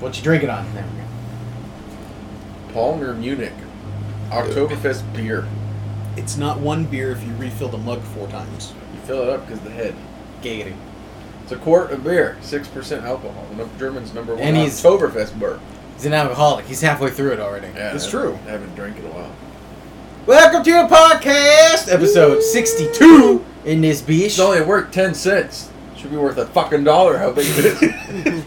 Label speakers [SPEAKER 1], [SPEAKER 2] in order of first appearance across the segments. [SPEAKER 1] What you drinking on? There we go.
[SPEAKER 2] Palmer Munich. Oktoberfest beer.
[SPEAKER 3] It's not one beer if you refill the mug four times.
[SPEAKER 2] You fill it up because the head.
[SPEAKER 1] Gatorade.
[SPEAKER 2] It's a quart of beer, 6% alcohol. No- German's number one
[SPEAKER 1] And he's-
[SPEAKER 2] Oktoberfest beer.
[SPEAKER 1] He's an alcoholic. He's halfway through it already.
[SPEAKER 2] Yeah,
[SPEAKER 3] That's
[SPEAKER 2] I haven't-
[SPEAKER 3] true.
[SPEAKER 2] I haven't drank in a while.
[SPEAKER 1] Welcome to the podcast, episode 62 in this beach.
[SPEAKER 2] It's only worth 10 cents. Should be worth a fucking dollar. How big it is.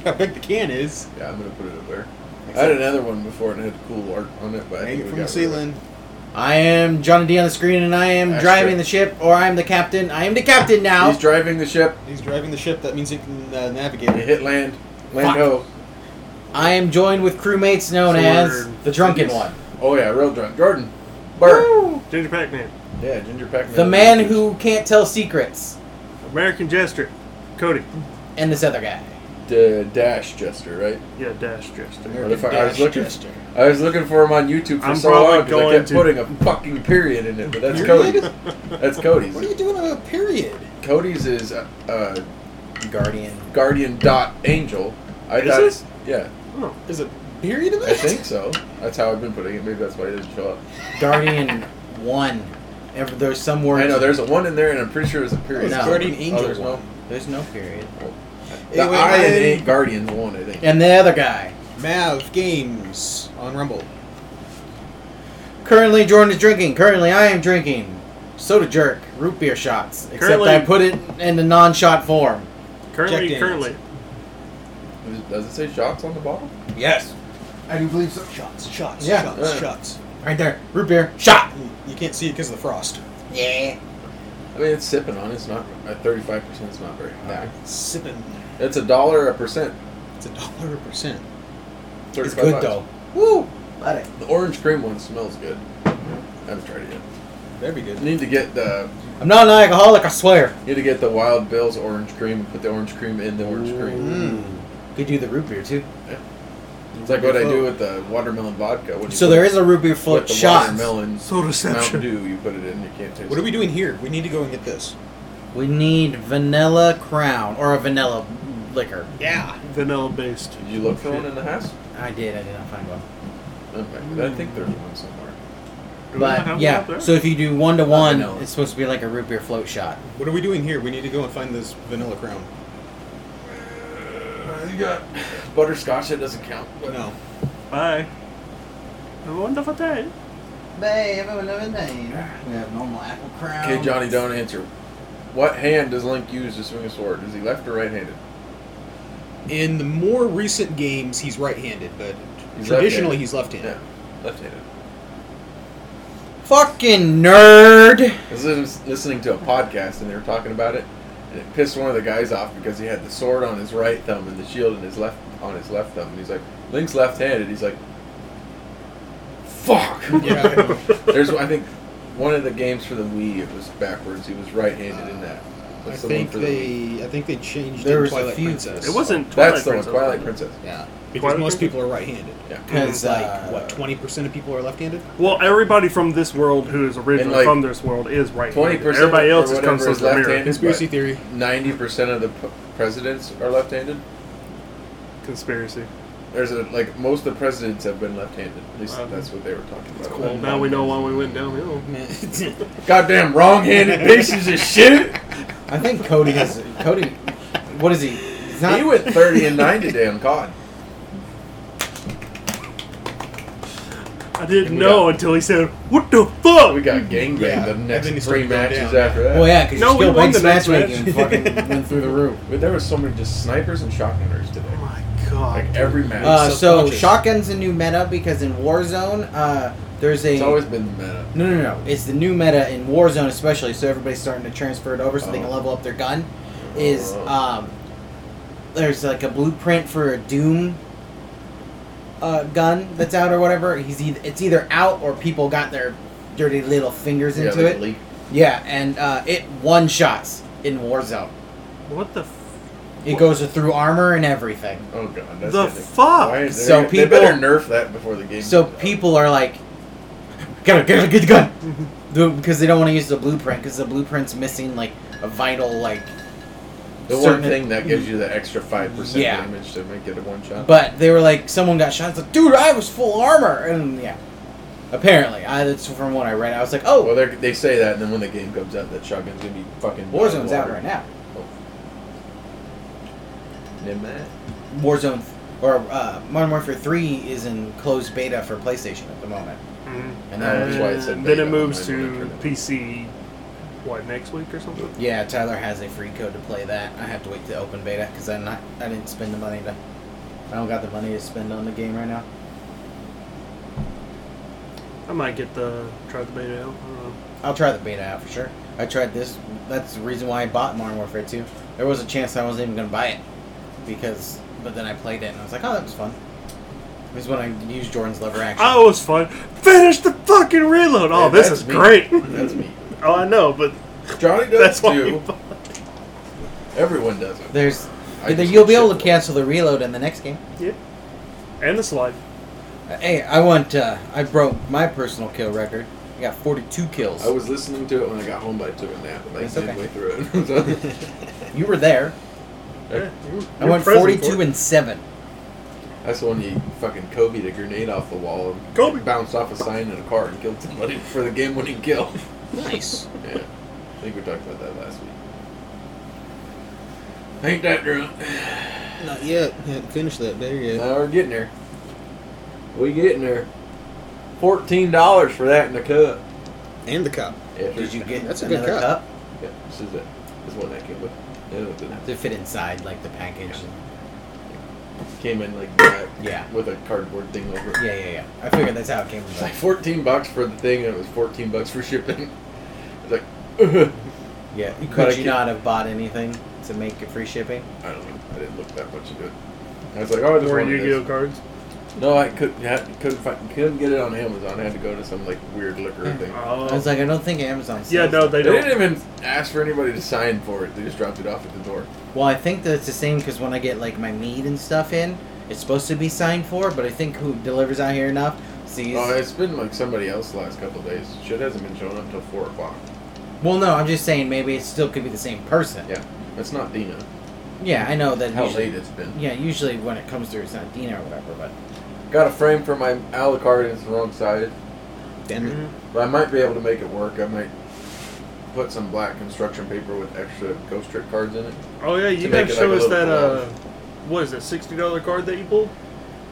[SPEAKER 3] I think the can is.
[SPEAKER 2] Yeah, I'm gonna put it up there. I had another one before and it had cool art on it, but I
[SPEAKER 3] Hang
[SPEAKER 2] think
[SPEAKER 3] it
[SPEAKER 2] we
[SPEAKER 3] from the
[SPEAKER 2] got rid of it.
[SPEAKER 3] ceiling.
[SPEAKER 1] I am Johnny D on the screen, and I am
[SPEAKER 2] That's
[SPEAKER 1] driving
[SPEAKER 2] right.
[SPEAKER 1] the ship, or I'm the captain. I am the captain now.
[SPEAKER 2] He's driving the ship.
[SPEAKER 3] He's driving the ship. That means he can uh, navigate
[SPEAKER 2] It
[SPEAKER 3] it.
[SPEAKER 2] hit land. Lando.
[SPEAKER 1] I am joined with crewmates known
[SPEAKER 4] So
[SPEAKER 1] as
[SPEAKER 4] we're-
[SPEAKER 1] the drunken
[SPEAKER 2] Yes.
[SPEAKER 1] one,
[SPEAKER 2] Oh yeah, real drunk. Jordan. Burr.
[SPEAKER 4] Ginger Pac-Man,
[SPEAKER 2] Yeah, Ginger Pac-Man.
[SPEAKER 1] the man who can't tell secrets,
[SPEAKER 4] American Jester, Cody.
[SPEAKER 1] and this other guy.
[SPEAKER 2] The dash jester, right?
[SPEAKER 4] Yeah, Dash Jester.
[SPEAKER 2] American Motherfucker, I was
[SPEAKER 3] Dash
[SPEAKER 2] looking-
[SPEAKER 3] Jester.
[SPEAKER 2] I was looking for him on YouTube for
[SPEAKER 4] I'm
[SPEAKER 2] so
[SPEAKER 4] probably
[SPEAKER 2] long because I
[SPEAKER 4] going
[SPEAKER 2] kept
[SPEAKER 4] to-
[SPEAKER 2] putting a fucking period in it, but that's
[SPEAKER 3] Period?
[SPEAKER 2] Cody's. That's Cody's.
[SPEAKER 3] What are you doing on a period?
[SPEAKER 2] Cody's is uh, uh,
[SPEAKER 1] Guardian.
[SPEAKER 2] Guardian dot Angel. I
[SPEAKER 4] Is
[SPEAKER 2] thought,
[SPEAKER 4] it?
[SPEAKER 2] Yeah,
[SPEAKER 4] Oh,
[SPEAKER 3] Is it period in
[SPEAKER 2] I
[SPEAKER 3] it?
[SPEAKER 2] think so. That's how I've been putting it. Maybe that's why it didn't show up.
[SPEAKER 1] Guardian 1. Ever, there's some words.
[SPEAKER 2] I know there's a one in there, and I'm pretty sure there's a period.
[SPEAKER 3] It's
[SPEAKER 1] No.
[SPEAKER 3] Guardian
[SPEAKER 2] Oh,
[SPEAKER 3] Angel
[SPEAKER 2] there's no.
[SPEAKER 3] one.
[SPEAKER 1] There's no period.
[SPEAKER 2] The
[SPEAKER 3] Anyway,
[SPEAKER 2] I and
[SPEAKER 3] I'm
[SPEAKER 2] eight Guardians one, I think.
[SPEAKER 1] And the other guy.
[SPEAKER 3] Mav Games on Rumble.
[SPEAKER 1] Currently, Jordan is drinking. Currently, I am drinking soda jerk root beer shots. Except
[SPEAKER 4] Currently-
[SPEAKER 1] I put it in the non-shot form.
[SPEAKER 4] currently,
[SPEAKER 3] Jack Daniels.
[SPEAKER 4] currently.
[SPEAKER 2] Does it- Does it say shots on the bottle?
[SPEAKER 1] Yes. I do believe so.
[SPEAKER 3] Shots, shots,
[SPEAKER 1] Yeah.
[SPEAKER 3] shots,
[SPEAKER 2] Yeah.
[SPEAKER 3] shots.
[SPEAKER 1] Right there, root beer shot.
[SPEAKER 3] You- You can't see it because of the frost.
[SPEAKER 1] Yeah.
[SPEAKER 2] I mean, it's sipping on. It's not at 35. percent It's not very high.
[SPEAKER 3] Sipping.
[SPEAKER 2] It's a dollar a percent.
[SPEAKER 3] It's a dollar a percent.
[SPEAKER 1] It's
[SPEAKER 2] 35
[SPEAKER 1] good
[SPEAKER 2] bucks.
[SPEAKER 1] though. Woo. Let it.
[SPEAKER 2] The orange cream one smells good. I haven't tried it yet.
[SPEAKER 3] That'd be
[SPEAKER 2] I
[SPEAKER 3] good.
[SPEAKER 2] need to get the
[SPEAKER 1] I'm not an alcoholic, I swear.
[SPEAKER 2] need to get the Wild Bill's orange cream. Put the orange cream in the orange cream.
[SPEAKER 3] Mm.
[SPEAKER 1] Could do the root beer too.
[SPEAKER 2] It's like what I do with the watermelon vodka. When you
[SPEAKER 1] So
[SPEAKER 2] put-
[SPEAKER 1] there is a root beer full
[SPEAKER 2] put
[SPEAKER 1] of
[SPEAKER 2] the
[SPEAKER 1] shots.
[SPEAKER 2] watermelon
[SPEAKER 4] Soda
[SPEAKER 2] Mountain
[SPEAKER 4] Deception.
[SPEAKER 2] Dew. You put it in. You can't taste.
[SPEAKER 3] What are we doing here? We need to go and get this.
[SPEAKER 1] We need vanilla crown or a vanilla liquor.
[SPEAKER 3] Yeah.
[SPEAKER 4] Vanilla based.
[SPEAKER 2] Did you look for one in the house?
[SPEAKER 1] I did. I did not find one.
[SPEAKER 2] Okay, but I think there's one somewhere.
[SPEAKER 1] But yeah. So if you do one to one,
[SPEAKER 2] vanilla.
[SPEAKER 1] it's supposed to be like a root beer float shot.
[SPEAKER 3] What are we doing here? We need to go and find this vanilla crown.
[SPEAKER 2] Uh, you got butterscotch. That doesn't count. but-
[SPEAKER 3] No.
[SPEAKER 4] Bye. Have a wonderful day.
[SPEAKER 1] Babe, I love name. We have normal apple crown.
[SPEAKER 2] Okay, Johnny, don't answer. What hand does Link use to swing a sword? Is he left or right-handed?
[SPEAKER 3] In the more recent games, he's right-handed, but
[SPEAKER 2] He's
[SPEAKER 3] traditionally
[SPEAKER 2] left-handed.
[SPEAKER 3] he's left-handed.
[SPEAKER 2] Yeah, left-handed.
[SPEAKER 1] Fucking nerd.
[SPEAKER 2] I was lis- listening to a podcast and they were talking about it, and it pissed one of the guys off because he had the sword on his right thumb and the shield in his left on his left thumb. And he's like, Link's left-handed. He's like, fuck.
[SPEAKER 3] Yeah, I know.
[SPEAKER 2] There's, I think, one of the games for the Wii. It was backwards. He was right-handed in that.
[SPEAKER 3] I
[SPEAKER 2] That's the one
[SPEAKER 3] think
[SPEAKER 2] for the Wii.
[SPEAKER 3] they, I think they changed
[SPEAKER 1] There
[SPEAKER 3] in
[SPEAKER 1] was a
[SPEAKER 3] Twilight
[SPEAKER 1] few.
[SPEAKER 3] Princess.
[SPEAKER 4] It wasn't Twilight
[SPEAKER 2] That's the one,
[SPEAKER 4] Princess.
[SPEAKER 2] Twilight Princess.
[SPEAKER 3] Yeah, because
[SPEAKER 4] Twilight
[SPEAKER 3] most
[SPEAKER 4] Princess?
[SPEAKER 3] people are right-handed.
[SPEAKER 2] Yeah.
[SPEAKER 1] Because
[SPEAKER 3] like
[SPEAKER 1] uh,
[SPEAKER 3] what, twenty percent of people are left-handed?
[SPEAKER 4] Well, everybody from this world who is originally
[SPEAKER 2] like,
[SPEAKER 4] from this world is right.
[SPEAKER 2] 20%
[SPEAKER 4] Everybody else
[SPEAKER 2] or
[SPEAKER 4] is comes
[SPEAKER 2] whatever
[SPEAKER 4] from
[SPEAKER 2] is
[SPEAKER 4] the mirror.
[SPEAKER 2] left-handed.
[SPEAKER 3] Conspiracy
[SPEAKER 2] But-
[SPEAKER 3] theory.
[SPEAKER 2] Ninety percent of the p- presidents are left-handed.
[SPEAKER 4] Conspiracy.
[SPEAKER 2] There's a, like most of the presidents have been left-handed. At least
[SPEAKER 4] Wow.
[SPEAKER 2] that's what they were talking about.
[SPEAKER 4] Well, now we know why we went downhill.
[SPEAKER 2] Goddamn wrong-handed pieces of shit.
[SPEAKER 1] I think Cody has Cody. What is he? He's not.
[SPEAKER 2] He went thirty and nine today on COD.
[SPEAKER 4] I didn't
[SPEAKER 2] We
[SPEAKER 4] know
[SPEAKER 2] got-
[SPEAKER 4] until he said, "What the
[SPEAKER 2] Oh, We
[SPEAKER 4] fuck?"
[SPEAKER 2] got gangbanged
[SPEAKER 3] Yeah,
[SPEAKER 2] the
[SPEAKER 3] and then he
[SPEAKER 2] next
[SPEAKER 3] started
[SPEAKER 2] three
[SPEAKER 3] going
[SPEAKER 2] matches
[SPEAKER 3] down, yeah.
[SPEAKER 2] after that.
[SPEAKER 1] well, yeah, because
[SPEAKER 4] No, we
[SPEAKER 1] you still
[SPEAKER 4] won
[SPEAKER 1] base
[SPEAKER 4] the next
[SPEAKER 1] matchmaking and
[SPEAKER 4] match.
[SPEAKER 1] fucking went through the roof.
[SPEAKER 2] But there were so many just snipers and shotgunners today.
[SPEAKER 4] Oh my
[SPEAKER 2] Like
[SPEAKER 4] god.
[SPEAKER 2] every match.
[SPEAKER 1] Uh, so
[SPEAKER 3] Self-conscious.
[SPEAKER 1] shotgun's a new meta because in Warzone, uh, there's a
[SPEAKER 2] it's always been the meta.
[SPEAKER 1] no, no, no. It's the new meta in Warzone, especially. So everybody's starting to transfer it over, so they can
[SPEAKER 2] Oh.
[SPEAKER 1] level up their gun. Is
[SPEAKER 2] Oh.
[SPEAKER 1] um, there's like a blueprint for a Doom uh, gun that's out or whatever. He's either it's either out or people got their dirty little fingers
[SPEAKER 2] Yeah,
[SPEAKER 1] into
[SPEAKER 2] like
[SPEAKER 1] it.
[SPEAKER 2] leak.
[SPEAKER 1] Yeah, and uh, it one shots in Warzone.
[SPEAKER 4] What the? F-
[SPEAKER 1] It goes through armor and everything.
[SPEAKER 2] Oh god, that's
[SPEAKER 4] The
[SPEAKER 2] gonna-
[SPEAKER 4] fuck?
[SPEAKER 2] Why is
[SPEAKER 1] So
[SPEAKER 2] there- they better
[SPEAKER 1] people-
[SPEAKER 2] nerf that before the game.
[SPEAKER 1] So
[SPEAKER 2] comes out.
[SPEAKER 1] people are like, get, get, get the gun, The- because they don't want to use the blueprint because the blueprint's missing like a vital like
[SPEAKER 2] The one
[SPEAKER 1] certain-
[SPEAKER 2] thing that gives you the extra five percent
[SPEAKER 1] Yeah.
[SPEAKER 2] damage to make it a one shot.
[SPEAKER 1] But they were like, someone got shot. It's like, dude, I was full armor, and yeah. Apparently, I, that's from what I read. I was like, oh,
[SPEAKER 2] well, they're- they say that, and then when the game comes out, that shotgun's gonna be fucking. Oh.
[SPEAKER 1] Warzone's out right now.
[SPEAKER 2] Nim that.
[SPEAKER 1] Warzone or uh, Modern Warfare Three is in closed beta for PlayStation at the moment.
[SPEAKER 4] Mhm.
[SPEAKER 1] And that
[SPEAKER 2] was why it said
[SPEAKER 4] And then
[SPEAKER 2] beta
[SPEAKER 4] it moves
[SPEAKER 2] online when I
[SPEAKER 4] to
[SPEAKER 2] turned it on.
[SPEAKER 4] PC, what, next week or something?
[SPEAKER 1] Yeah, Tyler has a free code to play that. I have to wait to open beta because I'm not. I didn't spend the money to. I don't got the money to spend on the game right now.
[SPEAKER 4] I might get the try the beta out. I don't know.
[SPEAKER 1] I'll try the beta out for sure. I tried this. That's the reason why I bought Modern Warfare Two. There was a chance I wasn't even gonna buy it because, but then I played it and I was like, oh, that was fun. It was when I used Jordan's lever action.
[SPEAKER 4] Oh, it was fun. Finish the fucking reload. Oh,
[SPEAKER 2] Yeah,
[SPEAKER 4] this
[SPEAKER 2] that's
[SPEAKER 4] is
[SPEAKER 2] me.
[SPEAKER 4] great.
[SPEAKER 2] That's me.
[SPEAKER 4] oh, I know, but
[SPEAKER 2] Johnny does
[SPEAKER 4] that's why. you
[SPEAKER 2] too.
[SPEAKER 4] bought-
[SPEAKER 2] Everyone does it.
[SPEAKER 1] There's.
[SPEAKER 2] I just
[SPEAKER 1] you'll be able to
[SPEAKER 2] shit.
[SPEAKER 1] cancel the reload in the next game.
[SPEAKER 4] Yeah. And the slide.
[SPEAKER 1] Hey, I want. Uh, I broke my personal kill record. I got 42 kills.
[SPEAKER 2] I was listening to it when I got home, but I took a nap like
[SPEAKER 1] It's okay.
[SPEAKER 2] midway through it. So-
[SPEAKER 1] You were there.
[SPEAKER 4] Yeah, you-
[SPEAKER 1] I
[SPEAKER 4] you're
[SPEAKER 1] went
[SPEAKER 4] present
[SPEAKER 1] 42
[SPEAKER 4] for it.
[SPEAKER 1] and seven.
[SPEAKER 2] That's when you fucking Kobe a grenade off the wall. And
[SPEAKER 4] Kobe.
[SPEAKER 2] bounced off a sign in a car and killed somebody for the game-winning kill.
[SPEAKER 3] Nice.
[SPEAKER 2] Yeah, I think we talked about that last week. Ain't that drunk?
[SPEAKER 3] Not yet. Haven't finished that better yet.
[SPEAKER 2] Now we're getting there. We getting there. Fourteen dollars for that in the cup.
[SPEAKER 3] And the cup.
[SPEAKER 2] Yeah,
[SPEAKER 1] Did you get
[SPEAKER 3] That's a good
[SPEAKER 1] another
[SPEAKER 3] cut.
[SPEAKER 1] cup?
[SPEAKER 2] Yeah, this is it. This one that came with. No, it didn't.
[SPEAKER 1] to fit inside like the package?
[SPEAKER 2] Came in like that.
[SPEAKER 1] Yeah.
[SPEAKER 2] With a cardboard thing over it.
[SPEAKER 1] Yeah, yeah, yeah. I figured that's how it came
[SPEAKER 2] It's like
[SPEAKER 1] about.
[SPEAKER 2] 14 bucks for the thing, and it was 14 bucks for shipping. It's like, I
[SPEAKER 1] Yeah, you
[SPEAKER 2] But
[SPEAKER 1] could
[SPEAKER 2] I
[SPEAKER 1] you
[SPEAKER 2] can't-
[SPEAKER 1] not have bought anything to make it free shipping?
[SPEAKER 2] don't know. I didn't look that much into it. I was like, oh, I just
[SPEAKER 4] More
[SPEAKER 2] wanted
[SPEAKER 4] Yu-Gi-Oh
[SPEAKER 2] this.
[SPEAKER 4] cards.
[SPEAKER 2] No, I couldn't. Had, couldn't find, couldn't get it on Amazon. I had to go to some like weird liquor thing.
[SPEAKER 1] I was
[SPEAKER 4] Oh.
[SPEAKER 1] like, I don't think Amazon. Sells
[SPEAKER 4] Yeah, no, they
[SPEAKER 2] They
[SPEAKER 4] don't.
[SPEAKER 2] didn't even ask for anybody to sign for it. They just dropped it off at the door.
[SPEAKER 1] Well, I think that it's the same because when I get like my meat and stuff in, it's supposed to be signed for, but I think who delivers out here enough sees.
[SPEAKER 2] Oh, it's been like somebody else the last couple of days. Shit hasn't been showing up till four o'clock.
[SPEAKER 1] well, no, I'm just saying maybe it still could be the same person.
[SPEAKER 2] Yeah, that's not Dina.
[SPEAKER 1] Yeah, I know that.
[SPEAKER 2] How
[SPEAKER 1] usually-
[SPEAKER 2] late it's been.
[SPEAKER 1] Yeah, usually when it comes through, it's not Dina or whatever, but
[SPEAKER 2] Got a frame for my Alucard. and It's the wrong side.
[SPEAKER 3] Damn it.
[SPEAKER 1] Mm-hmm.
[SPEAKER 4] Mhm.
[SPEAKER 2] But I might be able to make it work. I might put some black construction paper with extra ghost trick cards in it.
[SPEAKER 4] Oh yeah,
[SPEAKER 2] To
[SPEAKER 4] you
[SPEAKER 2] make
[SPEAKER 4] gotta
[SPEAKER 2] it like
[SPEAKER 4] show
[SPEAKER 2] a
[SPEAKER 4] us
[SPEAKER 2] little
[SPEAKER 4] that.
[SPEAKER 2] collage.
[SPEAKER 4] Uh, what is that? Sixty dollar card that you pulled?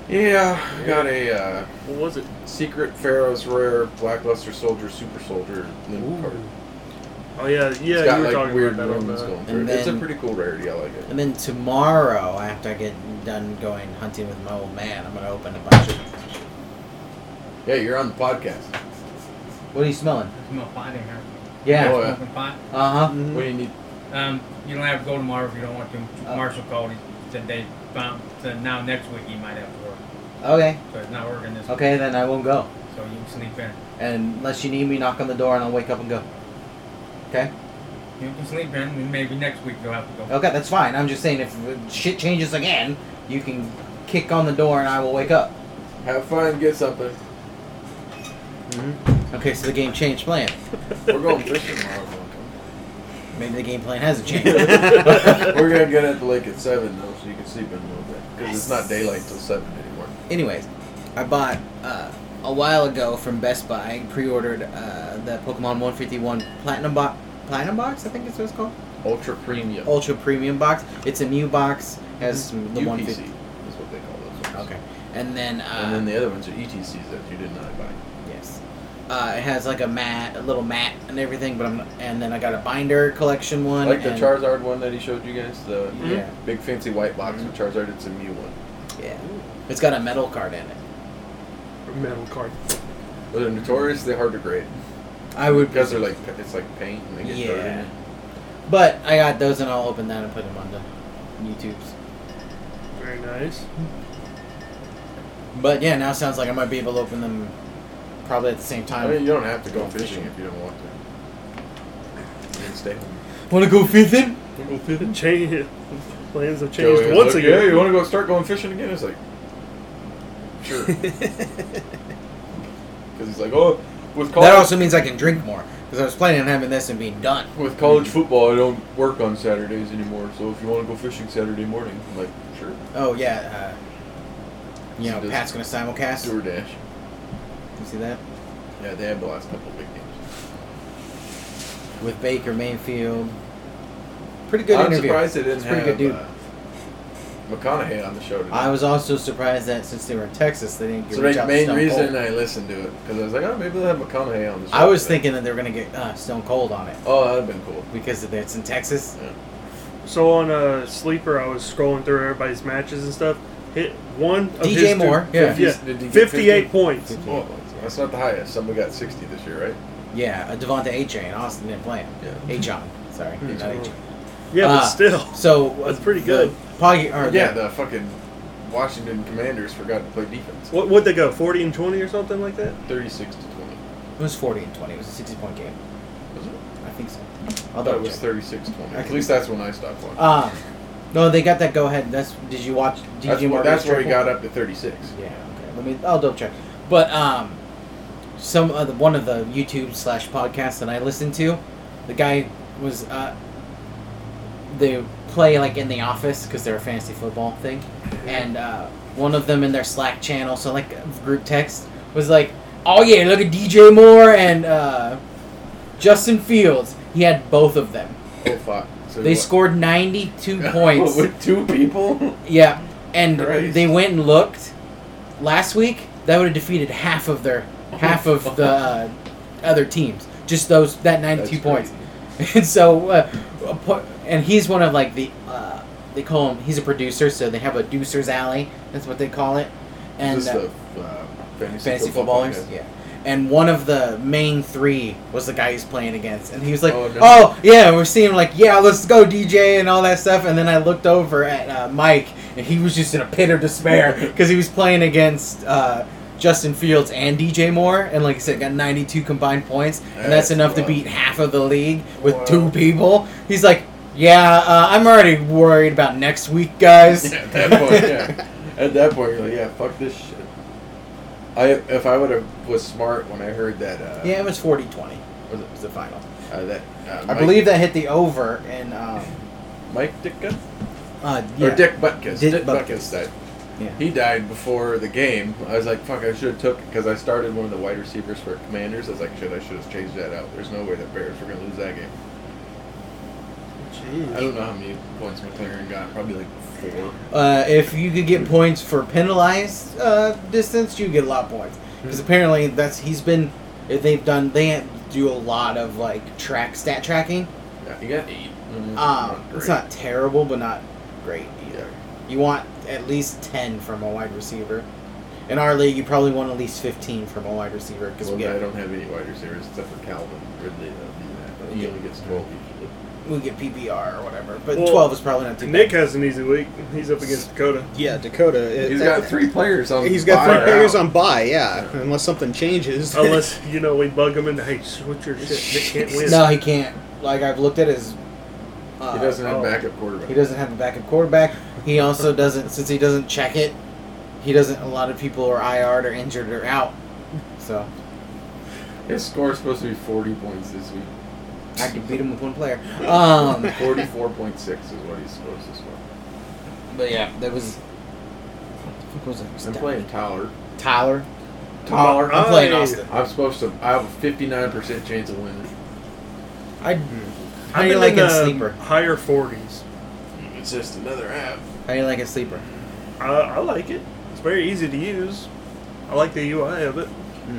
[SPEAKER 2] Yeah, I got a uh,
[SPEAKER 4] What was it?
[SPEAKER 2] secret Pharaoh's rare blackluster soldier super soldier limit card.
[SPEAKER 4] Oh yeah, yeah.
[SPEAKER 2] it's got
[SPEAKER 4] you were
[SPEAKER 2] like
[SPEAKER 4] talking
[SPEAKER 2] weird
[SPEAKER 4] about that on
[SPEAKER 2] movements
[SPEAKER 4] the.
[SPEAKER 2] going through
[SPEAKER 1] And
[SPEAKER 2] it. It's a
[SPEAKER 1] then-
[SPEAKER 2] pretty cool rarity. I like it.
[SPEAKER 1] And then tomorrow, after I get done going hunting with my old man, I'm gonna open a bunch of.
[SPEAKER 2] Yeah, you're on the podcast.
[SPEAKER 1] What are you smelling?
[SPEAKER 5] Smell pot in here.
[SPEAKER 2] Oh,
[SPEAKER 1] Yeah.
[SPEAKER 2] yeah.
[SPEAKER 5] Smoking pot.
[SPEAKER 1] Uh huh.
[SPEAKER 2] What do you need?
[SPEAKER 5] Um, you don't have to go tomorrow if you don't want to.
[SPEAKER 1] Oh.
[SPEAKER 5] Marshall called. He said they found. Said now next week he might have to work,
[SPEAKER 1] Okay.
[SPEAKER 5] so it's not working this
[SPEAKER 1] Okay, then I won't go.
[SPEAKER 5] week. So you can sleep in.
[SPEAKER 1] And unless you need me, knock on the door and I'll wake up and go. Okay.
[SPEAKER 5] You can sleep in, and maybe next week you'll have to go.
[SPEAKER 1] Okay, that's fine. I'm just saying if shit changes again, you can kick on the door and I will wake up.
[SPEAKER 2] Have fun. Get something.
[SPEAKER 1] Okay, so the game changed plan.
[SPEAKER 2] We're going fishing tomorrow.
[SPEAKER 1] Maybe the game plan hasn't changed.
[SPEAKER 2] We're gonna get at the lake at seven though, so you can sleep in a little bit because it's not daylight till seven anymore.
[SPEAKER 1] Anyways, I bought uh, a while ago from Best Buy. Pre-ordered uh, the Pokemon 151 Platinum box. Platinum box, I think is what it's called.
[SPEAKER 2] Ultra premium.
[SPEAKER 1] Ultra Premium box. It's a new box. Has some, the
[SPEAKER 2] UPC
[SPEAKER 1] 150.
[SPEAKER 2] is what they call those. Ones.
[SPEAKER 1] Okay, and then uh,
[SPEAKER 2] And then the other ones are ETCs that you did not buy.
[SPEAKER 1] yes, uh, it has like a mat, a little mat, and everything. But I'm and then I got a binder collection one.
[SPEAKER 2] Like the
[SPEAKER 1] and-
[SPEAKER 2] Charizard one that he showed you guys, the
[SPEAKER 1] Yeah,
[SPEAKER 2] big fancy white box with Charizard. It's a Mew one.
[SPEAKER 1] yeah. It's got a metal card in it.
[SPEAKER 4] Metal card.
[SPEAKER 2] But they're notoriously hard to grade
[SPEAKER 1] I would
[SPEAKER 2] because they're like it's like paint and they get dirty.
[SPEAKER 1] Yeah. But I got those, and I'll open that and put them on the YouTube's.
[SPEAKER 4] Very nice.
[SPEAKER 1] But yeah, now it sounds like I might be able to open them probably at the same
[SPEAKER 2] I
[SPEAKER 1] time.
[SPEAKER 2] mean, you don't have to go fishing if you don't want to. You can stay home.
[SPEAKER 1] Want to go fishing?
[SPEAKER 4] Change. Plans have
[SPEAKER 2] Joey
[SPEAKER 4] changed
[SPEAKER 2] was
[SPEAKER 4] once
[SPEAKER 2] like,
[SPEAKER 4] again.
[SPEAKER 2] Yeah, you want to go start going fishing again? It's like, sure. Because he's like, oh, with
[SPEAKER 1] That
[SPEAKER 2] college,
[SPEAKER 1] also means I can drink more because I was planning on having this and being done.
[SPEAKER 2] with college football, I don't work on Saturdays anymore. So if you want to go fishing Saturday morning, I'm like, sure,
[SPEAKER 1] Oh yeah, uh, you know
[SPEAKER 2] Does-
[SPEAKER 1] Pat's gonna simulcast. You
[SPEAKER 2] DoorDash.
[SPEAKER 1] see that
[SPEAKER 2] Yeah, they had the last couple of big games.
[SPEAKER 1] with Baker Mayfield. Pretty good
[SPEAKER 2] I'm
[SPEAKER 1] interview.
[SPEAKER 2] surprised they didn't
[SPEAKER 1] It's pretty good
[SPEAKER 2] have
[SPEAKER 1] dude.
[SPEAKER 2] Uh, McConaughey on the show today.
[SPEAKER 1] I was also surprised that since they were in Texas, they didn't get
[SPEAKER 2] so
[SPEAKER 1] reach
[SPEAKER 2] the
[SPEAKER 1] out to
[SPEAKER 2] main
[SPEAKER 1] Stone
[SPEAKER 2] reason
[SPEAKER 1] Cold.
[SPEAKER 2] I listened to it because I was like, oh, maybe they'll have McConaughey on the show.
[SPEAKER 1] I was
[SPEAKER 2] today.
[SPEAKER 1] thinking that they were gonna get uh, Stone Cold on it
[SPEAKER 2] oh, that'd have been cool.
[SPEAKER 1] because of that it's in Texas.
[SPEAKER 4] So on uh, sleeper, I was scrolling through everybody's matches and stuff. Hit one of
[SPEAKER 1] DJ
[SPEAKER 4] his
[SPEAKER 1] Moore,
[SPEAKER 4] Two,
[SPEAKER 1] yeah.
[SPEAKER 4] yeah,
[SPEAKER 2] Did he get
[SPEAKER 4] 58 points.
[SPEAKER 2] Oh, that's not the highest. Somebody got 60 this year, right?
[SPEAKER 1] Yeah, uh, Devonta A. Chain. Austin didn't play him.
[SPEAKER 2] Yeah.
[SPEAKER 1] A. John, sorry,
[SPEAKER 2] Hmm.
[SPEAKER 1] not A. Chain.
[SPEAKER 4] Yeah,
[SPEAKER 1] Uh,
[SPEAKER 4] but still.
[SPEAKER 1] So uh,
[SPEAKER 4] That's pretty
[SPEAKER 1] the
[SPEAKER 4] good.
[SPEAKER 1] Poggy, or
[SPEAKER 2] yeah,
[SPEAKER 1] yeah,
[SPEAKER 2] the fucking Washington Commanders forgot to play defense.
[SPEAKER 4] What would they go? 40 and 20 or something like that?
[SPEAKER 2] 36 to 20.
[SPEAKER 1] it was forty and twenty. It was a sixty-point game.
[SPEAKER 2] Was it?
[SPEAKER 1] I think so.
[SPEAKER 2] I
[SPEAKER 1] I'll
[SPEAKER 2] thought
[SPEAKER 1] double
[SPEAKER 2] it was
[SPEAKER 1] check.
[SPEAKER 2] 36 20.
[SPEAKER 1] I
[SPEAKER 2] At
[SPEAKER 1] can-
[SPEAKER 2] least that's when I stopped watching.
[SPEAKER 1] Um, no, they got that go ahead. That's did you watch
[SPEAKER 2] that's
[SPEAKER 1] DJ
[SPEAKER 2] where,
[SPEAKER 1] Moore?
[SPEAKER 2] that's where he
[SPEAKER 1] triple?
[SPEAKER 2] got up to 36.
[SPEAKER 1] Yeah. Okay. Let me. I'll double check. But um, some of the one of the YouTube slash podcasts that I listened to, the guy was uh, they play like in the office because they're a fantasy football thing, and uh, one of them in their Slack channel, so like group text was like, "Oh yeah, look at DJ Moore and uh, Justin Fields. He had both of them.
[SPEAKER 2] Oh, fuck. So
[SPEAKER 1] They
[SPEAKER 2] what?
[SPEAKER 1] scored ninety two points."
[SPEAKER 2] With two people?
[SPEAKER 1] Yeah, and
[SPEAKER 2] Christ.
[SPEAKER 1] they went and looked last week. That would have defeated half of their half of the uh, other teams. Just those that
[SPEAKER 2] That's
[SPEAKER 1] ninety two points.
[SPEAKER 2] crazy.
[SPEAKER 1] And so, uh, a po- and he's one of like the uh, they call him. He's a producer, so they have a deucer's alley. That's what they call it. And
[SPEAKER 2] Is this
[SPEAKER 1] uh,
[SPEAKER 2] the uh, fantasy,
[SPEAKER 1] fantasy
[SPEAKER 2] football
[SPEAKER 1] footballers.
[SPEAKER 2] podcast?
[SPEAKER 1] Yeah. And one of the main three was the guy he's playing against, and he was like,
[SPEAKER 2] Oh,
[SPEAKER 1] "Oh,
[SPEAKER 2] no.
[SPEAKER 1] yeah, we're seeing like, yeah, let's go DJ and all that stuff." And then I looked over at uh, Mike, and he was just in a pit of despair because he was playing against uh, Justin Fields and DJ Moore, and like I said, got 92 combined points, and that's
[SPEAKER 2] That's
[SPEAKER 1] enough to
[SPEAKER 2] rough.
[SPEAKER 1] beat half of the league with
[SPEAKER 4] Wow.
[SPEAKER 1] two people. He's like, "Yeah, uh, I'm already worried about next week, guys."
[SPEAKER 2] Yeah, at that point, yeah. At that point, you're like, yeah, fuck this shit. I if I would have was smart when I heard that. Uh,
[SPEAKER 1] Yeah, it was 40-20
[SPEAKER 2] Was it
[SPEAKER 1] was the final.
[SPEAKER 2] uh, that? Uh,
[SPEAKER 1] I
[SPEAKER 2] Mike-
[SPEAKER 1] believe that hit the over, and um,
[SPEAKER 2] Mike Ditka
[SPEAKER 1] uh, yeah.
[SPEAKER 2] or Dick Butkus.
[SPEAKER 1] Dick
[SPEAKER 2] Dick
[SPEAKER 1] Butkus.
[SPEAKER 2] Butkus died.
[SPEAKER 1] Yeah.
[SPEAKER 2] He died before the game. I was like, fuck, I should have took because I started one of the wide receivers for Commanders. I was like, shit, I should have changed that out. There's no way that Bears were gonna lose that game. I
[SPEAKER 4] Jeez.
[SPEAKER 2] don't know how many points McLaren got. Probably like four.
[SPEAKER 1] Uh, if you could get points for penalized uh, distance, you get a lot of points
[SPEAKER 2] Hmm.
[SPEAKER 1] because apparently that's he's been they've done they do a lot of like track stat tracking.
[SPEAKER 2] Yeah, he got eight. Mm,
[SPEAKER 1] Um, it's
[SPEAKER 2] great.
[SPEAKER 1] not terrible, but not great either.
[SPEAKER 2] Yeah.
[SPEAKER 1] You want at least ten from a wide receiver. In our league, you probably want at least fifteen from a wide receiver because
[SPEAKER 2] Well,
[SPEAKER 1] we
[SPEAKER 2] I
[SPEAKER 1] get
[SPEAKER 2] don't have any wide receivers except for Calvin Ridley. That'll do that. But he
[SPEAKER 1] Yeah.
[SPEAKER 2] only gets 12 usually.
[SPEAKER 1] we get PBR or whatever. But
[SPEAKER 4] Well,
[SPEAKER 1] twelve is probably not too
[SPEAKER 4] Nick
[SPEAKER 1] bad.
[SPEAKER 4] has an easy week. He's up against Dakota.
[SPEAKER 3] Yeah, Dakota. it-
[SPEAKER 2] He's got three players on.
[SPEAKER 3] He's got three
[SPEAKER 2] fire
[SPEAKER 3] players
[SPEAKER 2] out.
[SPEAKER 3] on buy. Yeah, unless something changes.
[SPEAKER 4] Unless, you know, we bug him into, hey, switch your shit. Nick can't win.
[SPEAKER 1] No, he can't. Like I've looked at his. Uh,
[SPEAKER 2] He doesn't have
[SPEAKER 4] Oh.
[SPEAKER 2] backup quarterback.
[SPEAKER 1] He doesn't have a backup quarterback. He also doesn't, since he doesn't check it, he doesn't. A lot of people are IR'd or injured or out. So
[SPEAKER 2] His score is supposed to be 40 points this week.
[SPEAKER 1] I could beat him with one player. Um,
[SPEAKER 2] 44.6 is what he scores this week.
[SPEAKER 1] but yeah, that was. What the fuck was
[SPEAKER 2] I'm
[SPEAKER 1] that?
[SPEAKER 2] playing Tyler.
[SPEAKER 1] Tyler.
[SPEAKER 2] Tyler.
[SPEAKER 1] I'm playing
[SPEAKER 4] Hey.
[SPEAKER 1] Austin.
[SPEAKER 2] I'm supposed to. I have a 59% chance of winning.
[SPEAKER 1] I. How do
[SPEAKER 4] I'm
[SPEAKER 1] you
[SPEAKER 4] in
[SPEAKER 1] like
[SPEAKER 4] the
[SPEAKER 1] it sleeper?
[SPEAKER 4] higher 40s.
[SPEAKER 2] It's just another app.
[SPEAKER 1] How do you like it sleeper?
[SPEAKER 4] I, I like it. It's very easy to use. I like the UI of it.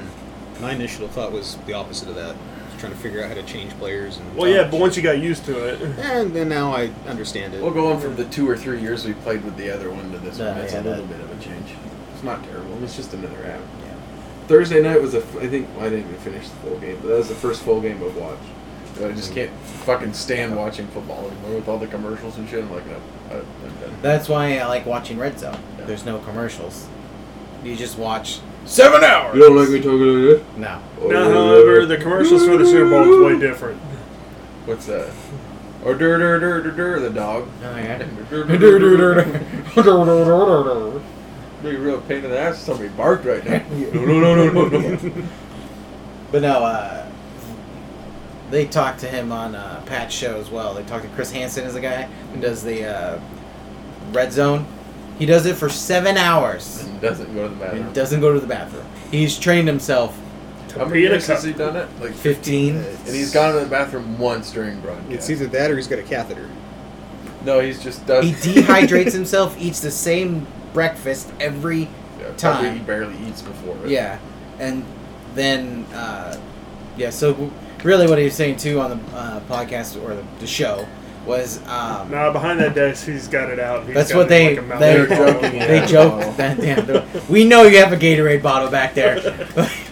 [SPEAKER 3] My initial thought was the opposite of that. Just trying to figure out how to change players. And
[SPEAKER 4] Well, yeah, but once you got used to it,
[SPEAKER 3] and then now I understand it.
[SPEAKER 2] We'll go on from the two or three years we played with the other one to this
[SPEAKER 1] Yeah,
[SPEAKER 2] one. That's
[SPEAKER 1] yeah,
[SPEAKER 2] a little
[SPEAKER 1] that-
[SPEAKER 2] bit of a change. It's not terrible. It's just another app.
[SPEAKER 1] Yeah.
[SPEAKER 2] Thursday night was a. f- I think well, I didn't even finish the full game, but that was the first full game I've watched. I just can't fucking stand watching football anymore with all the commercials and shit. I'm like, no, I- I'm done.
[SPEAKER 1] That's why I like watching Red Zone.
[SPEAKER 2] Yeah.
[SPEAKER 1] There's no commercials. You just watch seven hours.
[SPEAKER 2] You don't like me talking like Oh,
[SPEAKER 1] No.
[SPEAKER 2] that?
[SPEAKER 4] now, however, the commercials for the Super Bowl is way different.
[SPEAKER 2] What's that? Or dur dur dur dur dur the dog.
[SPEAKER 1] Oh yeah.
[SPEAKER 2] Be a real pain in the ass. if Somebody barked right now. No no no no no no.
[SPEAKER 1] But no, uh, they talked to him on uh, Pat's show as well. They talked to Chris Hansen is the guy who does the uh, Red Zone. He does it for seven hours.
[SPEAKER 2] And doesn't go to the
[SPEAKER 1] He
[SPEAKER 2] bathroom.
[SPEAKER 1] doesn't go to the bathroom. He's trained himself
[SPEAKER 2] How many
[SPEAKER 4] Be in a
[SPEAKER 2] years has
[SPEAKER 4] cup.
[SPEAKER 2] he done it? Like,
[SPEAKER 1] 15.
[SPEAKER 2] and he's gone to the bathroom once during broadcast.
[SPEAKER 3] It's either that or he's got a catheter.
[SPEAKER 2] no, he's just done.
[SPEAKER 1] He dehydrates himself, eats the same breakfast every
[SPEAKER 2] Yeah, probably
[SPEAKER 1] time.
[SPEAKER 2] He barely eats before. it.
[SPEAKER 1] yeah, and then uh, yeah. So really, what he was saying too on the uh, podcast or the, the show was um,
[SPEAKER 4] Nah, behind that desk, he's got it out. He's
[SPEAKER 1] That's
[SPEAKER 4] got
[SPEAKER 1] what
[SPEAKER 4] it
[SPEAKER 1] they-
[SPEAKER 4] like a mouth
[SPEAKER 1] they-
[SPEAKER 2] They're
[SPEAKER 4] full.
[SPEAKER 2] joking, yeah.
[SPEAKER 1] they
[SPEAKER 2] Oh.
[SPEAKER 1] joked that damn. We know you have a Gatorade bottle back there,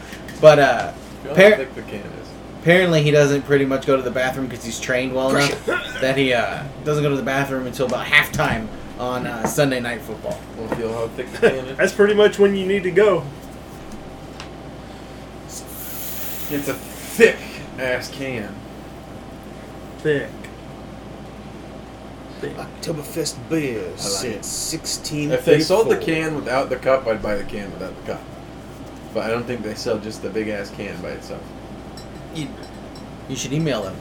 [SPEAKER 1] but uh,
[SPEAKER 2] How
[SPEAKER 1] Par-
[SPEAKER 2] thick the can is.
[SPEAKER 1] apparently he doesn't pretty much go to the bathroom because he's trained well enough that he uh, doesn't go to the bathroom until about halftime on uh, Sunday night football.
[SPEAKER 2] We'll feel how thick the can is.
[SPEAKER 4] That's pretty much when you need to go.
[SPEAKER 2] It's a thick ass can.
[SPEAKER 4] Thick.
[SPEAKER 3] Oktoberfest beer
[SPEAKER 2] it.
[SPEAKER 3] since sixteen.
[SPEAKER 2] If they sold the can without the cup, I'd buy the can without the cup. But I don't think they sell just the big ass can by itself.
[SPEAKER 1] You, you should email them.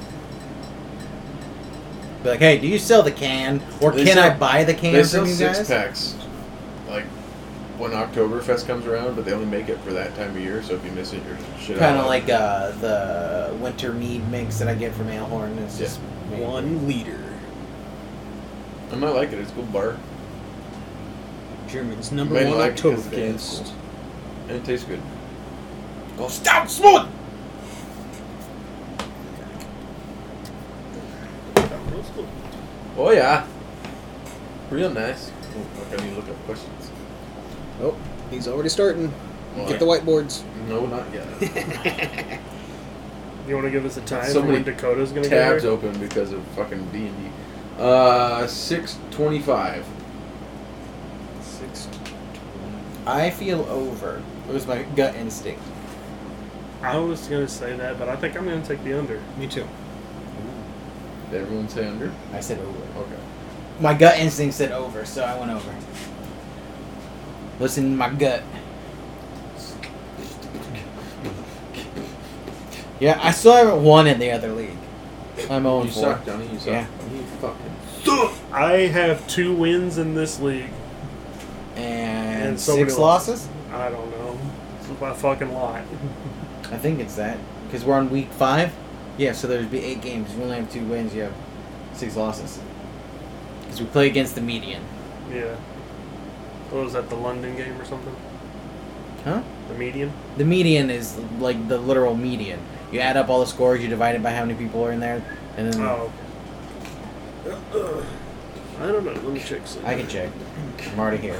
[SPEAKER 1] Be like, hey, do you sell the can, or
[SPEAKER 2] They
[SPEAKER 1] can
[SPEAKER 2] sell-
[SPEAKER 1] I buy the can
[SPEAKER 2] they sell
[SPEAKER 1] from you
[SPEAKER 2] six
[SPEAKER 1] guys?
[SPEAKER 2] packs, like when Oktoberfest comes around, but they only make it for that time of year. So if you miss it, you're shit.
[SPEAKER 1] Kind
[SPEAKER 2] out.
[SPEAKER 1] of like uh, the winter mead mix that I get from Alehorn. It's
[SPEAKER 2] Yeah.
[SPEAKER 1] just made-
[SPEAKER 3] one liter.
[SPEAKER 2] I might like it. It's a cool bar,
[SPEAKER 3] German's number
[SPEAKER 2] May
[SPEAKER 3] one
[SPEAKER 2] like it 'cause the can's
[SPEAKER 3] Oktoberfest.
[SPEAKER 2] and it tastes good.
[SPEAKER 1] Go stout smooth.
[SPEAKER 2] Oh yeah, real nice. Oh, fuck, I need to look up questions.
[SPEAKER 3] Oh, he's already starting.
[SPEAKER 2] Well,
[SPEAKER 3] Get the whiteboards.
[SPEAKER 2] no, not yet.
[SPEAKER 4] You want to give us a time
[SPEAKER 2] So
[SPEAKER 4] for when
[SPEAKER 2] many
[SPEAKER 4] Dakota's going to get
[SPEAKER 2] Tabs
[SPEAKER 4] here?
[SPEAKER 2] open because of fucking D and D. Uh, six twenty-five.
[SPEAKER 3] Six.
[SPEAKER 1] I feel over. It was my gut instinct.
[SPEAKER 4] I was going to say that, but I think I'm going to take the under.
[SPEAKER 3] Me too.
[SPEAKER 2] Did everyone say under?
[SPEAKER 1] I said over.
[SPEAKER 2] Okay.
[SPEAKER 1] My gut instinct said over, so I went over. Listen to my gut. Yeah, I still haven't won in the other league. I'm 0
[SPEAKER 2] You
[SPEAKER 1] 4.
[SPEAKER 2] suck, Donnie. You suck.
[SPEAKER 1] Yeah.
[SPEAKER 2] You fucking.
[SPEAKER 4] I have two wins in this league.
[SPEAKER 1] and,
[SPEAKER 4] And so
[SPEAKER 1] six
[SPEAKER 4] many
[SPEAKER 1] losses.
[SPEAKER 4] I don't know. It's by a fucking lot.
[SPEAKER 1] I think it's that because we're on week five. Yeah, so there'd be eight games. You only have two wins. You have six losses because we play against the median.
[SPEAKER 4] Yeah. What was that, the London game or something?
[SPEAKER 1] Huh?
[SPEAKER 4] The median?
[SPEAKER 1] The median is like the literal median. You add up all the scores. You divide it by how many people are in there, and then
[SPEAKER 4] Oh. I don't know. Let me check. Something.
[SPEAKER 1] I can check. I'm already here.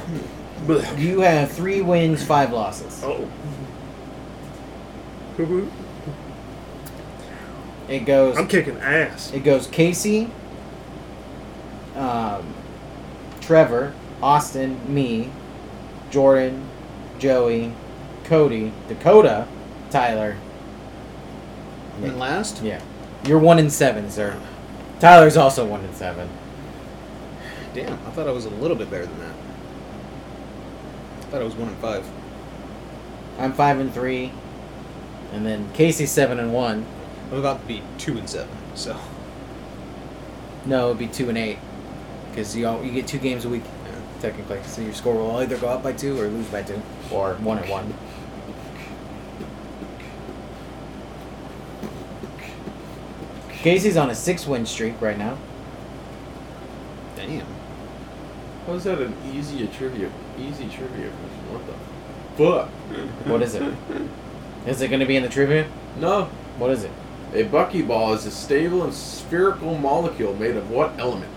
[SPEAKER 4] Blech.
[SPEAKER 1] You have three wins, five losses.
[SPEAKER 4] Oh. Hoo-hoo.
[SPEAKER 1] It goes.
[SPEAKER 4] I'm kicking ass.
[SPEAKER 1] It goes Casey, um, Trevor, Austin, me, Jordan, Joey, Cody, Dakota, Tyler.
[SPEAKER 3] And last,
[SPEAKER 1] Yeah. You're one in seven, sir. Tyler's also one in seven.
[SPEAKER 3] damn, I thought I was a little bit better than that. I thought I was one in five.
[SPEAKER 1] I'm five and three. And then Casey's seven and one.
[SPEAKER 3] I'm about to be two and seven. So
[SPEAKER 1] No, it'd be two and eight. Because you all, you get two games a week, technically. So your score will either go up by two or lose by two. Or one and one. Casey's on a six win streak right now.
[SPEAKER 3] damn.
[SPEAKER 2] How is that an easy trivia? Easy trivia question. What the fuck?
[SPEAKER 1] What is it? Is it going to be in the trivia?
[SPEAKER 2] No.
[SPEAKER 1] What is it?
[SPEAKER 2] A buckyball is a stable and spherical molecule made of what element?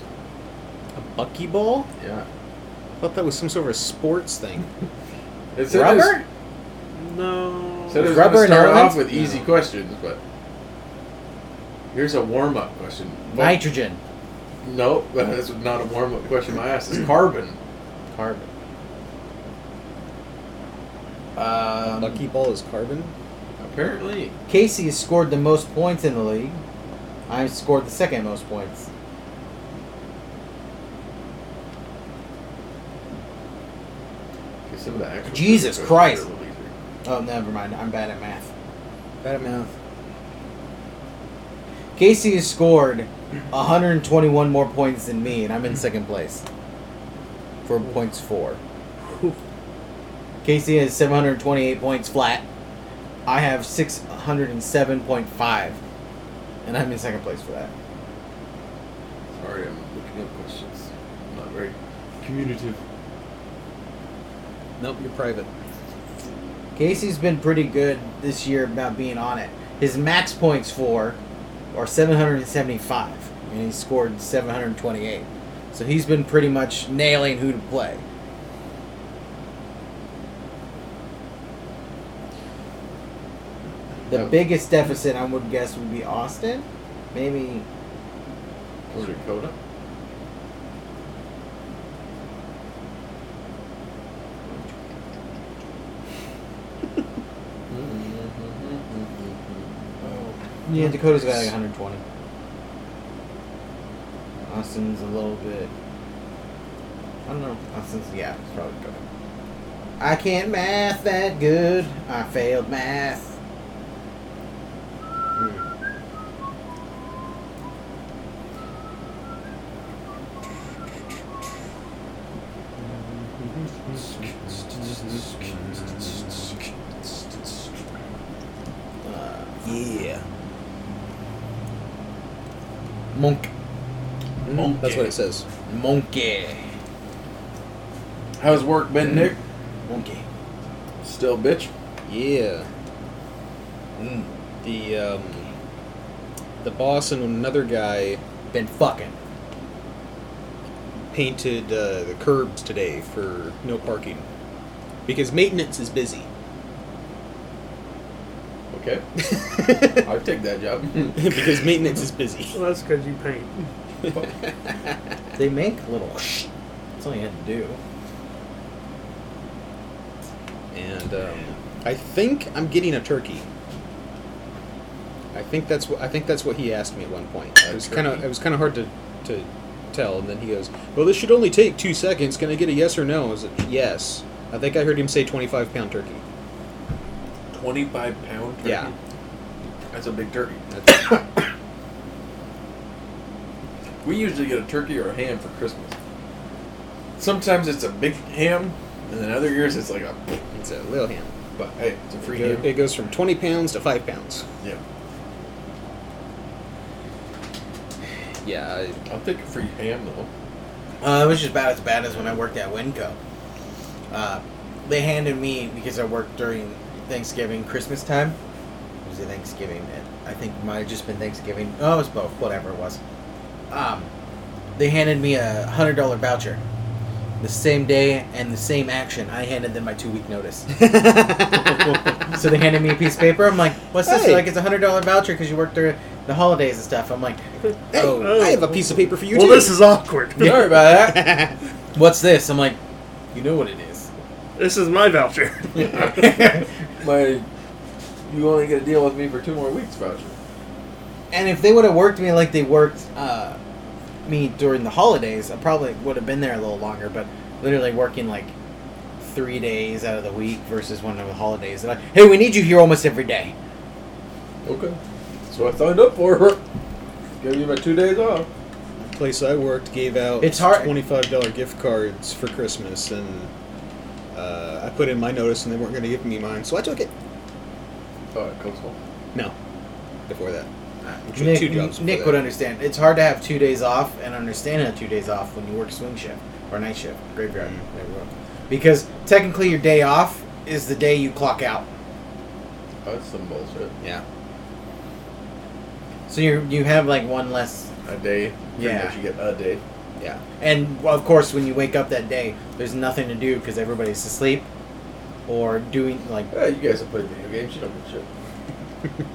[SPEAKER 1] A buckyball?
[SPEAKER 2] Yeah.
[SPEAKER 3] I thought that was some sort of a sports thing.
[SPEAKER 2] It said it was-
[SPEAKER 1] Rubber?
[SPEAKER 4] No.
[SPEAKER 2] said it was
[SPEAKER 1] Rubber
[SPEAKER 2] gonna
[SPEAKER 1] and
[SPEAKER 2] start
[SPEAKER 1] elements?
[SPEAKER 2] off with easy questions, but here's a warm up question. Bu-
[SPEAKER 1] Nitrogen.
[SPEAKER 2] No, that's not a warm up question. My ass is carbon.
[SPEAKER 1] Carbon. Um,
[SPEAKER 3] Lucky ball is carbon.
[SPEAKER 2] Apparently,
[SPEAKER 1] Casey has scored the most points in the league. I've scored the second most points.
[SPEAKER 2] some of the actual
[SPEAKER 1] Jesus
[SPEAKER 2] questions are
[SPEAKER 1] Christ.
[SPEAKER 2] really easy.
[SPEAKER 1] Oh, never mind. I'm bad at math. Badmouth. Casey has scored 121 more points than me, and I'm in second place for points four. Casey has 728 points flat. I have 607.5, and I'm in second place for that.
[SPEAKER 2] Sorry, I'm looking up questions. I'm not very communicative.
[SPEAKER 3] Nope, you're private.
[SPEAKER 1] Casey's been pretty good this year about being on it. His max points for are 775, and he scored 728. So he's been pretty much nailing who to play. The
[SPEAKER 2] Yep.
[SPEAKER 1] biggest deficit, I would guess, would be Austin. Maybe
[SPEAKER 2] North Dakota?
[SPEAKER 1] Yeah, Dakota's got like 120. Austin's a little bit. I don't know. Austin's yeah, it's probably Dakota. I can't math that good. I failed math. Uh, yeah. Monk.
[SPEAKER 3] That's what it says.
[SPEAKER 1] Monkey.
[SPEAKER 2] How's work been, Nick?
[SPEAKER 1] Monkey.
[SPEAKER 2] Still, bitch.
[SPEAKER 3] Yeah.
[SPEAKER 1] Mm.
[SPEAKER 3] The um, the boss and another guy
[SPEAKER 1] Been fucking.
[SPEAKER 3] painted uh, the curbs today for no parking because maintenance is busy.
[SPEAKER 2] Okay, I'd take that job.
[SPEAKER 3] because maintenance is busy.
[SPEAKER 4] Well, that's because you paint.
[SPEAKER 1] They make little. That's all you had to do.
[SPEAKER 3] and um, I think I'm getting a turkey. I think that's what I think that's what he asked me at one point.
[SPEAKER 2] A
[SPEAKER 3] It was kind of
[SPEAKER 2] turkey?
[SPEAKER 3] it was kind of hard to, to tell, and then he goes, "Well, this should only take two seconds. Can I get a yes or no?" I was like, "Yes." I think I heard him say 25 pound turkey.
[SPEAKER 2] Twenty-five pound. Turkey?
[SPEAKER 3] Yeah.
[SPEAKER 2] that's a big turkey.
[SPEAKER 3] That's-
[SPEAKER 2] We usually get a turkey or a ham for Christmas. Sometimes it's a big ham, and then other years it's like a.
[SPEAKER 3] it's a little ham.
[SPEAKER 2] But hey, it's a free
[SPEAKER 3] It
[SPEAKER 2] ham.
[SPEAKER 3] go- it goes from 20 pounds to five pounds.
[SPEAKER 2] Yeah,
[SPEAKER 3] Yeah, I-
[SPEAKER 2] I'll take a free ham though.
[SPEAKER 1] Uh, it was just about as bad as when I worked at Winco. Uh, they handed me because I worked during Thanksgiving, Christmas time. It was it Thanksgiving? I think it might have just been Thanksgiving. Oh, it was both. Whatever it was. Um, they handed me a hundred dollar voucher. The same day and the same action, I handed them my two week notice. so they handed me a piece of paper. I'm like, "What's this?"
[SPEAKER 3] Hey.
[SPEAKER 1] They're like, it's a hundred dollar voucher because you worked during the holidays and stuff. I'm like,
[SPEAKER 3] Hey,
[SPEAKER 1] "Oh,
[SPEAKER 3] I have a piece of paper for you
[SPEAKER 4] well,
[SPEAKER 3] too.
[SPEAKER 4] this is awkward.
[SPEAKER 1] sorry about that." What's this? I'm like, you know what it is.
[SPEAKER 4] this is my voucher.
[SPEAKER 2] My, you only get to deal with me for two more weeks, voucher.
[SPEAKER 1] and if they would have worked me like they worked uh, me during the holidays, I probably would have been there a little longer. But literally working like three days out of the week versus one of the holidays. They're like, hey, we need you here almost every day.
[SPEAKER 2] Okay, so I signed up for. her. Give you my two days off.
[SPEAKER 3] place I worked gave out
[SPEAKER 1] It's hard-
[SPEAKER 3] twenty-five dollar gift cards for Christmas, and uh, I put in my notice, and they weren't going to give me mine, so I took it.
[SPEAKER 2] Oh, it comes home.
[SPEAKER 3] No, before that, Actually,
[SPEAKER 1] Nick,
[SPEAKER 3] two jobs. before
[SPEAKER 1] Nick
[SPEAKER 3] that.
[SPEAKER 1] would understand. It's hard to have two days off and understand how two days off when you work swing shift or night shift,
[SPEAKER 3] Mm.
[SPEAKER 1] graveyard,
[SPEAKER 3] Mm-hmm.
[SPEAKER 1] whatever you want. because technically your day off is the day you clock out.
[SPEAKER 2] Oh, that's some bullshit.
[SPEAKER 3] Yeah,
[SPEAKER 1] So you you have like one less
[SPEAKER 2] A day. Pretty
[SPEAKER 1] Yeah.
[SPEAKER 2] much you get a day.
[SPEAKER 3] yeah.
[SPEAKER 1] And well, of course, when you wake up that day, there's nothing to do because everybody's asleep or doing like.
[SPEAKER 2] Yeah, you guys have played video games. You don't get shit.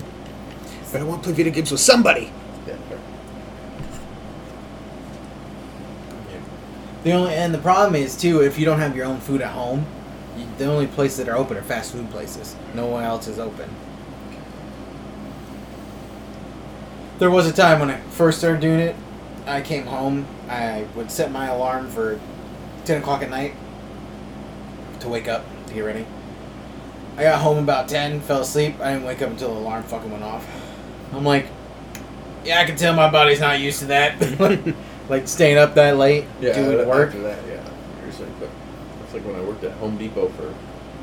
[SPEAKER 3] But I want to play video games with somebody.
[SPEAKER 2] Yeah. fair.
[SPEAKER 1] The only and the problem is too if you don't have your own food at home, you, the only places that are open are fast food places. No one else is open. There was a time when I first started doing it. I came home. I would set my alarm for ten o'clock at night to wake up to get ready. I got home about 10, fell asleep. I didn't wake up until the alarm fucking went off. I'm like, yeah, I can tell my body's not used to that. like staying up that late,
[SPEAKER 2] Yeah,
[SPEAKER 1] doing
[SPEAKER 2] that-
[SPEAKER 1] work.
[SPEAKER 2] After that, yeah. It's like, the- it's like when I worked at Home Depot for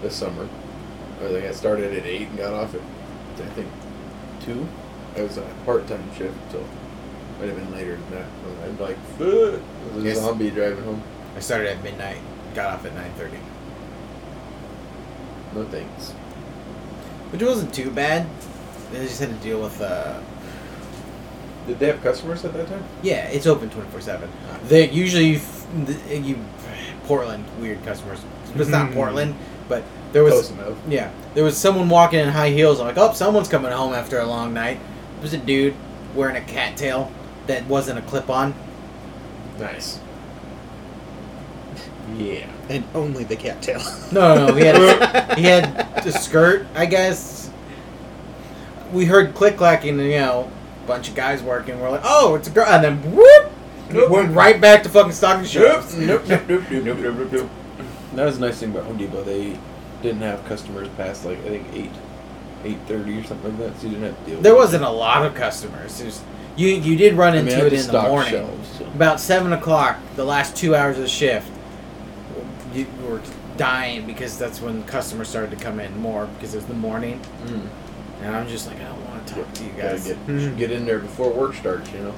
[SPEAKER 2] this summer. I think I started at eight and got off at I think two. I was on a part-time shift until might have been later than that. And I'm like, "Fuck." I was a
[SPEAKER 1] Yes.
[SPEAKER 2] zombie driving home.
[SPEAKER 1] I started at midnight, got off at 9.30.
[SPEAKER 2] No thanks.
[SPEAKER 1] Which wasn't too bad. I just had to deal with, uh,
[SPEAKER 2] Did they have customers at that time?
[SPEAKER 1] yeah, it's open 24-7. They usually, f- the- you, Portland, weird customers. But it's not Portland, but there was...
[SPEAKER 2] Close enough.
[SPEAKER 1] Yeah, there was someone walking in high heels. I'm like, oh, someone's coming home after a long night. There was a dude wearing a cattail that wasn't a clip-on.
[SPEAKER 2] Nice. Yeah.
[SPEAKER 3] and only the cattail.
[SPEAKER 1] No, no, no, he had a, he had a skirt, I guess. We heard click clacking, and you know, a bunch of guys working. We're like, oh, it's a girl, and then whoop,
[SPEAKER 2] Nope.
[SPEAKER 1] went right back to fucking stocking
[SPEAKER 2] Nope,
[SPEAKER 1] shops.
[SPEAKER 2] nope, nope, nope, nope, nope, nope, nope, nope. That was a nice thing about Home Depot. They didn't have customers past like I think eight, eight thirty or something like that. So you didn't have to deal. with
[SPEAKER 1] There
[SPEAKER 2] it.
[SPEAKER 1] wasn't a lot of customers. It was- you you did run
[SPEAKER 2] I mean,
[SPEAKER 1] into
[SPEAKER 2] I had
[SPEAKER 1] it
[SPEAKER 2] to
[SPEAKER 1] in the
[SPEAKER 2] stock
[SPEAKER 1] morning.
[SPEAKER 2] shelves, so.
[SPEAKER 1] About seven o'clock, the last two hours of the shift, you were dying because that's when customers started to come in more because it was the morning,
[SPEAKER 2] Mm.
[SPEAKER 1] and I'm just like, I don't want to talk to you
[SPEAKER 2] Gotta
[SPEAKER 1] guys.
[SPEAKER 2] get
[SPEAKER 4] Mhm.
[SPEAKER 2] get in there before work starts. You know.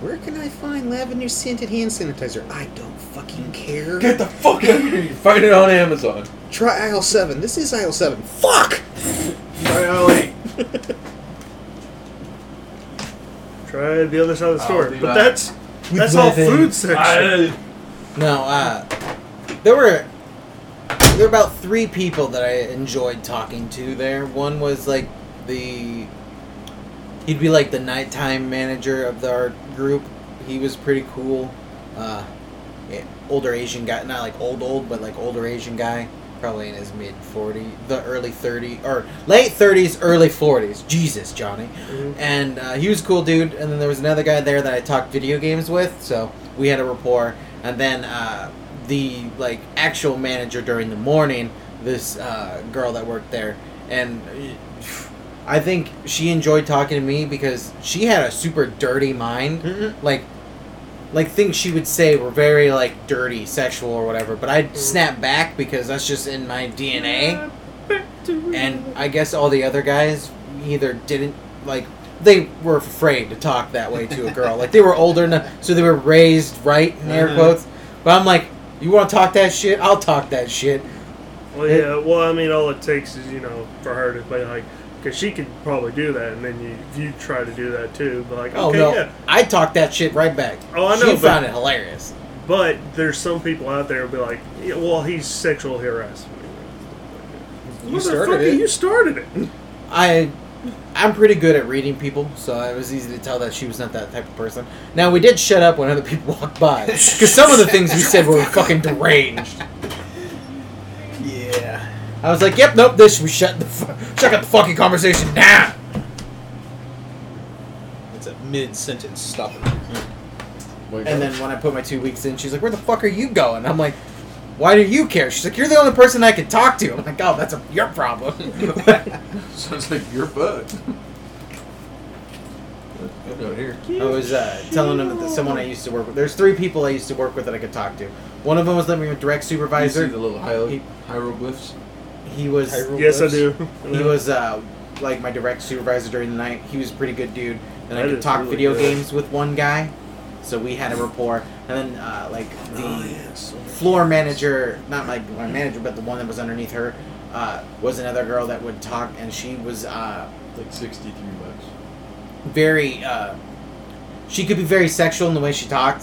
[SPEAKER 3] Where can I find lavender scented hand sanitizer? I don't fucking care.
[SPEAKER 2] Get the fuck out of here! You find it on Amazon.
[SPEAKER 3] Try aisle seven. This is aisle seven. Fuck.
[SPEAKER 2] Try aisle eight.
[SPEAKER 4] Try the other side of the
[SPEAKER 2] I'll
[SPEAKER 4] store.
[SPEAKER 2] be
[SPEAKER 4] But
[SPEAKER 2] back.
[SPEAKER 4] that's
[SPEAKER 1] We
[SPEAKER 4] that's all
[SPEAKER 1] went in.
[SPEAKER 4] food section.
[SPEAKER 1] No, uh, there were there were about three people that I enjoyed talking to there. One was like the he'd be like the nighttime manager of the, our group. He was pretty cool. Uh, yeah, older Asian guy, not like old old, but like older Asian guy, probably in his mid forty, the early thirty or late thirties, early forties. Jesus, Johnny
[SPEAKER 4] Mhm.
[SPEAKER 1] and uh, he was a cool dude. And then there was another guy there that I talked video games with, so we had a rapport. And then uh, the like actual manager during the morning, this uh, girl that worked there, and uh, I think she enjoyed talking to me because she had a super dirty mind, like. Like things she would say were very like dirty, sexual or whatever, but I'd
[SPEAKER 4] Mm.
[SPEAKER 1] snap back because that's just in my DNA and I guess all the other guys either didn't like they were afraid to talk that way to a girl. like they were older enough, so they were raised right in air
[SPEAKER 4] Mm-hmm.
[SPEAKER 3] Mhm.
[SPEAKER 1] quotes. But I'm like, you want to talk that shit? I'll talk that shit.
[SPEAKER 4] Well, yeah. Well, I mean, all it takes is you know for her to play like, because she could probably do that, and then you if you try to do that too, but like,
[SPEAKER 1] Oh
[SPEAKER 4] okay,
[SPEAKER 1] no,
[SPEAKER 4] yeah.
[SPEAKER 1] I talk that shit right back.
[SPEAKER 4] Oh, I
[SPEAKER 1] She
[SPEAKER 4] know, but-
[SPEAKER 1] found it hilarious.
[SPEAKER 4] But there's some people out there who'll be like, yeah, well, he's sexual harassment.
[SPEAKER 3] You
[SPEAKER 4] Motherfucker,
[SPEAKER 3] started it.
[SPEAKER 4] You started it.
[SPEAKER 1] I I'm pretty good at reading people, so it was easy to tell that she was not that type of person. Now we did shut up when other people walked by because some of the things we said were fucking deranged. Yeah, I was like, yep, nope, this we shut the fu- shut up the fucking conversation down.
[SPEAKER 3] It's a mid-sentence stopper.
[SPEAKER 2] Wake
[SPEAKER 1] And
[SPEAKER 2] up.
[SPEAKER 1] then when I put my two weeks in, she's like, where the fuck are you going? I'm like. Why do you care? She's like, you're the only person I could talk to. I'm like, oh, that's a, your problem.
[SPEAKER 2] sounds like your butt. Good out here.
[SPEAKER 1] I was uh, telling them that there's someone I used to work with. There's three people I used to work with that I could talk to. One of them was my direct
[SPEAKER 2] You see
[SPEAKER 1] supervisor.
[SPEAKER 2] the little hiero-
[SPEAKER 1] He-
[SPEAKER 2] hieroglyphs?
[SPEAKER 1] He was
[SPEAKER 4] Yes, I do.
[SPEAKER 1] he was uh, like my direct supervisor during the night. He was a pretty good dude, and I
[SPEAKER 4] That
[SPEAKER 1] could
[SPEAKER 4] is
[SPEAKER 1] talk
[SPEAKER 4] really
[SPEAKER 1] video
[SPEAKER 4] good.
[SPEAKER 1] games with one guy, so we had a rapport. And then uh, like
[SPEAKER 4] Oh,
[SPEAKER 1] the floor manager, not my, my manager, but the one that was underneath her, uh, was another girl that would talk, and she was. Uh,
[SPEAKER 2] Like sixty-three bucks.
[SPEAKER 1] very uh, she could be very sexual in the way she talked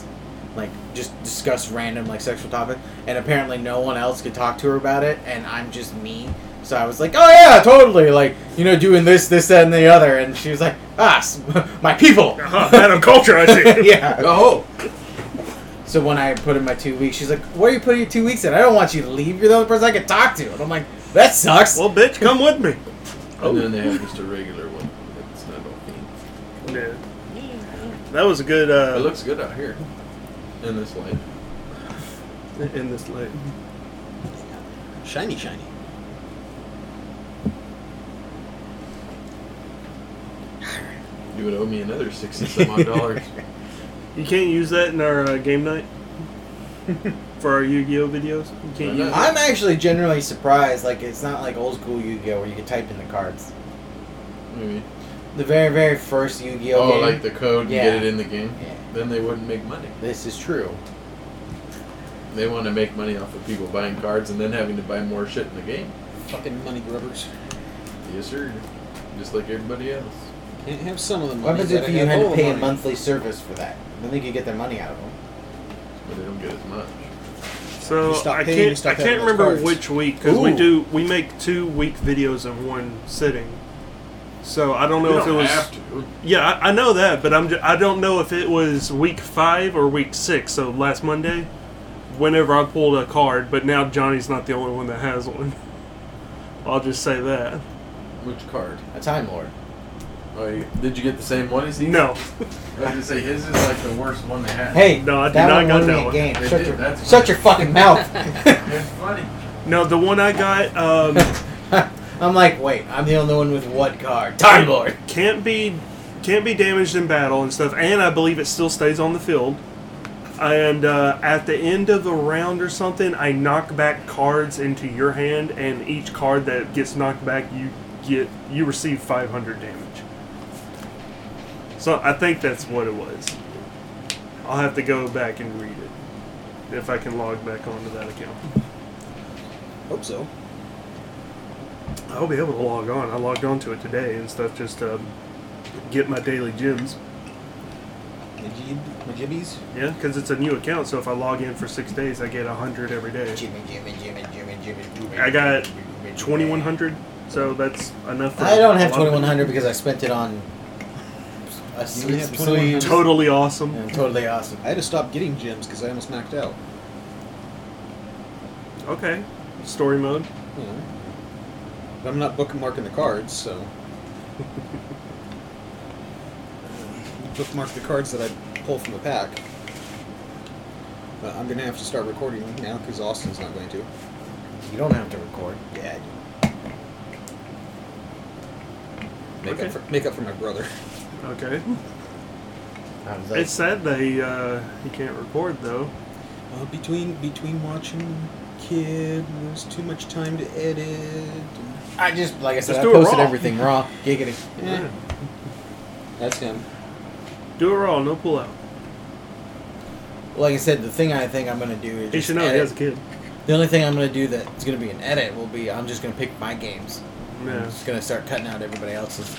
[SPEAKER 1] like just discuss random like sexual topic and apparently no one else could talk to her about it and i'm just me so i was like oh yeah totally like you know doing this this that and the other and she was like ah s- my people
[SPEAKER 4] Uh-huh, man of culture, I see.
[SPEAKER 1] yeah
[SPEAKER 2] Oh.
[SPEAKER 1] so when i put in my two weeks she's like where are you putting your two weeks in i don't want you to leave you're the only person i could talk to and i'm like that sucks
[SPEAKER 4] Well, bitch, come with me.
[SPEAKER 2] And then they have just a regular one. It's not a thing.
[SPEAKER 4] Yeah. That was a good
[SPEAKER 2] It
[SPEAKER 4] uh,
[SPEAKER 2] looks good out here. In this light.
[SPEAKER 4] in this light.
[SPEAKER 3] Shiny, shiny.
[SPEAKER 2] You would owe me another sixty some odd dollars.
[SPEAKER 4] You can't use that in our uh, game night for our Yu-Gi-Oh videos. You can't
[SPEAKER 2] Why not?
[SPEAKER 4] use. It.
[SPEAKER 1] I'm actually generally surprised. Like it's not like old school Yu-Gi-Oh where you could type in the cards.
[SPEAKER 2] Maybe.
[SPEAKER 1] The very very first Yu-Gi-Oh
[SPEAKER 2] Oh,
[SPEAKER 1] game.
[SPEAKER 2] like the code
[SPEAKER 1] Yeah.
[SPEAKER 2] and get it in the game.
[SPEAKER 1] Yeah.
[SPEAKER 2] Then they wouldn't make money.
[SPEAKER 1] This is true.
[SPEAKER 2] They want to make money off of people buying cards and then having to buy more shit in the game.
[SPEAKER 3] Fucking money grubbers.
[SPEAKER 2] Yes, sir. Just like everybody else.
[SPEAKER 3] Can't have some of the money.
[SPEAKER 1] What happens if
[SPEAKER 3] gotta
[SPEAKER 1] you
[SPEAKER 3] have
[SPEAKER 1] had
[SPEAKER 3] all
[SPEAKER 1] to
[SPEAKER 3] the
[SPEAKER 1] pay a
[SPEAKER 3] money.
[SPEAKER 1] monthly service for that? Then they could get their money out of them.
[SPEAKER 2] But they don't get as much.
[SPEAKER 4] So
[SPEAKER 3] You stop
[SPEAKER 4] I
[SPEAKER 3] paying, you
[SPEAKER 4] can't.
[SPEAKER 3] stop
[SPEAKER 4] I
[SPEAKER 3] having
[SPEAKER 4] can't
[SPEAKER 3] those
[SPEAKER 4] remember
[SPEAKER 3] cards.
[SPEAKER 4] which week because we
[SPEAKER 1] Ooh.
[SPEAKER 4] do. We make two week videos in one sitting. So I don't know
[SPEAKER 2] You
[SPEAKER 4] if
[SPEAKER 2] don't
[SPEAKER 4] it was.
[SPEAKER 2] have to.
[SPEAKER 4] Yeah, I, I know that, but I'm. Just, I don't know if it was week five or week six. So last Monday, whenever I pulled a card, but now Johnny's not the only one that has one. I'll just say that.
[SPEAKER 2] Which card?
[SPEAKER 1] A Time Lord.
[SPEAKER 2] Oh, you- did you get the same one as he?
[SPEAKER 4] No,
[SPEAKER 2] I was gonna say his is like the worst one they had.
[SPEAKER 1] Hey,
[SPEAKER 4] No, I did
[SPEAKER 1] that
[SPEAKER 4] not
[SPEAKER 1] one
[SPEAKER 4] got
[SPEAKER 1] won
[SPEAKER 4] that
[SPEAKER 1] me a
[SPEAKER 4] one.
[SPEAKER 1] game.
[SPEAKER 2] They
[SPEAKER 1] shut
[SPEAKER 2] did,
[SPEAKER 1] your,
[SPEAKER 2] that's-
[SPEAKER 1] shut your fucking mouth.
[SPEAKER 2] It's funny.
[SPEAKER 4] no, the one I got um,
[SPEAKER 1] I'm like, wait, I'm the only one with what card? Time Lord.
[SPEAKER 4] can't be can't be damaged in battle and stuff, and I believe it still stays on the field. And uh, at the end of a round or something, I knock back cards into your hand, and each card that gets knocked back, you get you receive 500 damage. So I think that's what it was. I'll have to go back and read it if I can log back onto that account.
[SPEAKER 3] Hope so.
[SPEAKER 4] I'll be able to log on. I logged on to it today and stuff just to get my daily gems.
[SPEAKER 3] Majib, Majibbies?
[SPEAKER 4] Yeah, because it's a new account, so if I log in for six days, I get 100 every day.
[SPEAKER 1] Jimmy, Jimmy, Jimmy, Jimmy, Jimmy, Jimmy.
[SPEAKER 4] I got 2,100, so that's enough. For
[SPEAKER 1] I don't
[SPEAKER 4] a
[SPEAKER 1] have
[SPEAKER 4] lot of people.
[SPEAKER 1] 2100 because I spent it on a s-
[SPEAKER 3] You have
[SPEAKER 1] s-
[SPEAKER 3] 2100?
[SPEAKER 1] sleeve.
[SPEAKER 4] Totally awesome.
[SPEAKER 1] Yeah, totally awesome.
[SPEAKER 3] I had to stop getting gems because I almost knocked out.
[SPEAKER 4] Okay. Story mode.
[SPEAKER 3] You know. But I'm not bookmarking the cards, so. bookmark the cards that I pull from the pack. But I'm gonna have to start recording now because Austin's not going to.
[SPEAKER 1] You don't have to record.
[SPEAKER 3] Yeah. Make
[SPEAKER 4] Okay.
[SPEAKER 3] up for make up for my brother.
[SPEAKER 4] Okay.
[SPEAKER 1] I was like,
[SPEAKER 4] It's sad that he, uh, he can't record, though.
[SPEAKER 3] Uh, between between watching kid, there's too much time to edit.
[SPEAKER 1] I just like I said,
[SPEAKER 4] Just
[SPEAKER 1] I
[SPEAKER 4] do it
[SPEAKER 1] posted
[SPEAKER 4] raw.
[SPEAKER 1] everything raw. Giggity.
[SPEAKER 3] Yeah. That's him.
[SPEAKER 4] Do it raw, no pull out.
[SPEAKER 1] Like I said, the thing I think I'm gonna do is
[SPEAKER 4] He
[SPEAKER 1] just
[SPEAKER 4] should know he
[SPEAKER 1] edit.
[SPEAKER 4] has a kid.
[SPEAKER 1] The only thing I'm gonna do that's gonna be an edit will be I'm just gonna pick my games. I'm
[SPEAKER 4] Yeah.
[SPEAKER 1] just gonna start cutting out everybody else's,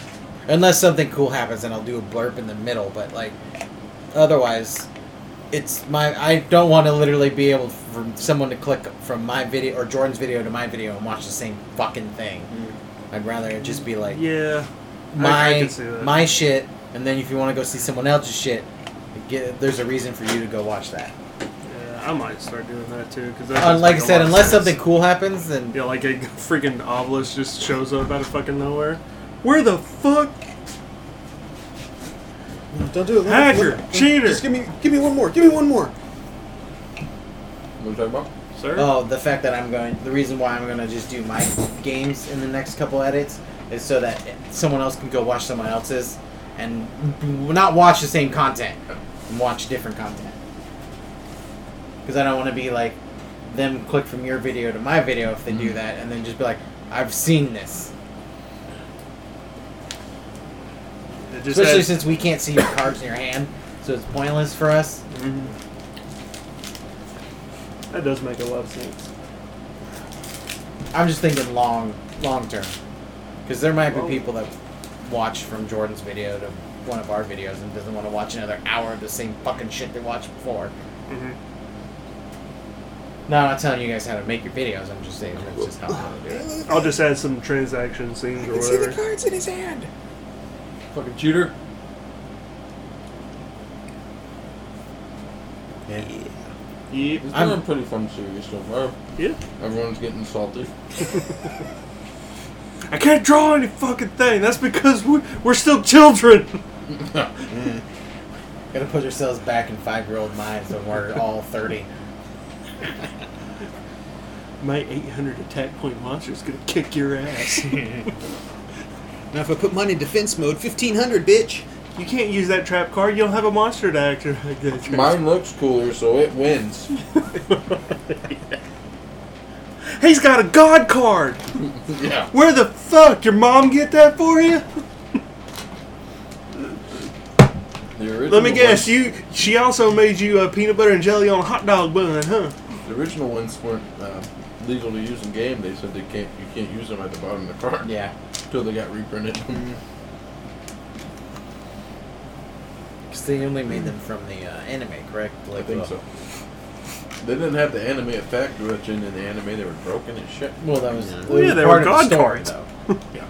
[SPEAKER 1] unless something cool happens and I'll do a blurb in the middle. But like, otherwise, it's my I don't want to literally be able for someone to click from my video or Jordan's video to my video and watch the same fucking thing.
[SPEAKER 4] Mm.
[SPEAKER 1] I'd rather it just be like
[SPEAKER 4] Yeah. I-
[SPEAKER 1] my
[SPEAKER 4] I can see that.
[SPEAKER 1] my shit, and then if you want to go see someone else's shit, get, there's a reason for you to go watch that.
[SPEAKER 4] Yeah, I might start doing that too. Cause that
[SPEAKER 1] Uh,
[SPEAKER 4] does
[SPEAKER 1] like I
[SPEAKER 4] make a
[SPEAKER 1] said,
[SPEAKER 4] lot of
[SPEAKER 1] unless
[SPEAKER 4] sense.
[SPEAKER 1] something cool happens, then
[SPEAKER 4] Yeah, like a freaking obelisk just shows up out of fucking nowhere. Where the fuck?
[SPEAKER 3] Don't do it.
[SPEAKER 4] Hacker,
[SPEAKER 3] Let- let-
[SPEAKER 4] cheater.
[SPEAKER 3] Just give me give me one more. Give me one more.
[SPEAKER 2] What are you talking about?
[SPEAKER 4] Sir?
[SPEAKER 1] Oh, the fact that I'm going. The reason why I'm going to just do my games in the next couple edits is so that someone else can go watch someone else's and not watch the same content and watch different content. Because I don't want to be like them click from your video to my video if they
[SPEAKER 4] Mm.
[SPEAKER 1] do that and then just be like, I've seen this.
[SPEAKER 4] It just
[SPEAKER 1] Especially
[SPEAKER 4] adds-
[SPEAKER 1] since we can't see your cards in your hand, so it's pointless for us.
[SPEAKER 4] Mm-hmm. that does make a lot of sense.
[SPEAKER 1] I'm just thinking long, long term, because there might be
[SPEAKER 4] Long-
[SPEAKER 1] people that watch from Jordan's video to one of our videos and doesn't want to watch another hour of the same fucking shit they watched before. No, I'm not telling you guys how to make your videos. I'm just saying that's just how I'm gonna do it.
[SPEAKER 4] I'll just add some transaction scenes or whatever.
[SPEAKER 3] cards in his hand.
[SPEAKER 2] Fucking cheater.
[SPEAKER 4] Yep.
[SPEAKER 2] It's
[SPEAKER 1] I'm-
[SPEAKER 2] I'm pretty fun series so far.
[SPEAKER 4] Yeah.
[SPEAKER 2] Everyone's getting salty.
[SPEAKER 4] I can't draw any fucking thing. That's because we're, we're still children.
[SPEAKER 1] Gotta put ourselves back in five year old minds when we're all 30.
[SPEAKER 4] my 800 attack point monster is gonna kick your ass.
[SPEAKER 3] Now, if I put mine in defense mode, 1500, bitch.
[SPEAKER 4] you can't use that trap card. You don't have a monster to activate that. trap.
[SPEAKER 2] Mine looks cooler, so it wins.
[SPEAKER 4] He's got a god card.
[SPEAKER 2] yeah.
[SPEAKER 4] Where the fuck your mom get that for you? Let me guess. You she also made you a peanut butter and jelly on a hot dog bun, huh?
[SPEAKER 2] The original ones weren't uh, legal to use in game. They said they can't. You can't use them at the bottom of the card.
[SPEAKER 1] Yeah.
[SPEAKER 2] Until they got reprinted.
[SPEAKER 1] Because they only made them from the uh, anime, correct?
[SPEAKER 2] I
[SPEAKER 1] Like, uh,
[SPEAKER 2] think
[SPEAKER 1] well,
[SPEAKER 2] so. They didn't have the anime effect, which in the anime they were broken and shit.
[SPEAKER 1] Well, that was. it
[SPEAKER 4] Well, yeah,
[SPEAKER 1] was
[SPEAKER 4] they
[SPEAKER 1] part
[SPEAKER 4] were
[SPEAKER 1] of the
[SPEAKER 4] god
[SPEAKER 1] story,
[SPEAKER 4] cards.
[SPEAKER 1] though.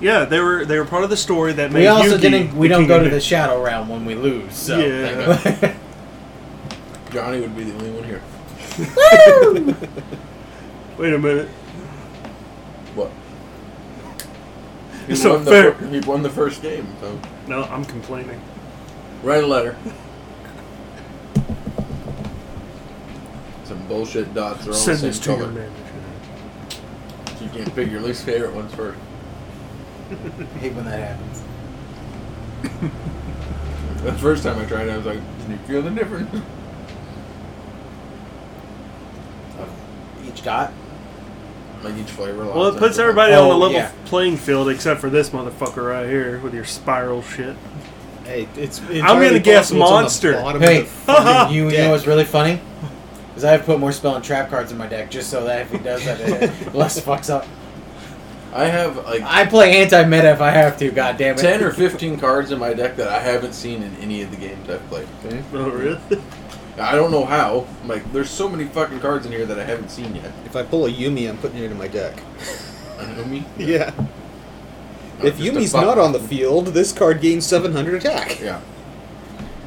[SPEAKER 4] Yeah, they were they were part of the story that made
[SPEAKER 1] We also
[SPEAKER 4] Yugi
[SPEAKER 1] didn't. We
[SPEAKER 4] the
[SPEAKER 1] don't
[SPEAKER 4] king
[SPEAKER 1] go
[SPEAKER 4] of
[SPEAKER 1] to the
[SPEAKER 4] New-
[SPEAKER 1] shadow realm when we lose. So.
[SPEAKER 4] Yeah.
[SPEAKER 2] Johnny would be the only one here.
[SPEAKER 4] Wait a minute.
[SPEAKER 2] What? He
[SPEAKER 4] It's not
[SPEAKER 2] won the
[SPEAKER 4] fair.
[SPEAKER 2] fir- he won the first game, so
[SPEAKER 4] No, I'm complaining.
[SPEAKER 2] write a letter. Some bullshit dots are all
[SPEAKER 4] Send
[SPEAKER 2] the
[SPEAKER 4] this
[SPEAKER 2] same
[SPEAKER 4] to your
[SPEAKER 2] color.
[SPEAKER 4] manager.
[SPEAKER 2] You can't pick your least favorite ones first.
[SPEAKER 1] I hate when that happens.
[SPEAKER 2] The first time I tried it, I was like, "Can you feel the difference?"
[SPEAKER 1] Each dot.
[SPEAKER 2] Like each flavor.
[SPEAKER 4] Well, it
[SPEAKER 2] lots
[SPEAKER 4] puts
[SPEAKER 2] of-
[SPEAKER 4] everybody on a
[SPEAKER 1] Oh,
[SPEAKER 4] level
[SPEAKER 1] yeah.
[SPEAKER 4] playing field except for this motherfucker right here with your spiral shit.
[SPEAKER 3] Hey, it's.
[SPEAKER 4] gonna
[SPEAKER 3] entirely
[SPEAKER 4] guess
[SPEAKER 3] possible it's on the
[SPEAKER 4] monster.
[SPEAKER 3] bottom of
[SPEAKER 1] Hey,
[SPEAKER 3] the f-
[SPEAKER 1] fucking- you, you
[SPEAKER 3] deck.
[SPEAKER 1] know what's really funny? Is I've put more spell and trap cards in my deck just so that if he does that, it less fucks up.
[SPEAKER 2] I have like
[SPEAKER 1] I play anti-meta if I have to. God damn it.
[SPEAKER 2] ten or fifteen cards in my deck that I haven't seen in any of the games I've played.
[SPEAKER 4] Oh, really?
[SPEAKER 2] I don't know how. I'm like, there's so many fucking cards in here that I haven't seen yet.
[SPEAKER 3] If I pull a Yumi, I'm putting it in my deck.
[SPEAKER 2] I know me.
[SPEAKER 3] Yeah.
[SPEAKER 2] I'm
[SPEAKER 3] If
[SPEAKER 2] just a
[SPEAKER 3] Yumi's
[SPEAKER 2] fuck.
[SPEAKER 3] not on the field, this card gains 700 attack.
[SPEAKER 2] Yeah.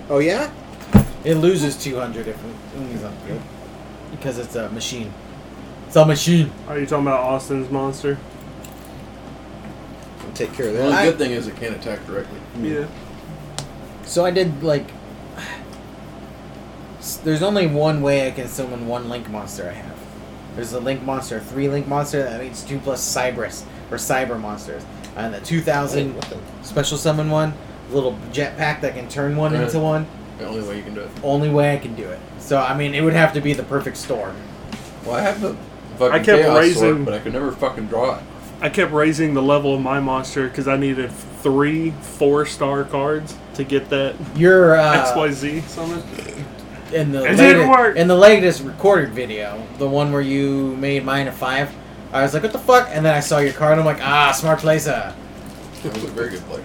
[SPEAKER 3] Oh, yeah?
[SPEAKER 1] It loses 200 if Umi's on the field. Because it's a machine. It's a machine.
[SPEAKER 4] Are you talking about Austin's monster?
[SPEAKER 3] I'll take care of
[SPEAKER 2] The only
[SPEAKER 3] that.
[SPEAKER 2] good thing is it can't attack directly.
[SPEAKER 4] Yeah.
[SPEAKER 1] So I did like. s- There's only one way I can summon one link monster I have. There's a link monster, three link monster, that means two plus Cybrus, or Cyber monsters. And the 2000
[SPEAKER 3] What the-
[SPEAKER 1] special summon one, little jetpack that can turn one
[SPEAKER 2] Right.
[SPEAKER 1] into one.
[SPEAKER 2] The only way you can do it.
[SPEAKER 1] Only way I can do it. So, I mean, it would have to be the perfect storm.
[SPEAKER 2] Well, I have the fucking
[SPEAKER 4] I kept
[SPEAKER 2] chaos
[SPEAKER 4] raising-
[SPEAKER 2] sword, but I could never fucking draw it.
[SPEAKER 4] I kept raising the level of my monster because I needed three four star cards to get that
[SPEAKER 1] Your uh,
[SPEAKER 4] XYZ summon.
[SPEAKER 1] in the
[SPEAKER 4] It
[SPEAKER 1] latest,
[SPEAKER 4] didn't work.
[SPEAKER 1] in the latest recorded video, the one where you made mine a five. I was like, what the fuck? And then I saw your card. and I'm like, ah, smart placer.
[SPEAKER 2] I was a very good player.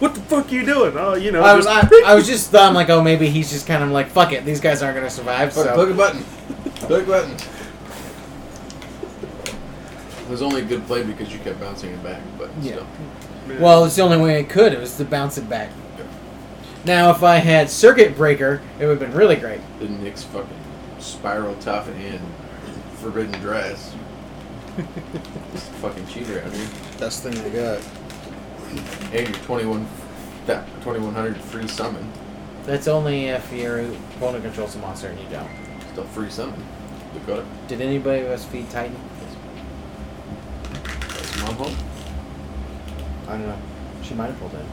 [SPEAKER 4] what the fuck you doing? Oh, you know.
[SPEAKER 1] I was,
[SPEAKER 4] just-
[SPEAKER 1] I, I was just I'm like, oh, maybe he's just kind of like, fuck it, these guys aren't gonna survive.
[SPEAKER 2] Fuck,
[SPEAKER 1] So
[SPEAKER 2] click a button. Click a button. It was only a good play because you kept bouncing it back, but
[SPEAKER 1] Yeah.
[SPEAKER 2] still.
[SPEAKER 4] Yeah.
[SPEAKER 1] well, it's the only way I could. It was to bounce it back. Now, if I had circuit breaker, it would have been really great.
[SPEAKER 2] The Nick's fucking spiral tough and forbidden dress. Just a fucking cheater out here.
[SPEAKER 3] Best thing I got.
[SPEAKER 2] And your 21, that 2100 free summon.
[SPEAKER 1] That's only if your opponent controls a monster and you don't.
[SPEAKER 2] Still free summon. Look at it.
[SPEAKER 1] Did anybody of us feed Titan?
[SPEAKER 2] That's mom home.
[SPEAKER 1] I don't know. She might have pulled in.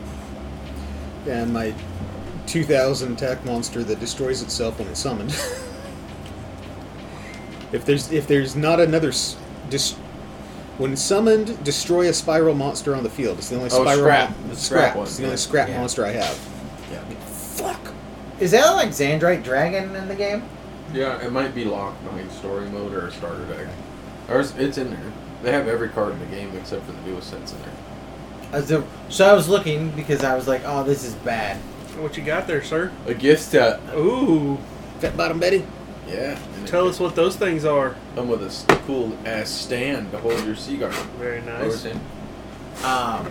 [SPEAKER 3] And my 2000 attack monster that destroys itself when it's summoned. if there's if there's not another s- dis- when summoned, destroy a spiral monster on the field. It's the only
[SPEAKER 2] Oh,
[SPEAKER 3] spiral
[SPEAKER 2] scrap.
[SPEAKER 3] mon-
[SPEAKER 2] The
[SPEAKER 3] scrap.
[SPEAKER 2] scrap one,
[SPEAKER 3] It's the only
[SPEAKER 2] yeah.
[SPEAKER 3] scrap
[SPEAKER 1] Yeah.
[SPEAKER 3] monster I have.
[SPEAKER 2] Yeah.
[SPEAKER 3] Fuck.
[SPEAKER 1] Is that like Xandrite Dragon in the game?
[SPEAKER 2] Yeah, it might be locked on like story mode or a starter deck. Ours, it's in there. They have every card in the game except for the duo sets in there.
[SPEAKER 1] As Uh, the, so I was looking because I was like, oh, this is bad.
[SPEAKER 4] what you got there, sir?
[SPEAKER 2] A gift set.
[SPEAKER 4] Ooh,
[SPEAKER 3] Fat bottom Betty.
[SPEAKER 2] Yeah. and it
[SPEAKER 4] tell us what those things are.
[SPEAKER 2] Come with a s- cool ass stand to hold your cigar.
[SPEAKER 4] Very
[SPEAKER 2] I was
[SPEAKER 4] nice.
[SPEAKER 2] saying,
[SPEAKER 1] Um, I
[SPEAKER 4] God,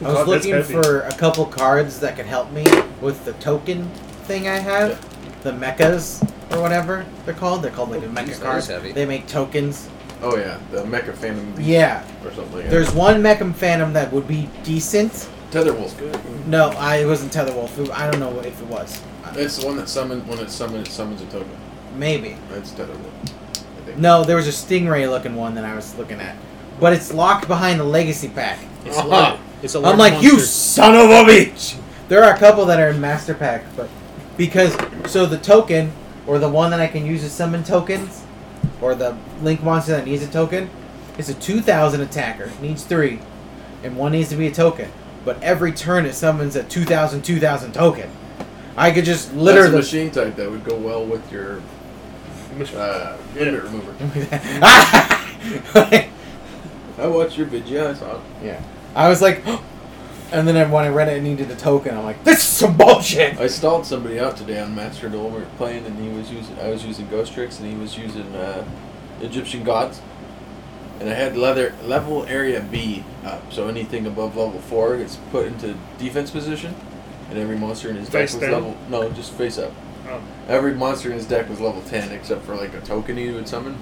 [SPEAKER 1] was
[SPEAKER 4] that's
[SPEAKER 1] looking
[SPEAKER 4] heavy.
[SPEAKER 1] for a couple cards that could help me with the token thing I have, the mechas or whatever they're called. They're called like the mecha
[SPEAKER 3] Oh, geez, that
[SPEAKER 1] cards.
[SPEAKER 3] is heavy.
[SPEAKER 1] They make tokens.
[SPEAKER 2] Oh yeah, the Mecha Phantom. Beast
[SPEAKER 1] Yeah,
[SPEAKER 2] Or something. Like
[SPEAKER 1] there's one mecha phantom that would be decent.
[SPEAKER 2] that. Tetherwolf. Good.
[SPEAKER 1] No, I it wasn't Tetherwolf. I don't know if it was.
[SPEAKER 2] It's the one that summons when it summons it summons a token.
[SPEAKER 1] Maybe.
[SPEAKER 2] That's terrible. I think.
[SPEAKER 1] No, there was a stingray looking one that I was looking at, but it's locked behind the legacy pack.
[SPEAKER 3] It's,
[SPEAKER 2] Uh-huh.
[SPEAKER 3] large- it's a large
[SPEAKER 1] I'm like, you
[SPEAKER 3] monster.
[SPEAKER 1] son of a bitch. There are a couple that are in master pack, but because so the token or the one that I can use to summon tokens, or the link monster that needs a token, is a 2,000 attacker. It needs three, and one needs to be a token. But every turn it summons a 2,000 2,000 token. I could just
[SPEAKER 2] That's
[SPEAKER 1] litter
[SPEAKER 2] a
[SPEAKER 1] the
[SPEAKER 2] machine type that would go well with your uh, vendor remover.
[SPEAKER 1] Ah!
[SPEAKER 2] I watched your video. I saw. it.
[SPEAKER 1] yeah. I was like, and then when I read it, it needed a token. I'm like, this is some bullshit.
[SPEAKER 2] I stalled somebody out today on Master Duel. We were playing, and he was using. I was using ghost tricks, and he was using uh, Egyptian gods. And I had leather level area B up, so anything above level four gets put into defense position, and every monster in his deck
[SPEAKER 4] Face
[SPEAKER 2] was
[SPEAKER 4] down?
[SPEAKER 2] level no, just face up.
[SPEAKER 4] Oh.
[SPEAKER 2] Every monster in his deck was level ten except for like a token he would summon.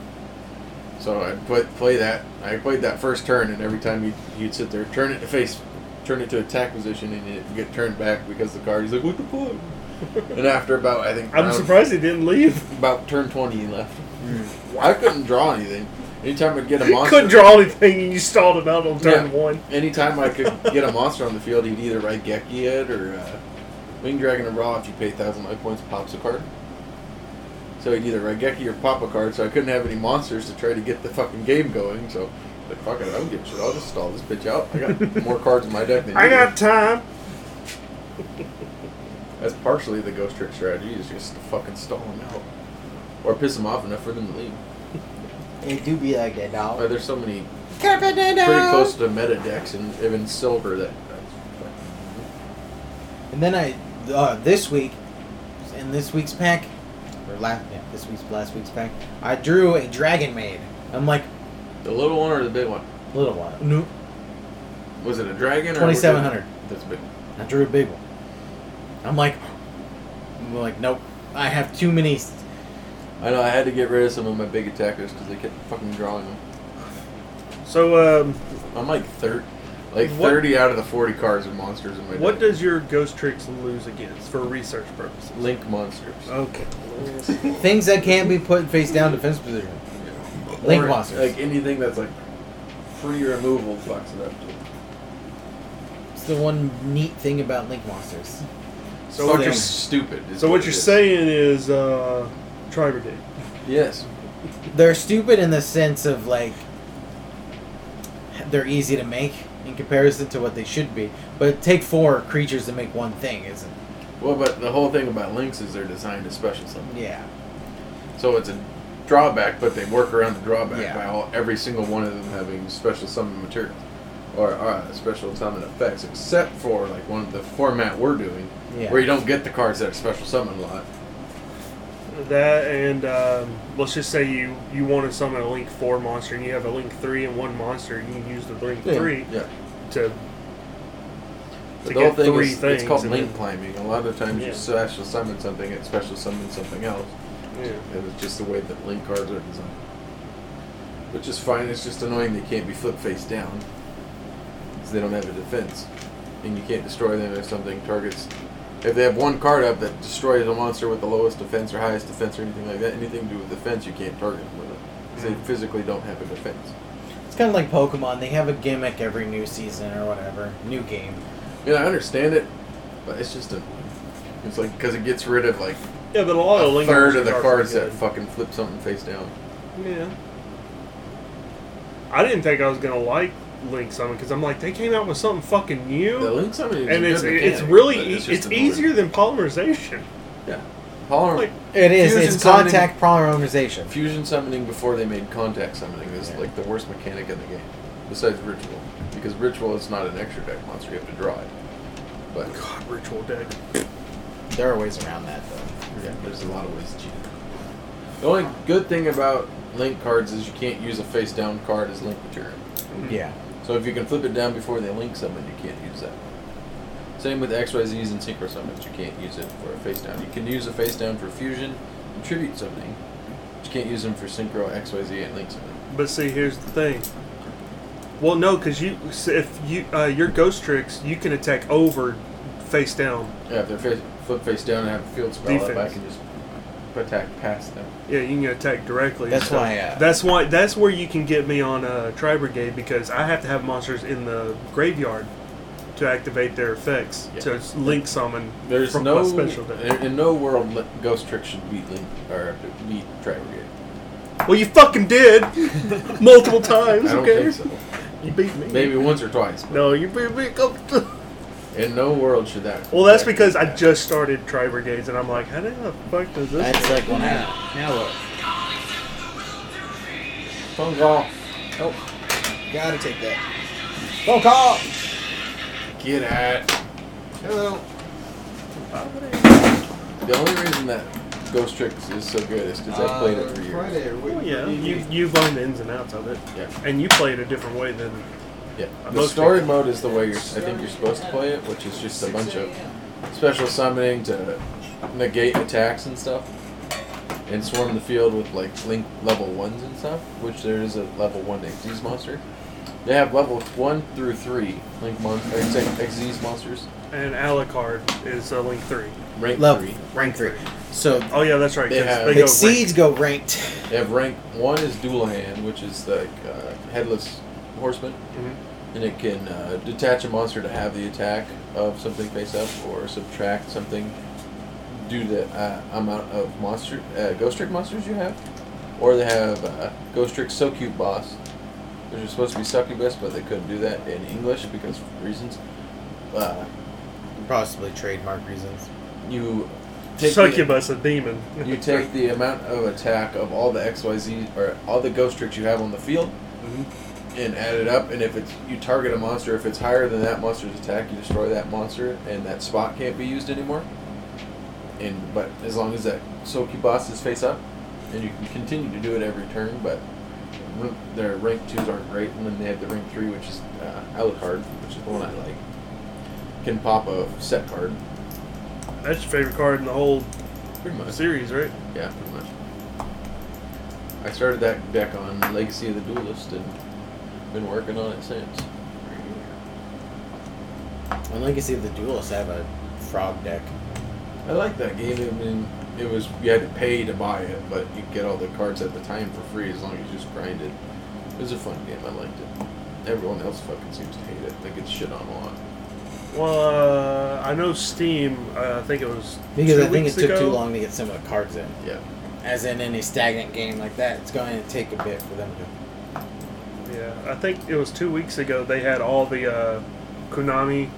[SPEAKER 2] So I'd put, play that. I played that first turn, and every time you'd, you'd sit there, turn it to face, turn it to attack position, and it get turned back because the card. He's like, "What the fuck?" and after about, I think
[SPEAKER 4] I'm
[SPEAKER 2] round-
[SPEAKER 4] surprised he didn't leave.
[SPEAKER 2] About turn twenty, he left. I couldn't draw anything. Anytime I'd get a monster,
[SPEAKER 4] Couldn't draw anything, and you stalled him out on turn
[SPEAKER 2] Yeah.
[SPEAKER 4] one.
[SPEAKER 2] Anytime I could get a monster on the field, he'd either ride Geki it or uh, Wing Dragon of Raw. If you pay thousand life points, pops a card. So he'd either ride Geki or pop a card. So I couldn't have any monsters to try to get the fucking game going. So like fuck it, I don't give a shit. I'll just stall this bitch out. I got more cards in my deck than
[SPEAKER 4] I
[SPEAKER 2] you do.
[SPEAKER 4] got time.
[SPEAKER 2] That's partially the ghost trick strategy is just to fucking stall them out or piss them off enough for them to leave.
[SPEAKER 1] It do be like that,
[SPEAKER 2] Why,
[SPEAKER 1] dog.
[SPEAKER 2] there's so many
[SPEAKER 1] Pretty
[SPEAKER 2] pretty close to meta decks and even silver that.
[SPEAKER 1] And then I, uh, this week, in this week's pack, or last, yeah, this week's last week's pack, I drew a dragon maid. I'm like,
[SPEAKER 2] The little one or the big one?
[SPEAKER 1] little one, no,
[SPEAKER 2] Was it a dragon? or
[SPEAKER 1] 2700.
[SPEAKER 2] That's big.
[SPEAKER 1] I drew a big one. I'm like, I'm like, nope, I have too many. s-
[SPEAKER 2] I know I had to get rid of some of my big attackers because they kept fucking drawing them.
[SPEAKER 4] So, um,
[SPEAKER 2] I'm like third, like
[SPEAKER 4] What-
[SPEAKER 2] thirty out of the forty cards are monsters in my
[SPEAKER 4] what
[SPEAKER 2] deck.
[SPEAKER 4] does your ghost tricks lose against for research purposes?
[SPEAKER 2] Link monsters?
[SPEAKER 4] Okay.
[SPEAKER 1] Things that can't be put face down defense position. Link
[SPEAKER 2] Or,
[SPEAKER 1] monsters.
[SPEAKER 2] Like anything that's like free removal fucks it up. Too.
[SPEAKER 1] It's the one neat thing about link monsters.
[SPEAKER 4] So what
[SPEAKER 2] Fucking
[SPEAKER 4] you're-
[SPEAKER 2] stupid. is
[SPEAKER 4] So what
[SPEAKER 2] it
[SPEAKER 4] you're
[SPEAKER 2] is.
[SPEAKER 4] saying is, uh, try everything.
[SPEAKER 2] Yes.
[SPEAKER 1] They're stupid in the sense of like they're easy to make in comparison to what they should be. But take four creatures to make one thing, isn't?
[SPEAKER 2] Well, but the whole thing about links is they're designed to special something.
[SPEAKER 1] Yeah.
[SPEAKER 2] So it's a drawback, but they work around the drawback
[SPEAKER 1] Yeah.
[SPEAKER 2] by all, every single one of them having special summon material or uh, special summon effects, except for like one of the format we're doing,
[SPEAKER 1] Yeah.
[SPEAKER 2] where you don't get the cards that are special summon a lot.
[SPEAKER 4] That and um, let's just say you you want to summon a Link Four monster, and you have a Link Three and one monster. You can use the Link Three
[SPEAKER 2] Yeah.
[SPEAKER 4] to
[SPEAKER 2] But the
[SPEAKER 4] To
[SPEAKER 2] whole
[SPEAKER 4] get
[SPEAKER 2] thing
[SPEAKER 4] three
[SPEAKER 2] is it's called
[SPEAKER 4] things,
[SPEAKER 2] link
[SPEAKER 4] and-
[SPEAKER 2] climbing. A lot of the times
[SPEAKER 4] Yeah.
[SPEAKER 2] you special summon something, it special summons something else.
[SPEAKER 4] yeah.
[SPEAKER 2] And it's just the way that link cards are designed. Which is fine, it's just annoying they can't be flip face down. Because they don't have a defense. And you can't destroy them if something targets. If they have one card up that destroys a monster with the lowest defense or highest defense or anything like that, anything to do with defense, you can't target them with it. Because
[SPEAKER 4] Hmm.
[SPEAKER 2] they physically don't have a defense.
[SPEAKER 1] It's kind of like Pokemon. They have a gimmick every new season or whatever, new game.
[SPEAKER 2] And I understand it, but it's just a. It's like, because it gets rid of like
[SPEAKER 4] Yeah, but a lot of
[SPEAKER 2] a
[SPEAKER 4] Oh, Link
[SPEAKER 2] third of
[SPEAKER 4] monsters
[SPEAKER 2] the
[SPEAKER 4] are
[SPEAKER 2] cards
[SPEAKER 4] pretty
[SPEAKER 2] that fucking flip something face down.
[SPEAKER 4] good. Yeah. I didn't think I was gonna like Link Summon because I'm like they came out with something fucking new,
[SPEAKER 2] The link summon is
[SPEAKER 4] and
[SPEAKER 2] a
[SPEAKER 4] it's
[SPEAKER 2] good
[SPEAKER 4] it's
[SPEAKER 2] mechanic,
[SPEAKER 4] really
[SPEAKER 2] but
[SPEAKER 4] e-
[SPEAKER 2] just
[SPEAKER 4] it's
[SPEAKER 2] annoying.
[SPEAKER 4] easier than polymerization.
[SPEAKER 2] Yeah. Polymer,
[SPEAKER 4] Like-
[SPEAKER 1] It is.
[SPEAKER 2] Fusion
[SPEAKER 1] it's
[SPEAKER 2] summoning-
[SPEAKER 1] contact polymerization.
[SPEAKER 2] fusion summoning before they made contact summoning is
[SPEAKER 1] Yeah.
[SPEAKER 2] like the worst mechanic in the game, besides ritual, because ritual is not an extra deck monster. You have to draw it. But
[SPEAKER 4] God, ritual deck.
[SPEAKER 1] There are ways around that, though.
[SPEAKER 2] yeah, there's a lot of ways to cheat. The only good thing about link cards is you can't use a face down card as link material.
[SPEAKER 3] Hmm.
[SPEAKER 1] Yeah.
[SPEAKER 2] So if you can flip it down before they link summon, you can't use that. one. Same with XYZs and synchro summons, you can't use it for a face down. You can use a face down for fusion and tribute something, but you can't use them for synchro XYZ and link summon.
[SPEAKER 4] But see, here's the thing. Well, no, because you if you uh, your ghost tricks, you can attack over face down.
[SPEAKER 2] Yeah, if they're face, flip face down and have a field spell up, I
[SPEAKER 4] Defense.
[SPEAKER 2] can just attack past them.
[SPEAKER 4] Yeah, you can attack directly.
[SPEAKER 1] That's
[SPEAKER 4] So
[SPEAKER 1] why, uh,
[SPEAKER 4] that's why. That's where you can get me on uh, Tri Brigade because I have to have monsters in the graveyard to activate their effects
[SPEAKER 2] Yeah.
[SPEAKER 4] to link summon.
[SPEAKER 2] There's
[SPEAKER 4] from
[SPEAKER 2] no
[SPEAKER 4] my special deck.
[SPEAKER 2] in, in no world li- Ghost Trick should beat Link or beat Trevor.
[SPEAKER 4] Well, you fucking did multiple
[SPEAKER 2] I
[SPEAKER 4] times.
[SPEAKER 2] don't
[SPEAKER 4] Okay,
[SPEAKER 2] think so.
[SPEAKER 4] you beat me.
[SPEAKER 2] Maybe once or twice. but
[SPEAKER 4] No, you beat me. Come to-
[SPEAKER 2] In no world should that.
[SPEAKER 4] Well, that's
[SPEAKER 2] that-
[SPEAKER 4] because I just started Tri Brigades and I'm like, how the fuck does this?
[SPEAKER 1] That's like when I
[SPEAKER 3] Now what?
[SPEAKER 2] phone call.
[SPEAKER 3] Oh, gotta take that.
[SPEAKER 1] phone call.
[SPEAKER 2] Get at.
[SPEAKER 3] Hello.
[SPEAKER 2] The only reason that Ghost Tricks is so good is because I played it for
[SPEAKER 3] Uh,
[SPEAKER 2] years.
[SPEAKER 1] Oh,
[SPEAKER 4] Well, yeah, you you've learned the ins and outs of it,
[SPEAKER 2] Yeah,
[SPEAKER 4] and you play it a different way than
[SPEAKER 2] yeah. The
[SPEAKER 4] Most
[SPEAKER 2] story
[SPEAKER 4] people-
[SPEAKER 2] mode is the way you're. I think you're supposed to play it, which is just a bunch of special summoning to negate attacks and stuff, and swarm the field with like link level ones and stuff. Which there is a level one Xyz monster. They have level one through three link monster Xyz monsters.
[SPEAKER 4] and Alucard is uh, Link Three.
[SPEAKER 2] Rank
[SPEAKER 1] Level
[SPEAKER 2] three.
[SPEAKER 1] rank three. So
[SPEAKER 4] Oh yeah, that's right.
[SPEAKER 2] They
[SPEAKER 4] 'cause
[SPEAKER 2] have-
[SPEAKER 4] they
[SPEAKER 1] the
[SPEAKER 4] go rank.
[SPEAKER 1] seeds go ranked.
[SPEAKER 2] They have rank one is dual hand, which is the uh, headless horseman.
[SPEAKER 4] Mhm.
[SPEAKER 2] and it can uh, detach a monster to have the attack of something face up or subtract something due to uh, amount of monster uh, ghost trick monsters you have or they have uh, ghost trick so cute boss which is supposed to be succubus but they couldn't do that in english because of reasons uh,
[SPEAKER 1] Possibly trademark reasons.
[SPEAKER 2] you take the-
[SPEAKER 4] Succubus, a demon.
[SPEAKER 2] you take the amount of attack of all the XYZ or all the ghost tricks you have on the field and add it up. And if it's you target a monster, if it's higher than that monster's attack, you destroy that monster, and that spot can't be used anymore. And but as long as that succubus is face up, and you can continue to do it every turn, but r- their rank twos aren't great. And then they have the rank three, which is uh, Alucard, which is the one I like. Can pop a set card,
[SPEAKER 4] That's your favorite card in the whole
[SPEAKER 2] pretty much.
[SPEAKER 4] series, right?
[SPEAKER 2] Yeah, pretty much. I started that deck on Legacy of the Duelist and been working on it since.
[SPEAKER 1] And Legacy of the Duelists have a frog deck.
[SPEAKER 2] I like that game. I mean, it was you had to pay to buy it, but you get all the cards at the time for free as long as you just grind it. It was a fun game. I liked it. Everyone else fucking seems to hate it. They get shit on a lot.
[SPEAKER 4] Well, uh, I know Steam. Uh, I think it was
[SPEAKER 1] Because
[SPEAKER 4] two
[SPEAKER 1] I think it
[SPEAKER 4] weeks
[SPEAKER 1] took
[SPEAKER 4] ago,
[SPEAKER 1] too long to get some of the cards in.
[SPEAKER 2] Yeah.
[SPEAKER 1] As in any stagnant game like that, it's going to take a bit for them to.
[SPEAKER 4] Yeah, I think it was two weeks ago. They had all the uh, Konami,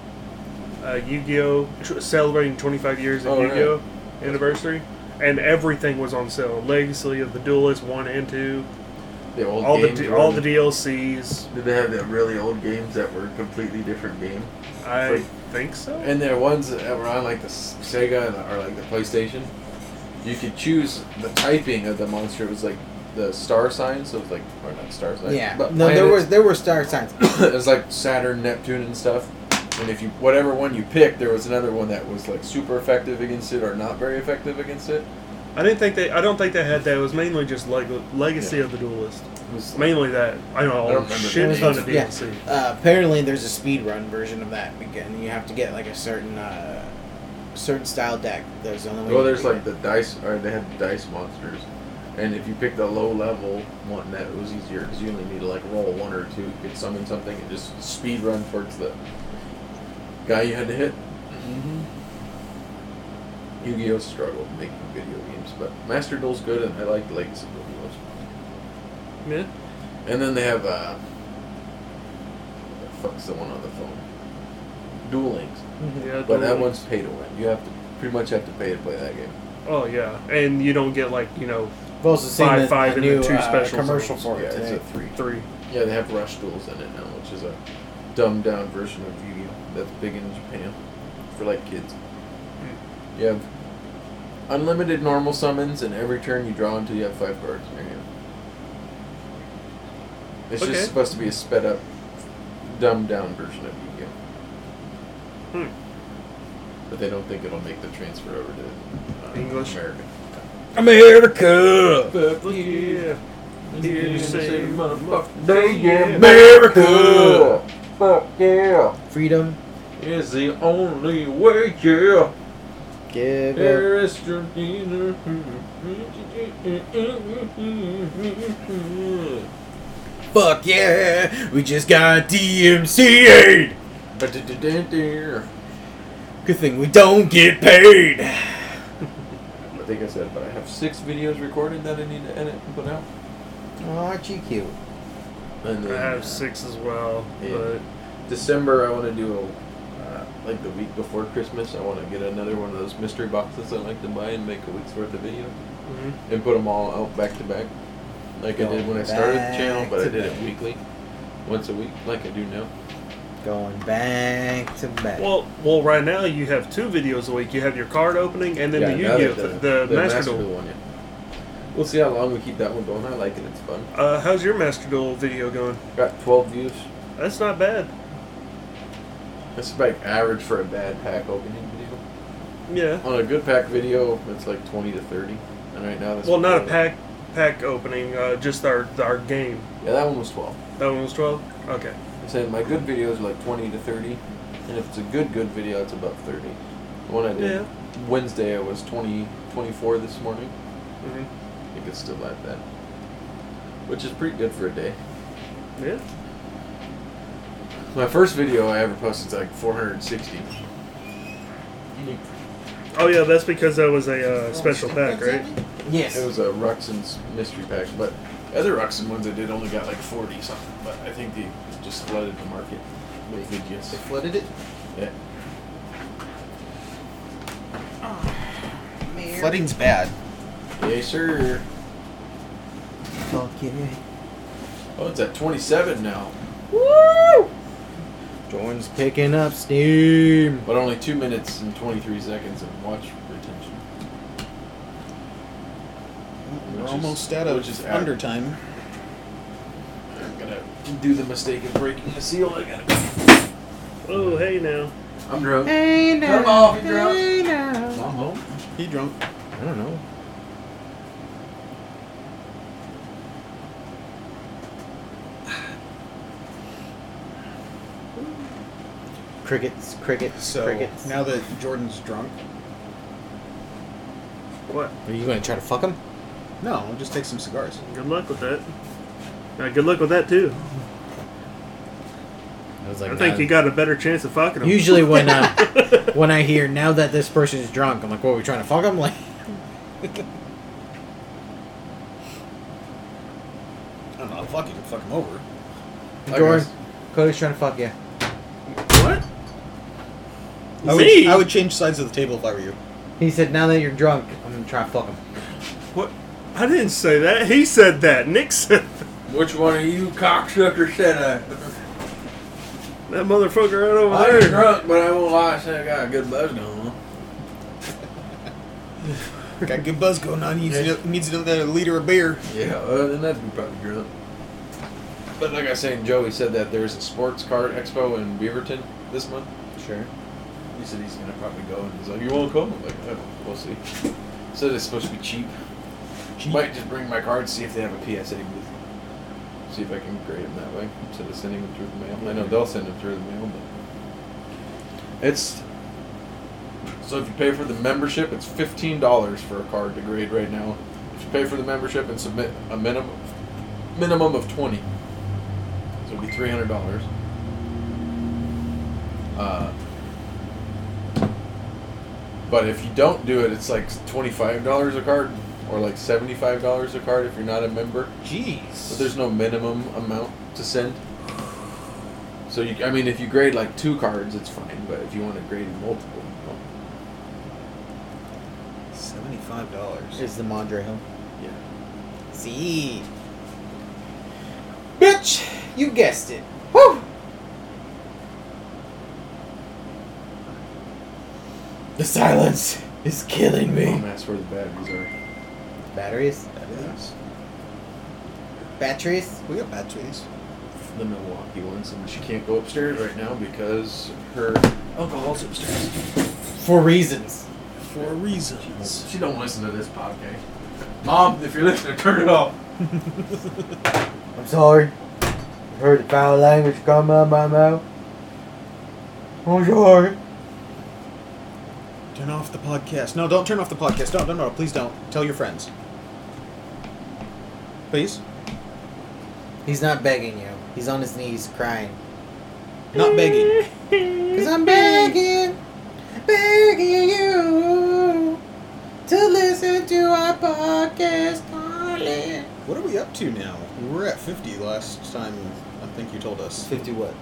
[SPEAKER 4] uh, Yu-Gi-Oh, tr- celebrating 25 years of
[SPEAKER 2] Oh, right.
[SPEAKER 4] Yu-Gi-Oh anniversary, and everything was on sale. Legacy of the Duelist one and two,
[SPEAKER 2] The old
[SPEAKER 4] all the
[SPEAKER 2] games
[SPEAKER 4] D-
[SPEAKER 2] were-
[SPEAKER 4] all the DLCs.
[SPEAKER 2] Did they have the really old games that were a completely different game?
[SPEAKER 4] I
[SPEAKER 2] Free.
[SPEAKER 4] think so.
[SPEAKER 2] And there are ones that were on like the S- Sega and- or like the PlayStation. You could choose the typing of the monster. It was like the star sign, so it was like or not star sign.
[SPEAKER 1] yeah.
[SPEAKER 2] but
[SPEAKER 1] no, there was
[SPEAKER 2] planets.
[SPEAKER 1] there were star signs.
[SPEAKER 2] it was like Saturn, Neptune, and stuff. And if you whatever one you picked, there was another one that was like super effective against it or not very effective against it.
[SPEAKER 4] I didn't think they. I don't think they had that. It was mainly just Leg- Legacy
[SPEAKER 2] Yeah.
[SPEAKER 4] of the Duelist.
[SPEAKER 2] It was like,
[SPEAKER 4] Mainly that. I know.
[SPEAKER 2] I don't remember
[SPEAKER 4] shit
[SPEAKER 2] the
[SPEAKER 4] ton
[SPEAKER 2] names.
[SPEAKER 4] of
[SPEAKER 1] Yeah.
[SPEAKER 4] DLC.
[SPEAKER 1] Uh, apparently, there's a speed run version of that. Again, you have to get like a certain uh, certain style deck. There's the only way.
[SPEAKER 2] well,
[SPEAKER 1] you
[SPEAKER 2] there's
[SPEAKER 1] can
[SPEAKER 2] like the dice, or they had dice monsters. And if you picked the low level one, that was easier because you only need to like roll one or two, you could summon something, and just speed run towards the guy you had to hit. Mm-hmm. Yu-Gi-Oh struggled making video games, but Master Duel's good, and I like Legacy Duel the most.
[SPEAKER 4] Yeah.
[SPEAKER 2] And then they have uh, what the fuck's the one on the phone? Duel Links,
[SPEAKER 4] Yeah,
[SPEAKER 2] but that
[SPEAKER 4] Duel-
[SPEAKER 2] one's pay to win. You have to pretty much have to pay to play that game.
[SPEAKER 4] Oh yeah, and you don't get like you know
[SPEAKER 1] I've also seen
[SPEAKER 4] Five,
[SPEAKER 1] the,
[SPEAKER 4] five,
[SPEAKER 1] the
[SPEAKER 4] and
[SPEAKER 1] new
[SPEAKER 4] the two
[SPEAKER 1] uh,
[SPEAKER 4] specials.
[SPEAKER 1] commercial for
[SPEAKER 2] yeah,
[SPEAKER 1] it
[SPEAKER 2] it's
[SPEAKER 1] today.
[SPEAKER 2] a three.
[SPEAKER 4] three.
[SPEAKER 2] Yeah, they have Rush Duels in it now, which is a dumbed down version of Yu Gi Oh! that's big in Japan for like kids.
[SPEAKER 4] Hmm.
[SPEAKER 2] You have unlimited normal summons, and every turn you draw until you have five cards in your hand. It's
[SPEAKER 4] Okay.
[SPEAKER 2] just supposed to be a sped up, dumbed down version of Yu Gi Oh!
[SPEAKER 4] Hmm.
[SPEAKER 2] But they don't think it'll make the transfer over to uh,
[SPEAKER 4] English?
[SPEAKER 2] American.
[SPEAKER 3] America.
[SPEAKER 4] Yeah. Here you say,
[SPEAKER 2] Day
[SPEAKER 4] yeah.
[SPEAKER 2] America! Fuck yeah!
[SPEAKER 1] Freedom.
[SPEAKER 2] is the only way, yeah.
[SPEAKER 1] Give up.
[SPEAKER 5] Paris, Georgina. Wait,
[SPEAKER 1] Fuck yeah! We just got DMCA'd!
[SPEAKER 2] I
[SPEAKER 1] Good thing we don't get paid!
[SPEAKER 2] think I said, but I have six videos recorded that I need to edit and put out.
[SPEAKER 1] Oh, aren't you cute?
[SPEAKER 2] And
[SPEAKER 4] I
[SPEAKER 2] then
[SPEAKER 4] have six as well,
[SPEAKER 2] Yeah.
[SPEAKER 4] but
[SPEAKER 2] December, I want to do a, uh, like the week before Christmas. I want to get another one of those mystery boxes I like to buy and make a week's worth of video
[SPEAKER 4] mhm.
[SPEAKER 2] and put them all out back to back, like I did when I started the channel,
[SPEAKER 1] Back
[SPEAKER 2] but I
[SPEAKER 1] to
[SPEAKER 2] did it
[SPEAKER 1] back.
[SPEAKER 2] weekly, once a week, like I do now.
[SPEAKER 1] Going back to back.
[SPEAKER 4] well, well, right now you have two videos a week. You have your card opening and then
[SPEAKER 2] Yeah,
[SPEAKER 4] the
[SPEAKER 2] now
[SPEAKER 4] Yu-Gi-Oh,
[SPEAKER 2] that
[SPEAKER 4] the, the Master Duel.
[SPEAKER 2] one. Yeah. We'll see how long we keep that one going. I like it. It's fun.
[SPEAKER 4] Uh, how's your Master Duel video going?
[SPEAKER 2] Got 12 views.
[SPEAKER 4] That's not bad.
[SPEAKER 2] That's about average for a bad pack opening video.
[SPEAKER 4] Yeah.
[SPEAKER 2] On a good pack video, it's like 20 to 30. And right now, that's
[SPEAKER 4] Well, not a
[SPEAKER 2] 12.
[SPEAKER 4] pack pack opening. Uh, just our our game.
[SPEAKER 2] Yeah, that one was 12.
[SPEAKER 4] That one was twelve. Okay.
[SPEAKER 2] I said my good videos are like 20 to 30, and if it's a good good video, it's above 30. The one I did Wednesday, I was 20, 24 this morning.
[SPEAKER 4] hmm
[SPEAKER 2] I think it's still at that, which is pretty good for a day.
[SPEAKER 4] Yeah.
[SPEAKER 2] My first video I ever posted is like 460.
[SPEAKER 4] Oh yeah, that's because that was a uh, special pack, right?
[SPEAKER 1] yes.
[SPEAKER 2] It was a Ruxin's mystery pack, but the other Ruxin ones I did only got like 40 something. But I think they just flooded the market with
[SPEAKER 3] They
[SPEAKER 2] videos.
[SPEAKER 3] flooded it.
[SPEAKER 2] Yeah.
[SPEAKER 3] Flooding's bad.
[SPEAKER 2] Yeah, sure.
[SPEAKER 1] Fuck yeah.
[SPEAKER 2] Oh, it's at 27 now,
[SPEAKER 1] Jordan's picking up steam.
[SPEAKER 2] but only two minutes and 23 seconds of watch retention.
[SPEAKER 3] We're
[SPEAKER 2] Which is-
[SPEAKER 3] almost out of
[SPEAKER 2] which is out.
[SPEAKER 3] under time.
[SPEAKER 2] I'm gonna do the mistake of breaking the seal. I gotta.
[SPEAKER 4] Oh hey now.
[SPEAKER 2] I'm drunk.
[SPEAKER 1] Hey now.
[SPEAKER 2] Come off, you drunk.
[SPEAKER 1] Hey now.
[SPEAKER 2] Mom home.
[SPEAKER 3] He drunk.
[SPEAKER 1] I don't know. Crickets, crickets,
[SPEAKER 3] So
[SPEAKER 1] crickets.
[SPEAKER 3] now that Jordan's drunk,
[SPEAKER 4] What?
[SPEAKER 1] Are you going to try to fuck him?
[SPEAKER 3] no, we'll just take some cigars.
[SPEAKER 4] Good luck with that. Uh, good luck with that too.
[SPEAKER 1] I was like,
[SPEAKER 4] I think
[SPEAKER 1] nah.
[SPEAKER 4] you got a better chance of fucking him.
[SPEAKER 1] Usually when uh, when I hear now that this person is drunk, I'm like, "What are we trying to fuck him?" Like,
[SPEAKER 3] I don't know, fuck you, fuck him over.
[SPEAKER 2] I
[SPEAKER 1] Jordan,
[SPEAKER 2] guess.
[SPEAKER 1] Cody's trying to fuck you.
[SPEAKER 4] what?
[SPEAKER 3] I
[SPEAKER 4] Me?
[SPEAKER 3] would, I would change sides of the table if I were you.
[SPEAKER 1] He said, "Now that you're drunk, I'm gonna try to fuck him."
[SPEAKER 4] What? I didn't say that. He said that. Nick said that.
[SPEAKER 2] Which one of you cocksuckers said that?
[SPEAKER 4] That motherfucker right over
[SPEAKER 2] I was
[SPEAKER 4] there.
[SPEAKER 2] drunk, but I won't lie. I said I got a good buzz going on.
[SPEAKER 3] Got good buzz going on. Needs,
[SPEAKER 2] Yeah.
[SPEAKER 3] another, needs another liter of beer.
[SPEAKER 2] Yeah, other than that, we probably drunk. But like I was saying, Joey said that there's a sports car expo in Beaverton this month.
[SPEAKER 1] Sure.
[SPEAKER 2] He said he's gonna probably go, and he's like, "You won't come?" I'm like, oh, "We'll see." Said it's supposed to be cheap. Might just bring my card, see if they have a PSA booth. See if I can grade them that way instead of sending them through the mail. I know they'll send them through the mail, but it's so if you pay for the membership, it's fifteen dollars for a card to grade right now. If you pay for the membership and submit a minimum minimum of twenty, so it'll be three hundred dollars. Uh, but if you don't do it, it's like twenty-five dollars a card, or like seventy-five dollars a card if you're not a member.
[SPEAKER 3] Jeez.
[SPEAKER 2] But there's no minimum amount to send. So you, I mean, if you grade like two cards, it's fine. But if you want to grade multiple, well,
[SPEAKER 3] seventy-five dollars.
[SPEAKER 1] Is the Madre home?
[SPEAKER 2] yeah.
[SPEAKER 1] See. Bitch, you guessed it. Woo! The silence is killing
[SPEAKER 2] Oh, that's where the batteries are.
[SPEAKER 1] Batteries? Batteries?
[SPEAKER 3] We got batteries.
[SPEAKER 2] The Milwaukee ones, and she can't go upstairs right now because her alcohol's upstairs.
[SPEAKER 1] For reasons.
[SPEAKER 3] For reasons.
[SPEAKER 2] She don't listen to this podcast. Mom, if you're listening, turn it off.
[SPEAKER 1] I'm sorry. I heard the foul language come out of my mouth. I'm sorry.
[SPEAKER 3] Turn Turn off the podcast. No, don't turn off the podcast. Don't, no, no, please don't. Tell your friends. Please.
[SPEAKER 1] He's not begging you. He's on his knees crying.
[SPEAKER 3] Not begging.
[SPEAKER 1] Cause I'm begging, begging you to listen to our podcast, darling.
[SPEAKER 3] What are we up to now? We were at 50 last time, I think you told us.
[SPEAKER 1] Fifty what?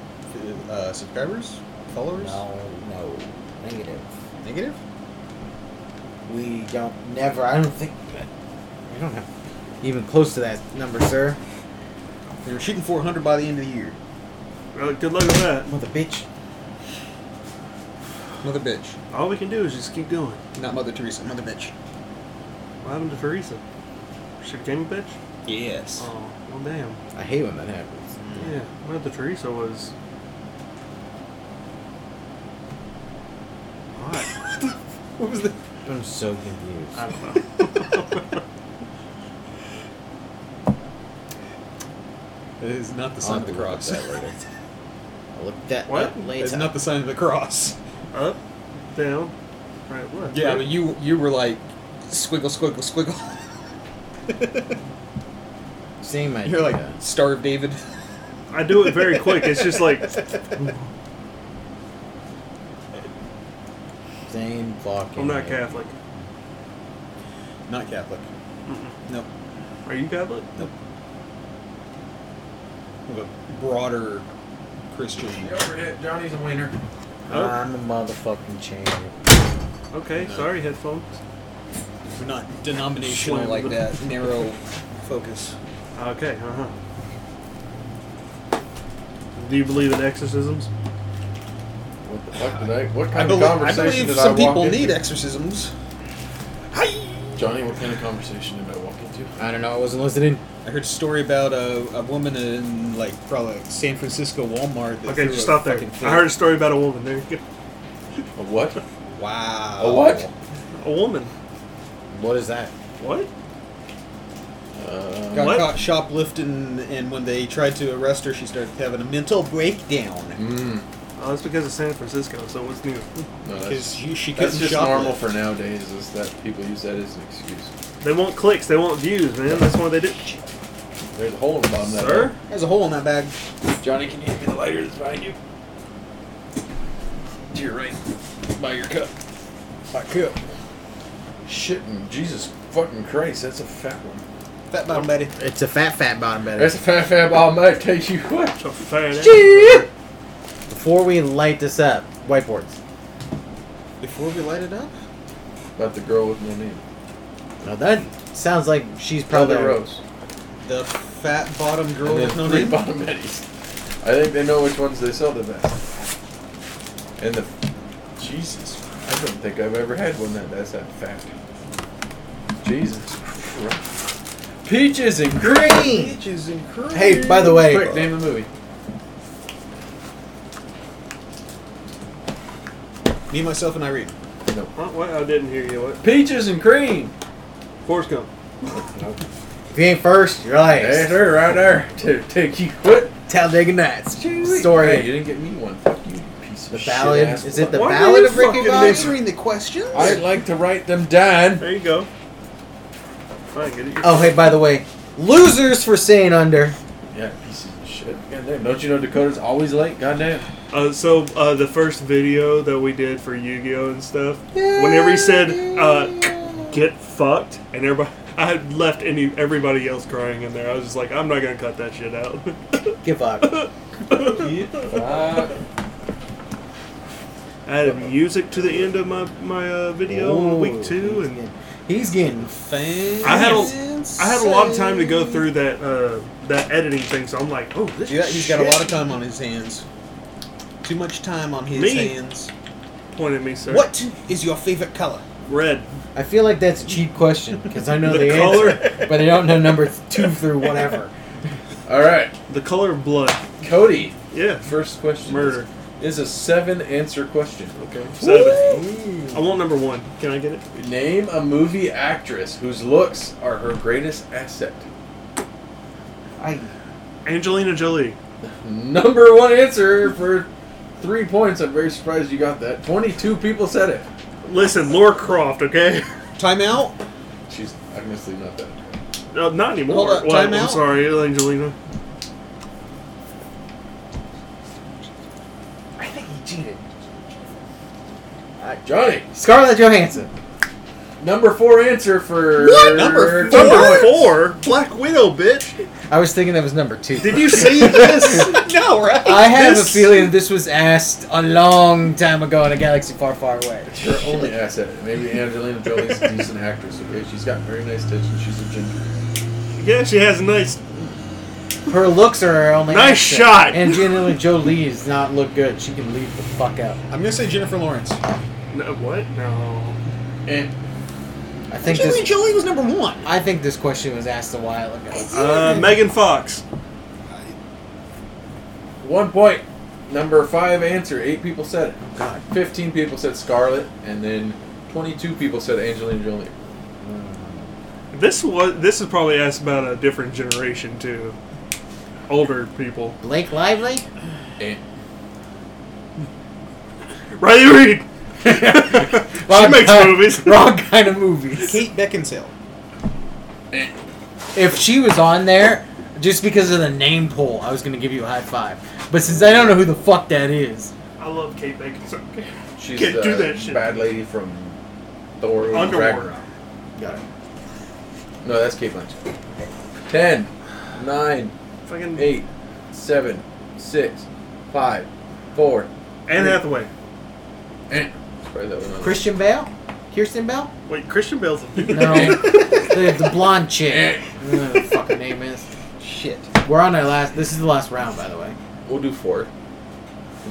[SPEAKER 3] Uh, subscribers? Followers?
[SPEAKER 1] No, no, negative.
[SPEAKER 3] Negative?
[SPEAKER 1] We don't never. I don't think we don't have even close to that number, sir.
[SPEAKER 3] We were shooting 400 by the end of the year.
[SPEAKER 4] Well, good luck with that.
[SPEAKER 1] Mother bitch.
[SPEAKER 3] Mother bitch.
[SPEAKER 4] All we can do is just keep going.
[SPEAKER 3] Not Mother Teresa. Mother bitch.
[SPEAKER 4] What happened to Teresa? She became a bitch?
[SPEAKER 3] Yes.
[SPEAKER 4] Oh, well, damn.
[SPEAKER 1] I hate when that happens.
[SPEAKER 4] Yeah, what the Teresa was. What?
[SPEAKER 3] What was the?
[SPEAKER 1] I'm so confused.
[SPEAKER 4] I don't know.
[SPEAKER 3] It is not the
[SPEAKER 1] I'll
[SPEAKER 3] sign
[SPEAKER 1] have
[SPEAKER 3] of the
[SPEAKER 1] to look
[SPEAKER 3] cross.
[SPEAKER 1] up that later. I'll look that
[SPEAKER 4] What?
[SPEAKER 1] up later.
[SPEAKER 3] It's not the sign of the cross.
[SPEAKER 4] Up, down, right, left.
[SPEAKER 3] Yeah,
[SPEAKER 4] right?
[SPEAKER 3] but you you were like squiggle, squiggle, squiggle.
[SPEAKER 1] Same idea.
[SPEAKER 3] You're like Star of David.
[SPEAKER 4] I do it very quick. It's just like,
[SPEAKER 1] same fucking.
[SPEAKER 4] I'm not
[SPEAKER 1] idea.
[SPEAKER 4] Catholic.
[SPEAKER 3] Not Catholic. Nope.
[SPEAKER 4] Are you Catholic?
[SPEAKER 3] Nope. I'm a broader Christian.
[SPEAKER 2] Johnny's a wiener.
[SPEAKER 4] Oh.
[SPEAKER 1] I'm a motherfucking champion.
[SPEAKER 4] Okay,
[SPEAKER 3] No.
[SPEAKER 4] sorry, headphones.
[SPEAKER 3] We're not denominational
[SPEAKER 4] Slam
[SPEAKER 3] like
[SPEAKER 4] the-
[SPEAKER 3] that. Narrow focus.
[SPEAKER 4] Okay, uh huh. Do you believe in exorcisms?
[SPEAKER 2] What the fuck did I? What
[SPEAKER 3] I,
[SPEAKER 2] kind
[SPEAKER 3] believe
[SPEAKER 2] of
[SPEAKER 3] I
[SPEAKER 2] conversation
[SPEAKER 3] believe
[SPEAKER 2] did
[SPEAKER 3] some
[SPEAKER 2] I walk
[SPEAKER 3] people
[SPEAKER 2] into?
[SPEAKER 3] need exorcisms.
[SPEAKER 2] Johnny, what kind of conversation did I walk into?
[SPEAKER 1] I don't know. I wasn't listening.
[SPEAKER 3] I heard a story about a, a woman in like probably like San Francisco Walmart. That
[SPEAKER 4] Okay,
[SPEAKER 3] threw
[SPEAKER 4] just
[SPEAKER 3] a
[SPEAKER 4] stop there.
[SPEAKER 3] fucking fit.
[SPEAKER 4] I heard a story about a woman. There,
[SPEAKER 2] A
[SPEAKER 4] you
[SPEAKER 2] what?
[SPEAKER 3] Wow.
[SPEAKER 2] A what?
[SPEAKER 4] go. a woman.
[SPEAKER 1] What is that?
[SPEAKER 4] What?
[SPEAKER 2] Uh,
[SPEAKER 3] Got
[SPEAKER 4] What?
[SPEAKER 3] caught shoplifting, and when they tried to arrest her, she started having a mental breakdown
[SPEAKER 2] mm,
[SPEAKER 4] Oh, that's because of San Francisco, so what's new?
[SPEAKER 2] no,
[SPEAKER 3] because
[SPEAKER 2] that's,
[SPEAKER 3] she, she couldn't
[SPEAKER 2] that's just
[SPEAKER 3] shoplift.
[SPEAKER 2] normal for nowadays. Is that people use that as an excuse?
[SPEAKER 4] They want clicks, they want views, man. That's why they do.
[SPEAKER 2] There's a hole in the bottom of that.
[SPEAKER 4] Sir?
[SPEAKER 3] There's a hole in that bag.
[SPEAKER 2] bag. Johnny, can you hand me the lighter that's behind you? To your right, by your cup.
[SPEAKER 3] My cup.
[SPEAKER 2] Shit, and Jesus fucking Christ, that's a fat one.
[SPEAKER 3] Fat bottom Betty.
[SPEAKER 1] It's a fat, fat bottom better.
[SPEAKER 2] That's a fat fat bomb. I take you what?
[SPEAKER 4] It's a fat ass.
[SPEAKER 1] Before we light this up, whiteboards.
[SPEAKER 3] Before we light it up,
[SPEAKER 2] About the girl with no name.
[SPEAKER 1] Now that sounds like she's probably
[SPEAKER 2] Mother Rose.
[SPEAKER 3] the fat bottom girl
[SPEAKER 2] And then
[SPEAKER 3] with no
[SPEAKER 2] three
[SPEAKER 3] name.
[SPEAKER 2] bottom eddies. I think they know which ones they sell the best. And the Jesus, I don't think I've ever had one that that's that fat. Jesus Christ. Peaches and
[SPEAKER 1] green.
[SPEAKER 2] Peaches and cream.
[SPEAKER 1] Hey, by the way-
[SPEAKER 2] quick name the movie.
[SPEAKER 3] Me, myself, and Irene.
[SPEAKER 2] No.
[SPEAKER 4] What, what? I didn't hear you. What?
[SPEAKER 2] Peaches and cream.
[SPEAKER 4] Forrest Gump.
[SPEAKER 1] If you ain't first, you're last.
[SPEAKER 2] That's her right there. To take you what?
[SPEAKER 1] Talladega Nights.
[SPEAKER 2] Hey, you
[SPEAKER 1] Story.
[SPEAKER 2] didn't get me one. Fuck you, you piece of
[SPEAKER 1] The
[SPEAKER 2] shit.
[SPEAKER 1] ballad.
[SPEAKER 2] ass
[SPEAKER 1] Is it the
[SPEAKER 2] fuck.
[SPEAKER 4] Why do
[SPEAKER 1] ballad
[SPEAKER 4] you
[SPEAKER 1] of Ricky
[SPEAKER 4] fucking
[SPEAKER 1] Bobby?
[SPEAKER 3] the questions.
[SPEAKER 2] I'd like to write them down.
[SPEAKER 4] There you go. Fine, get it.
[SPEAKER 1] Oh, hey, by the way, losers for staying under.
[SPEAKER 2] Yeah, pieces of shit. Goddamn. Don't you know Dakota's always late? Goddamn.
[SPEAKER 4] Uh, so uh, the first video that we did for Yu-Gi-Oh and stuff, whenever he said uh, "get fucked" and everybody, I had left any everybody else crying in there. I was just like, I'm not gonna cut that shit out.
[SPEAKER 1] Give up.
[SPEAKER 2] Fuck.
[SPEAKER 4] I added music to the end of my my uh, video on week two,
[SPEAKER 1] he's
[SPEAKER 4] and
[SPEAKER 1] getting, he's getting
[SPEAKER 3] Fans.
[SPEAKER 4] I had a- I had a lot of time to go through that uh, that editing thing. So I'm like, oh, this
[SPEAKER 3] Yeah, he's got a
[SPEAKER 4] shit
[SPEAKER 3] lot of time on his hands. Too much time on his
[SPEAKER 4] Me?
[SPEAKER 3] hands.
[SPEAKER 4] pointed at me, sir.
[SPEAKER 3] What is your favorite color?
[SPEAKER 4] Red.
[SPEAKER 1] I feel like that's a cheap question because I know the,
[SPEAKER 4] The color.
[SPEAKER 1] answer, but I don't know number two through whatever.
[SPEAKER 2] All right,
[SPEAKER 4] The color of blood.
[SPEAKER 2] Cody.
[SPEAKER 4] Yeah.
[SPEAKER 2] First question.
[SPEAKER 4] Murder.
[SPEAKER 2] Is, is a seven answer question.
[SPEAKER 4] Okay. Seven. I
[SPEAKER 1] Ooh.
[SPEAKER 4] want number one. Can I get it?
[SPEAKER 2] Name a movie actress whose looks are her greatest asset.
[SPEAKER 1] I
[SPEAKER 4] Angelina Jolie.
[SPEAKER 2] Number one answer for three points. I'm very surprised you got that. Twenty-two people said it.
[SPEAKER 4] Listen, Laura Croft, okay?
[SPEAKER 3] Timeout.
[SPEAKER 2] She's obviously not that.
[SPEAKER 4] Uh, not anymore.
[SPEAKER 3] Hold up,
[SPEAKER 4] Well,
[SPEAKER 3] timeout?
[SPEAKER 4] I'm sorry, Angelina.
[SPEAKER 2] I think he cheated. Johnny,
[SPEAKER 1] Scarlett Johansson.
[SPEAKER 2] number four answer for
[SPEAKER 3] What? Number four?
[SPEAKER 4] Number
[SPEAKER 3] What?
[SPEAKER 4] four?
[SPEAKER 3] Black Widow, bitch.
[SPEAKER 1] I was thinking that was number two.
[SPEAKER 4] Did you see this?
[SPEAKER 3] no, right?
[SPEAKER 1] I have
[SPEAKER 4] This-
[SPEAKER 1] a feeling this was asked a long time ago in a galaxy far, far away.
[SPEAKER 2] Her only asset. Maybe Angelina Jolie's a decent actress. Okay, she's got very nice tits and she's a ginger.
[SPEAKER 4] yeah, she has a nice.
[SPEAKER 1] Her looks are her only.
[SPEAKER 4] Nice
[SPEAKER 1] asset.
[SPEAKER 4] shot.
[SPEAKER 1] Angelina Jolie does not look good. She can leave the fuck out.
[SPEAKER 3] I'm gonna say Jennifer Lawrence.
[SPEAKER 4] No, what? No.
[SPEAKER 2] And
[SPEAKER 1] I think
[SPEAKER 3] Angelina
[SPEAKER 1] this.
[SPEAKER 3] Jolie was number one.
[SPEAKER 1] I think this question was asked a while ago.
[SPEAKER 4] Uh, Megan Fox.
[SPEAKER 2] one point. Number five answer. Eight people said it. God. Fifteen people said Scarlet, and then twenty-two people said Angelina Jolie.
[SPEAKER 4] This was. This is probably asked about a different generation too. Older people.
[SPEAKER 1] Blake Lively.
[SPEAKER 2] And
[SPEAKER 4] Riley Reed. she
[SPEAKER 1] Wrong
[SPEAKER 4] makes
[SPEAKER 1] kind-
[SPEAKER 4] movies.
[SPEAKER 1] Wrong kind of movies.
[SPEAKER 3] Kate Beckinsale.
[SPEAKER 1] If she was on there, just because of the name poll, I was gonna give you a high five. But since I don't know who the fuck that is,
[SPEAKER 4] I love Kate Beckinsale.
[SPEAKER 2] she's
[SPEAKER 4] Can't
[SPEAKER 2] the
[SPEAKER 4] do that shit.
[SPEAKER 2] bad lady from Thor.
[SPEAKER 4] Underwater.
[SPEAKER 2] Ragnarok. Got it. No, that's Kate Blanchett. Ten, nine,
[SPEAKER 4] Fucking
[SPEAKER 2] eight, seven, six, five, four.
[SPEAKER 4] Anne Hathaway.
[SPEAKER 2] Eh. Probably that one.
[SPEAKER 1] Christian Bale, Kirsten Bale.
[SPEAKER 4] Wait, Christian Bale's. a-
[SPEAKER 1] No, the, the blonde chick. I don't know what the fucking name is. Shit. We're on our last. This is the last round, by the way.
[SPEAKER 2] We'll do four.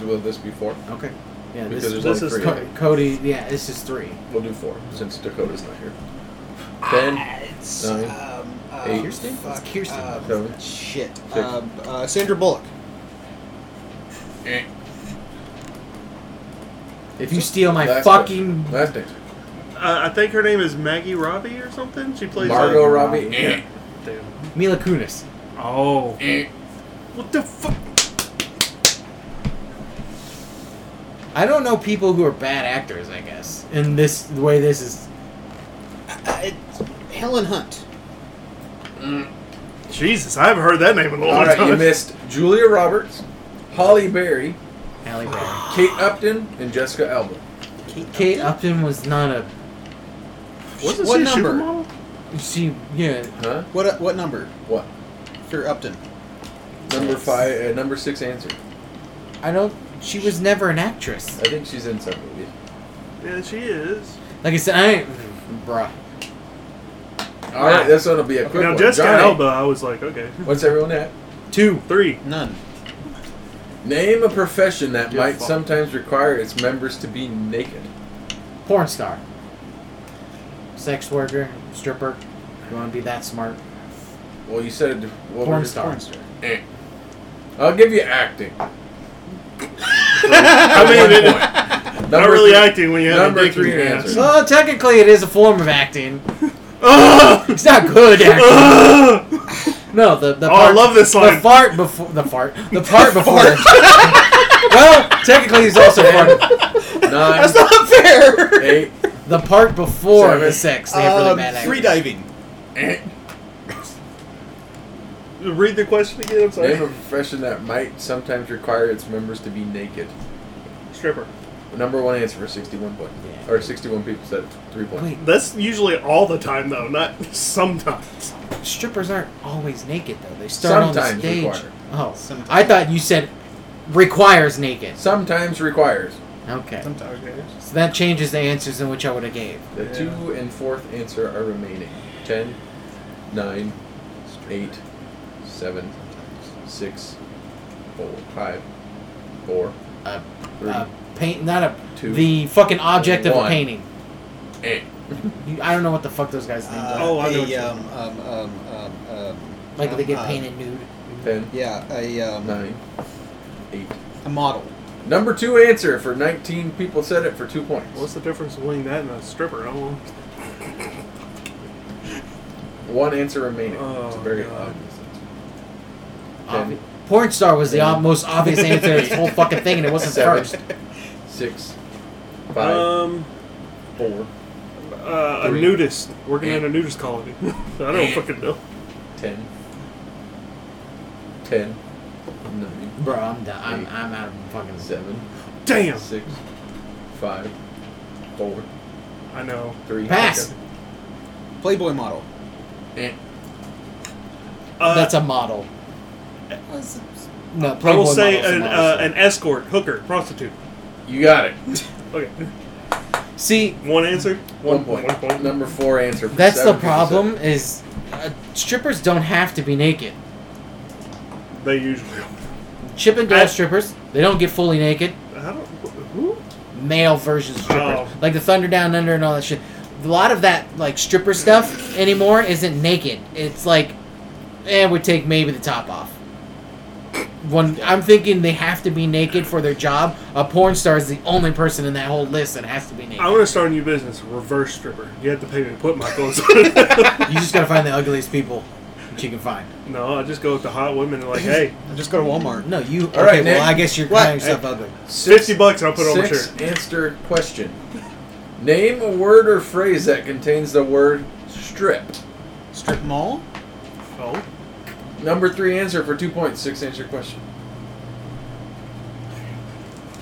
[SPEAKER 2] Will this be four?
[SPEAKER 1] Okay. Yeah. This,
[SPEAKER 2] Because there's
[SPEAKER 4] this
[SPEAKER 2] only
[SPEAKER 4] is
[SPEAKER 2] three.
[SPEAKER 1] Co- Cody. Yeah. This is three.
[SPEAKER 2] We'll do four since Dakota's not here. Ten,
[SPEAKER 3] Ah, It's,
[SPEAKER 2] nine,
[SPEAKER 3] um, uh,
[SPEAKER 2] eight,
[SPEAKER 1] Kirsten? It's
[SPEAKER 3] fuck,
[SPEAKER 1] Kirsten.
[SPEAKER 3] um,
[SPEAKER 2] Seven.
[SPEAKER 3] shit. Um, uh, Sandra Bullock.
[SPEAKER 1] If you steal my
[SPEAKER 2] Last
[SPEAKER 1] fucking.
[SPEAKER 2] question. last answer.
[SPEAKER 4] Uh, I think her name is Maggie Robbie or something. She plays.
[SPEAKER 2] Margot
[SPEAKER 4] uh,
[SPEAKER 2] Robbie.
[SPEAKER 1] Yeah.
[SPEAKER 4] Damn.
[SPEAKER 1] Mila Kunis.
[SPEAKER 4] Oh.
[SPEAKER 2] Eh.
[SPEAKER 4] What the fuck?
[SPEAKER 1] I don't know people who are bad actors. I guess in this the way this is.
[SPEAKER 3] Uh, it's Helen Hunt.
[SPEAKER 4] Jesus, I haven't heard that name in a long
[SPEAKER 2] All right,
[SPEAKER 4] time.
[SPEAKER 2] you missed Julia Roberts, Holly Berry,
[SPEAKER 1] Halle Berry.
[SPEAKER 2] Kate Upton, and Jessica Alba.
[SPEAKER 1] Kate Upton was not a.
[SPEAKER 4] Wasn't
[SPEAKER 3] What
[SPEAKER 4] she a
[SPEAKER 3] number?
[SPEAKER 4] supermodel?
[SPEAKER 1] She yeah.
[SPEAKER 2] Huh?
[SPEAKER 3] What uh, what number
[SPEAKER 2] What?
[SPEAKER 3] for Upton?
[SPEAKER 2] Number five, uh, number six answer.
[SPEAKER 1] I don't. She was never an actress.
[SPEAKER 2] I think she's in some movies.
[SPEAKER 4] Yeah, she is.
[SPEAKER 1] Like I said, I ain't. Bruh.
[SPEAKER 2] All right, this one will be a quick
[SPEAKER 4] now,
[SPEAKER 2] one.
[SPEAKER 4] Jessica
[SPEAKER 2] Johnny,
[SPEAKER 4] Alba, I was like, okay.
[SPEAKER 2] What's everyone at?
[SPEAKER 1] Two.
[SPEAKER 4] Three.
[SPEAKER 3] None.
[SPEAKER 2] Name a profession that
[SPEAKER 4] Your
[SPEAKER 2] might
[SPEAKER 4] fault.
[SPEAKER 2] sometimes require its members to be naked.
[SPEAKER 1] Porn star. Sex worker. Stripper. You want to be that smart?
[SPEAKER 2] Well, you said what
[SPEAKER 1] porn
[SPEAKER 2] was it?
[SPEAKER 1] star.
[SPEAKER 2] Eh. I'll give you acting.
[SPEAKER 4] I mean, it, not
[SPEAKER 2] Number
[SPEAKER 4] really
[SPEAKER 2] three-
[SPEAKER 4] acting when you have
[SPEAKER 2] number
[SPEAKER 4] a dick in
[SPEAKER 2] three
[SPEAKER 4] your ass.
[SPEAKER 2] answer.
[SPEAKER 1] Well, technically, it is a form of acting.
[SPEAKER 4] Ugh!
[SPEAKER 1] It's not good acting.
[SPEAKER 4] Ugh!
[SPEAKER 1] No, the the
[SPEAKER 4] Oh, I love this
[SPEAKER 1] the
[SPEAKER 4] line.
[SPEAKER 1] fart before the fart the part before. well, technically, it's also part
[SPEAKER 2] Nine,
[SPEAKER 3] not fair.
[SPEAKER 2] eight,
[SPEAKER 1] the part before
[SPEAKER 2] Seven.
[SPEAKER 1] the sex. They have really
[SPEAKER 3] Um,
[SPEAKER 1] bad acting.
[SPEAKER 3] free diving.
[SPEAKER 4] Eh. Read the question again. I'm sorry.
[SPEAKER 2] Name a profession that might sometimes require its members to be naked.
[SPEAKER 4] Stripper.
[SPEAKER 2] Number one answer for 61 points.
[SPEAKER 1] Yeah.
[SPEAKER 2] Or 61 people said three points.
[SPEAKER 1] Wait,
[SPEAKER 4] That's usually all the time, though, not sometimes.
[SPEAKER 1] strippers aren't always naked though. They start on
[SPEAKER 2] Sometimes
[SPEAKER 1] the stage.
[SPEAKER 2] required.
[SPEAKER 1] Oh,
[SPEAKER 3] Sometimes.
[SPEAKER 1] I thought you said requires naked.
[SPEAKER 2] Sometimes requires.
[SPEAKER 1] Okay,
[SPEAKER 3] Sometimes.
[SPEAKER 4] Okay.
[SPEAKER 1] so that changes the answers in which I would have gave.
[SPEAKER 2] The
[SPEAKER 4] Yeah.
[SPEAKER 2] two and fourth answer are remaining. Ten, nine, eight, seven, six, four, five, four,
[SPEAKER 1] A,
[SPEAKER 2] three.
[SPEAKER 1] a paint, not a
[SPEAKER 2] Two.
[SPEAKER 1] the fucking object of a
[SPEAKER 2] One.
[SPEAKER 1] painting.
[SPEAKER 2] Eh.
[SPEAKER 1] You, I don't know what the fuck those guys names
[SPEAKER 3] Uh,
[SPEAKER 1] are.
[SPEAKER 4] Oh, I know what
[SPEAKER 3] a,
[SPEAKER 4] you-
[SPEAKER 3] um, um, um, um, um,
[SPEAKER 1] Like they get
[SPEAKER 3] uh,
[SPEAKER 1] painted nude.
[SPEAKER 4] mm-hmm.
[SPEAKER 2] Ten,
[SPEAKER 3] Yeah, a, um,
[SPEAKER 2] nine, eight.
[SPEAKER 3] a model.
[SPEAKER 2] Number two answer for 19 people said it for two points.
[SPEAKER 4] What's the difference between that and a stripper? I don't know.
[SPEAKER 2] One answer remaining. it's
[SPEAKER 4] Oh,
[SPEAKER 2] very
[SPEAKER 4] God.
[SPEAKER 2] obvious.
[SPEAKER 1] Obvi- Porn star was the ob- most obvious answer to this whole fucking thing, and it wasn't
[SPEAKER 2] Seven.
[SPEAKER 4] Uh,
[SPEAKER 1] first.
[SPEAKER 2] Six, five,
[SPEAKER 4] Um,
[SPEAKER 2] Four.
[SPEAKER 4] Uh, a
[SPEAKER 2] Three.
[SPEAKER 4] nudist working in a nudist colony. I don't fucking know.
[SPEAKER 2] Ten. Ten. Nine.
[SPEAKER 1] Bro, I'm done. I'm, I'm out of fucking.
[SPEAKER 2] Seven.
[SPEAKER 4] Damn.
[SPEAKER 2] Six. Five. Four.
[SPEAKER 4] I know.
[SPEAKER 2] Three.
[SPEAKER 1] Pass.
[SPEAKER 3] Playboy model.
[SPEAKER 2] Eh.
[SPEAKER 4] Uh,
[SPEAKER 1] That's a model. No,
[SPEAKER 4] I
[SPEAKER 1] Playboy
[SPEAKER 4] will say
[SPEAKER 1] model's a
[SPEAKER 4] an,
[SPEAKER 1] model,
[SPEAKER 4] uh,
[SPEAKER 1] so-
[SPEAKER 4] an escort, hooker, prostitute.
[SPEAKER 2] You got it.
[SPEAKER 4] Okay,
[SPEAKER 1] See,
[SPEAKER 4] one answer.
[SPEAKER 2] One point.
[SPEAKER 4] One point.
[SPEAKER 2] Number four answer. for
[SPEAKER 1] that's the
[SPEAKER 2] 70%.
[SPEAKER 1] problem. Is uh, strippers don't have to be naked.
[SPEAKER 4] They usually. Are. I-
[SPEAKER 1] Chippendale strippers, they don't get fully naked.
[SPEAKER 4] I don't. Who?
[SPEAKER 1] Male versions of strippers,
[SPEAKER 4] Oh.
[SPEAKER 1] like the Thunder Down Under and all that shit. A lot of that like stripper stuff anymore isn't naked. It's like, eh, we take maybe the top off. When I'm thinking they have to be naked for their job, a porn star is the only person in that whole list that has to be naked.
[SPEAKER 4] I want to start a new business, reverse stripper. You have to pay me to put my clothes on.
[SPEAKER 1] You just gotta find the ugliest people that you can find.
[SPEAKER 4] no, I just go with the hot women and like, hey,
[SPEAKER 3] Just go to Walmart.
[SPEAKER 1] No, you.
[SPEAKER 2] All
[SPEAKER 1] Okay,
[SPEAKER 2] right, Nick.
[SPEAKER 1] well, I guess you're
[SPEAKER 3] What?
[SPEAKER 1] calling yourself ugly.
[SPEAKER 4] fifty bucks and I'll put it on my
[SPEAKER 2] Six
[SPEAKER 4] shirt.
[SPEAKER 2] answer question. Name a word or phrase that contains the word strip.
[SPEAKER 3] Strip mall.
[SPEAKER 4] Oh,
[SPEAKER 2] Number three answer for two points. Six answer question.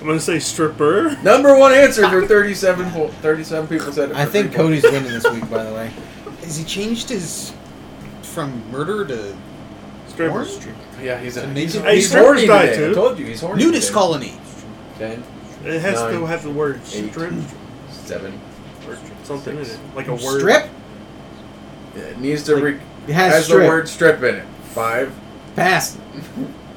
[SPEAKER 4] I'm gonna say stripper.
[SPEAKER 2] Number one answer for 37, po- 37 people said it.
[SPEAKER 1] I
[SPEAKER 2] for
[SPEAKER 1] think
[SPEAKER 2] three
[SPEAKER 1] Cody's
[SPEAKER 2] points.
[SPEAKER 1] winning this week, by the way.
[SPEAKER 3] Has he changed his from murder to
[SPEAKER 4] Stripper.
[SPEAKER 3] porn?
[SPEAKER 2] Yeah, he's a
[SPEAKER 3] Hey,
[SPEAKER 2] he's,
[SPEAKER 3] strippers
[SPEAKER 2] he's horny
[SPEAKER 4] die
[SPEAKER 2] today.
[SPEAKER 4] too.
[SPEAKER 2] I told you he's horny.
[SPEAKER 3] Nudist
[SPEAKER 2] today.
[SPEAKER 3] colony.
[SPEAKER 2] Ten,
[SPEAKER 4] It has to
[SPEAKER 2] Nine,
[SPEAKER 4] have the word
[SPEAKER 2] eight,
[SPEAKER 4] strip
[SPEAKER 2] seven.
[SPEAKER 4] or something in
[SPEAKER 2] six.
[SPEAKER 4] it, like a word.
[SPEAKER 1] Strip?
[SPEAKER 2] It needs to
[SPEAKER 1] Like,
[SPEAKER 2] re-
[SPEAKER 1] It has,
[SPEAKER 2] has
[SPEAKER 1] strip.
[SPEAKER 2] the word strip in it. Five,
[SPEAKER 1] Pass.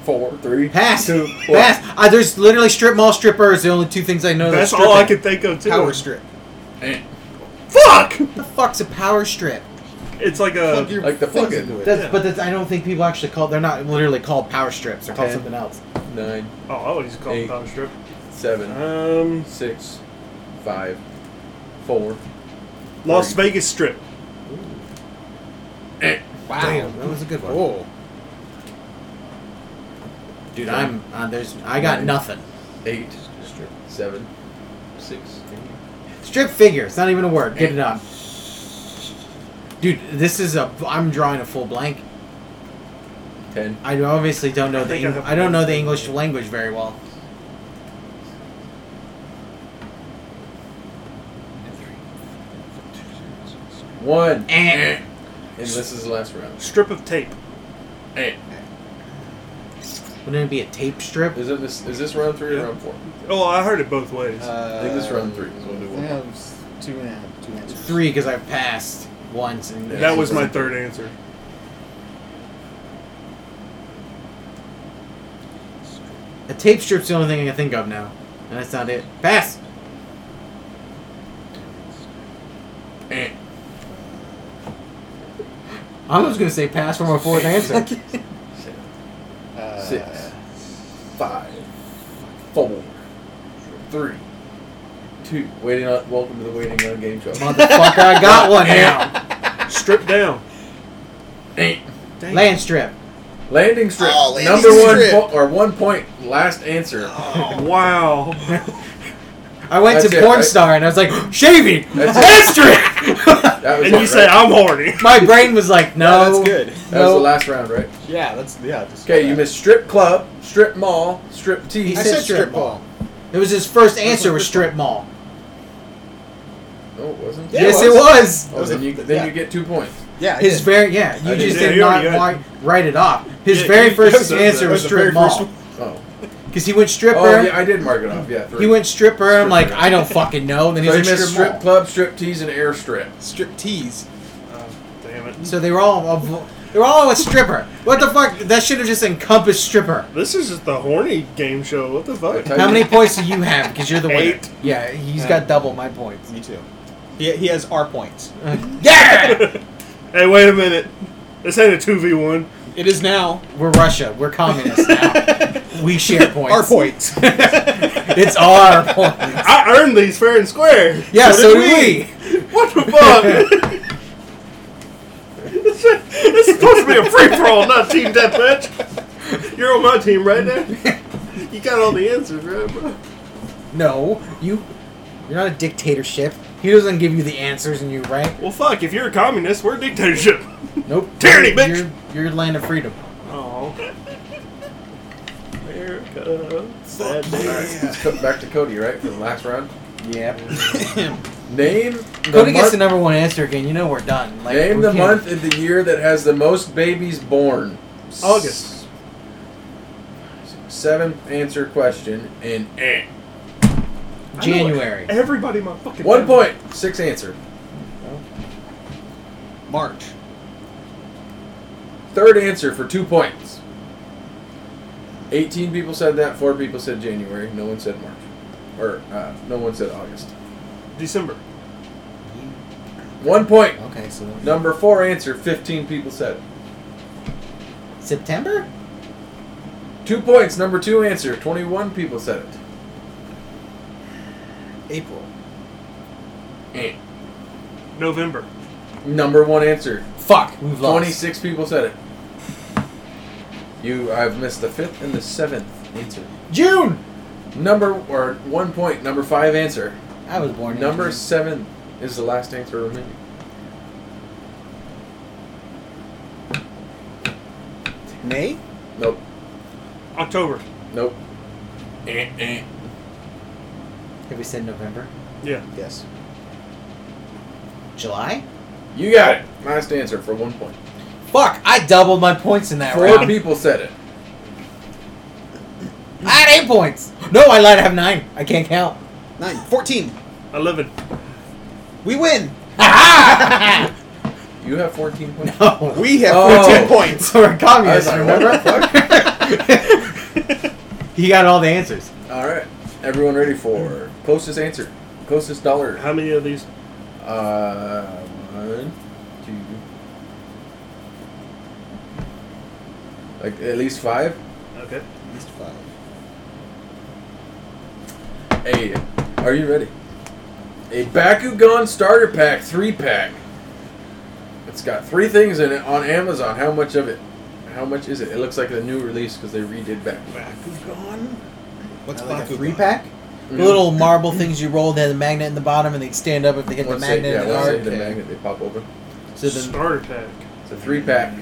[SPEAKER 2] four, three,
[SPEAKER 1] Pass.
[SPEAKER 2] two, one.
[SPEAKER 1] Pass. Uh, there's literally strip mall strippers. The only two things I know.
[SPEAKER 4] That's
[SPEAKER 1] that
[SPEAKER 4] all I can think of too.
[SPEAKER 3] Power strip.
[SPEAKER 2] Eh.
[SPEAKER 4] Fuck!
[SPEAKER 1] What the fuck's a power strip?
[SPEAKER 4] It's like
[SPEAKER 3] Plug
[SPEAKER 4] a.
[SPEAKER 3] your
[SPEAKER 2] like the
[SPEAKER 3] things
[SPEAKER 2] plug-in.
[SPEAKER 3] into it.
[SPEAKER 1] That's,
[SPEAKER 4] Yeah.
[SPEAKER 1] But that's, I don't think people actually call. They're not literally called power strips. They're called
[SPEAKER 2] Ten.
[SPEAKER 1] something else.
[SPEAKER 2] Nine,
[SPEAKER 4] Oh, I always call it
[SPEAKER 2] Eight.
[SPEAKER 4] power strip.
[SPEAKER 2] seven,
[SPEAKER 4] Um,
[SPEAKER 2] six, five, four.
[SPEAKER 4] Las
[SPEAKER 2] Three.
[SPEAKER 4] Vegas strip.
[SPEAKER 2] Eh.
[SPEAKER 3] Wow,
[SPEAKER 1] Damn, that was a good one.
[SPEAKER 3] Whoa.
[SPEAKER 1] Dude, I'm. Uh, there's. I got
[SPEAKER 2] Nine.
[SPEAKER 1] nothing.
[SPEAKER 2] Eight, seven, six.
[SPEAKER 1] Strip figure. It's not even a word. Get it on. Dude, this is a. I'm drawing a full blank.
[SPEAKER 2] Ten.
[SPEAKER 1] I obviously don't know
[SPEAKER 4] I
[SPEAKER 1] the.
[SPEAKER 4] think I
[SPEAKER 1] Eng-
[SPEAKER 4] have
[SPEAKER 1] I don't know the
[SPEAKER 4] one.
[SPEAKER 1] English language very well.
[SPEAKER 2] One.
[SPEAKER 1] Eh.
[SPEAKER 2] And this is the last round.
[SPEAKER 4] Strip of tape.
[SPEAKER 2] Eh.
[SPEAKER 1] Wouldn't it be a tape strip?
[SPEAKER 2] Is it this? Is this round three or round four?
[SPEAKER 4] Oh, I heard it both ways.
[SPEAKER 3] Uh,
[SPEAKER 2] I think this round three is what we want.
[SPEAKER 3] Yeah, it was two and a half. Two answers.
[SPEAKER 1] Three, because I've passed once. And
[SPEAKER 4] that was my third answer.
[SPEAKER 1] A tape strip's the only thing I can think of now, and that's not it. Pass.
[SPEAKER 2] Eh.
[SPEAKER 1] I was gonna say pass for my fourth answer.
[SPEAKER 3] Uh,
[SPEAKER 2] Six. Five. Four. Three. Two. Waiting on. Welcome to the waiting on game show.
[SPEAKER 1] Motherfucker, I got one now.
[SPEAKER 4] Strip down.
[SPEAKER 2] Eh.
[SPEAKER 4] Dang.
[SPEAKER 1] Land strip.
[SPEAKER 2] Landing strip.
[SPEAKER 3] Oh, landing
[SPEAKER 2] Number one
[SPEAKER 3] strip. Oh.
[SPEAKER 2] po- or one point. Last answer.
[SPEAKER 1] Oh.
[SPEAKER 4] Wow.
[SPEAKER 1] I went
[SPEAKER 2] That's
[SPEAKER 1] to
[SPEAKER 2] it,
[SPEAKER 1] porn
[SPEAKER 2] right?
[SPEAKER 1] star and I was like, shaving
[SPEAKER 2] That's
[SPEAKER 1] land strip.
[SPEAKER 2] That was
[SPEAKER 4] and
[SPEAKER 2] it,
[SPEAKER 4] you say
[SPEAKER 2] right?
[SPEAKER 4] I'm horny.
[SPEAKER 1] my brain was like, no,
[SPEAKER 3] Yeah, that's good.
[SPEAKER 2] that was the last round, right?
[SPEAKER 3] Yeah, that's yeah. Just
[SPEAKER 2] Okay, you missed strip club, strip mall, strip
[SPEAKER 1] He
[SPEAKER 2] tease.
[SPEAKER 3] I
[SPEAKER 1] said
[SPEAKER 3] said
[SPEAKER 1] strip
[SPEAKER 3] strip
[SPEAKER 1] mall.
[SPEAKER 3] mall.
[SPEAKER 1] It was his first answer was strip mall.
[SPEAKER 2] No, Oh, it wasn't.
[SPEAKER 3] Yeah, it
[SPEAKER 1] yes, it was.
[SPEAKER 2] Oh, then you then you get two points.
[SPEAKER 3] Yeah, I
[SPEAKER 1] His
[SPEAKER 3] did.
[SPEAKER 1] very yeah, you
[SPEAKER 2] I
[SPEAKER 1] just
[SPEAKER 2] did.
[SPEAKER 1] did
[SPEAKER 4] Yeah,
[SPEAKER 1] not
[SPEAKER 4] you already
[SPEAKER 1] wi- write it off. His
[SPEAKER 4] Yeah,
[SPEAKER 1] very
[SPEAKER 4] you-
[SPEAKER 1] first
[SPEAKER 4] that was-
[SPEAKER 1] answer
[SPEAKER 4] that
[SPEAKER 1] was
[SPEAKER 4] was the
[SPEAKER 1] strip
[SPEAKER 3] very first
[SPEAKER 1] mall
[SPEAKER 2] Oh.
[SPEAKER 1] because he went stripper.
[SPEAKER 2] Oh yeah, I did mark it off. Yeah, three.
[SPEAKER 1] He went stripper. I'm like,
[SPEAKER 2] Stripper.
[SPEAKER 1] I don't fucking know. And then
[SPEAKER 2] So
[SPEAKER 1] he's
[SPEAKER 2] you
[SPEAKER 1] like,
[SPEAKER 2] missed
[SPEAKER 1] strip,
[SPEAKER 2] strip
[SPEAKER 1] mall.
[SPEAKER 2] club, strip tease, and airstrip.
[SPEAKER 3] strip tease.
[SPEAKER 4] Oh, damn it.
[SPEAKER 1] So they were all they were all a stripper. What the fuck? That should have just encompassed stripper.
[SPEAKER 4] This is just the horny game show. What the fuck?
[SPEAKER 2] Okay.
[SPEAKER 1] How many points do you have? Because you're the winner.
[SPEAKER 4] Eight.
[SPEAKER 1] Yeah, he's got double my points.
[SPEAKER 3] Me too. He, he has our points.
[SPEAKER 1] Yeah,
[SPEAKER 4] Hey, wait a minute. This ain't a two v one.
[SPEAKER 3] It is now
[SPEAKER 1] we're Russia. We're communists now. we share points.
[SPEAKER 3] our points.
[SPEAKER 1] It's our point.
[SPEAKER 4] I earned these fair and square.
[SPEAKER 1] Yeah, so, do we.
[SPEAKER 4] What the fuck? This is supposed to be a free for all, not team deathmatch. You're on my team right now. You got all the answers, right, bro?
[SPEAKER 1] No, you. You're not a dictatorship. He doesn't give you the answers, and you right.
[SPEAKER 4] Well, fuck, if you're a communist, we're a dictatorship.
[SPEAKER 1] Nope.
[SPEAKER 4] Tyranny,
[SPEAKER 1] You're-
[SPEAKER 4] bitch!
[SPEAKER 1] You're, you're land of freedom.
[SPEAKER 4] Oh. America. Sad
[SPEAKER 2] All right,
[SPEAKER 4] day.
[SPEAKER 2] let's cut back to Cody, right, for the last round.
[SPEAKER 1] Yep.
[SPEAKER 2] Name the
[SPEAKER 1] Cody gets
[SPEAKER 2] month,
[SPEAKER 1] the number one answer again. You know we're done. Like,
[SPEAKER 2] name
[SPEAKER 1] we
[SPEAKER 2] the
[SPEAKER 1] can't-
[SPEAKER 2] month in the year that has the most babies born.
[SPEAKER 4] August.
[SPEAKER 2] Seventh answer question in eh.
[SPEAKER 4] I know
[SPEAKER 1] January.
[SPEAKER 4] Everybody, in my fucking.
[SPEAKER 2] one
[SPEAKER 4] family-
[SPEAKER 2] point. Six answer.
[SPEAKER 3] March.
[SPEAKER 2] Third answer for two points. Eighteen people said that. Four people said January. No one said March, or uh, no one said August.
[SPEAKER 4] December.
[SPEAKER 2] One point.
[SPEAKER 1] Okay, so
[SPEAKER 2] Number four answer. Fifteen people said.
[SPEAKER 1] September.
[SPEAKER 2] Two points. Number two answer. Twenty-one people said it.
[SPEAKER 3] April.
[SPEAKER 2] Eh.
[SPEAKER 4] November.
[SPEAKER 2] Number one answer.
[SPEAKER 1] Fuck, we've lost.
[SPEAKER 2] Twenty-six people said it. You, I've missed the fifth and the seventh answer.
[SPEAKER 1] June.
[SPEAKER 2] Number or one point. Number five answer.
[SPEAKER 1] I was born. in
[SPEAKER 2] Number
[SPEAKER 1] June.
[SPEAKER 2] seven is the last answer remaining.
[SPEAKER 3] May.
[SPEAKER 2] Nope.
[SPEAKER 4] October.
[SPEAKER 2] Nope. Eh, eh.
[SPEAKER 1] Have we said November?
[SPEAKER 4] Yeah.
[SPEAKER 3] Yes.
[SPEAKER 1] July.
[SPEAKER 2] You got it. Last answer for one point.
[SPEAKER 1] Fuck, I doubled my points in that
[SPEAKER 2] Four
[SPEAKER 1] round.
[SPEAKER 2] people said it. Hmm.
[SPEAKER 1] I had eight points. No, I lied. I have nine. I can't count.
[SPEAKER 3] Nine. Fourteen.
[SPEAKER 4] Eleven.
[SPEAKER 3] We win.
[SPEAKER 2] You have 14 points.
[SPEAKER 1] no,
[SPEAKER 3] We have
[SPEAKER 2] Oh.
[SPEAKER 3] fourteen points.
[SPEAKER 1] so we're
[SPEAKER 2] I was
[SPEAKER 1] communists.
[SPEAKER 2] like,
[SPEAKER 1] remember?
[SPEAKER 2] what the
[SPEAKER 1] he got all the answers.
[SPEAKER 2] fuck? All right. Everyone ready for closest answer? Closest dollar.
[SPEAKER 4] How many of these?
[SPEAKER 2] Uh, one, two. Like at least five.
[SPEAKER 4] Okay.
[SPEAKER 2] Hey, are you ready? A Bakugan starter pack three pack. It's got three things in it on Amazon. How much of it? How much is it? It looks like a new release because they redid back.
[SPEAKER 3] Bakugan. What's
[SPEAKER 1] What's like a
[SPEAKER 3] Bakugan?
[SPEAKER 1] three pack? The
[SPEAKER 2] Mm-hmm.
[SPEAKER 1] little marble things you roll, they have the magnet in the bottom, and they stand up if they hit the
[SPEAKER 2] Once
[SPEAKER 1] magnet
[SPEAKER 2] they, yeah,
[SPEAKER 1] in the
[SPEAKER 2] once they
[SPEAKER 1] guard.
[SPEAKER 2] hit the
[SPEAKER 3] Okay.
[SPEAKER 2] magnet, they pop open.
[SPEAKER 1] So then,
[SPEAKER 4] Start attack.
[SPEAKER 2] It's a three pack.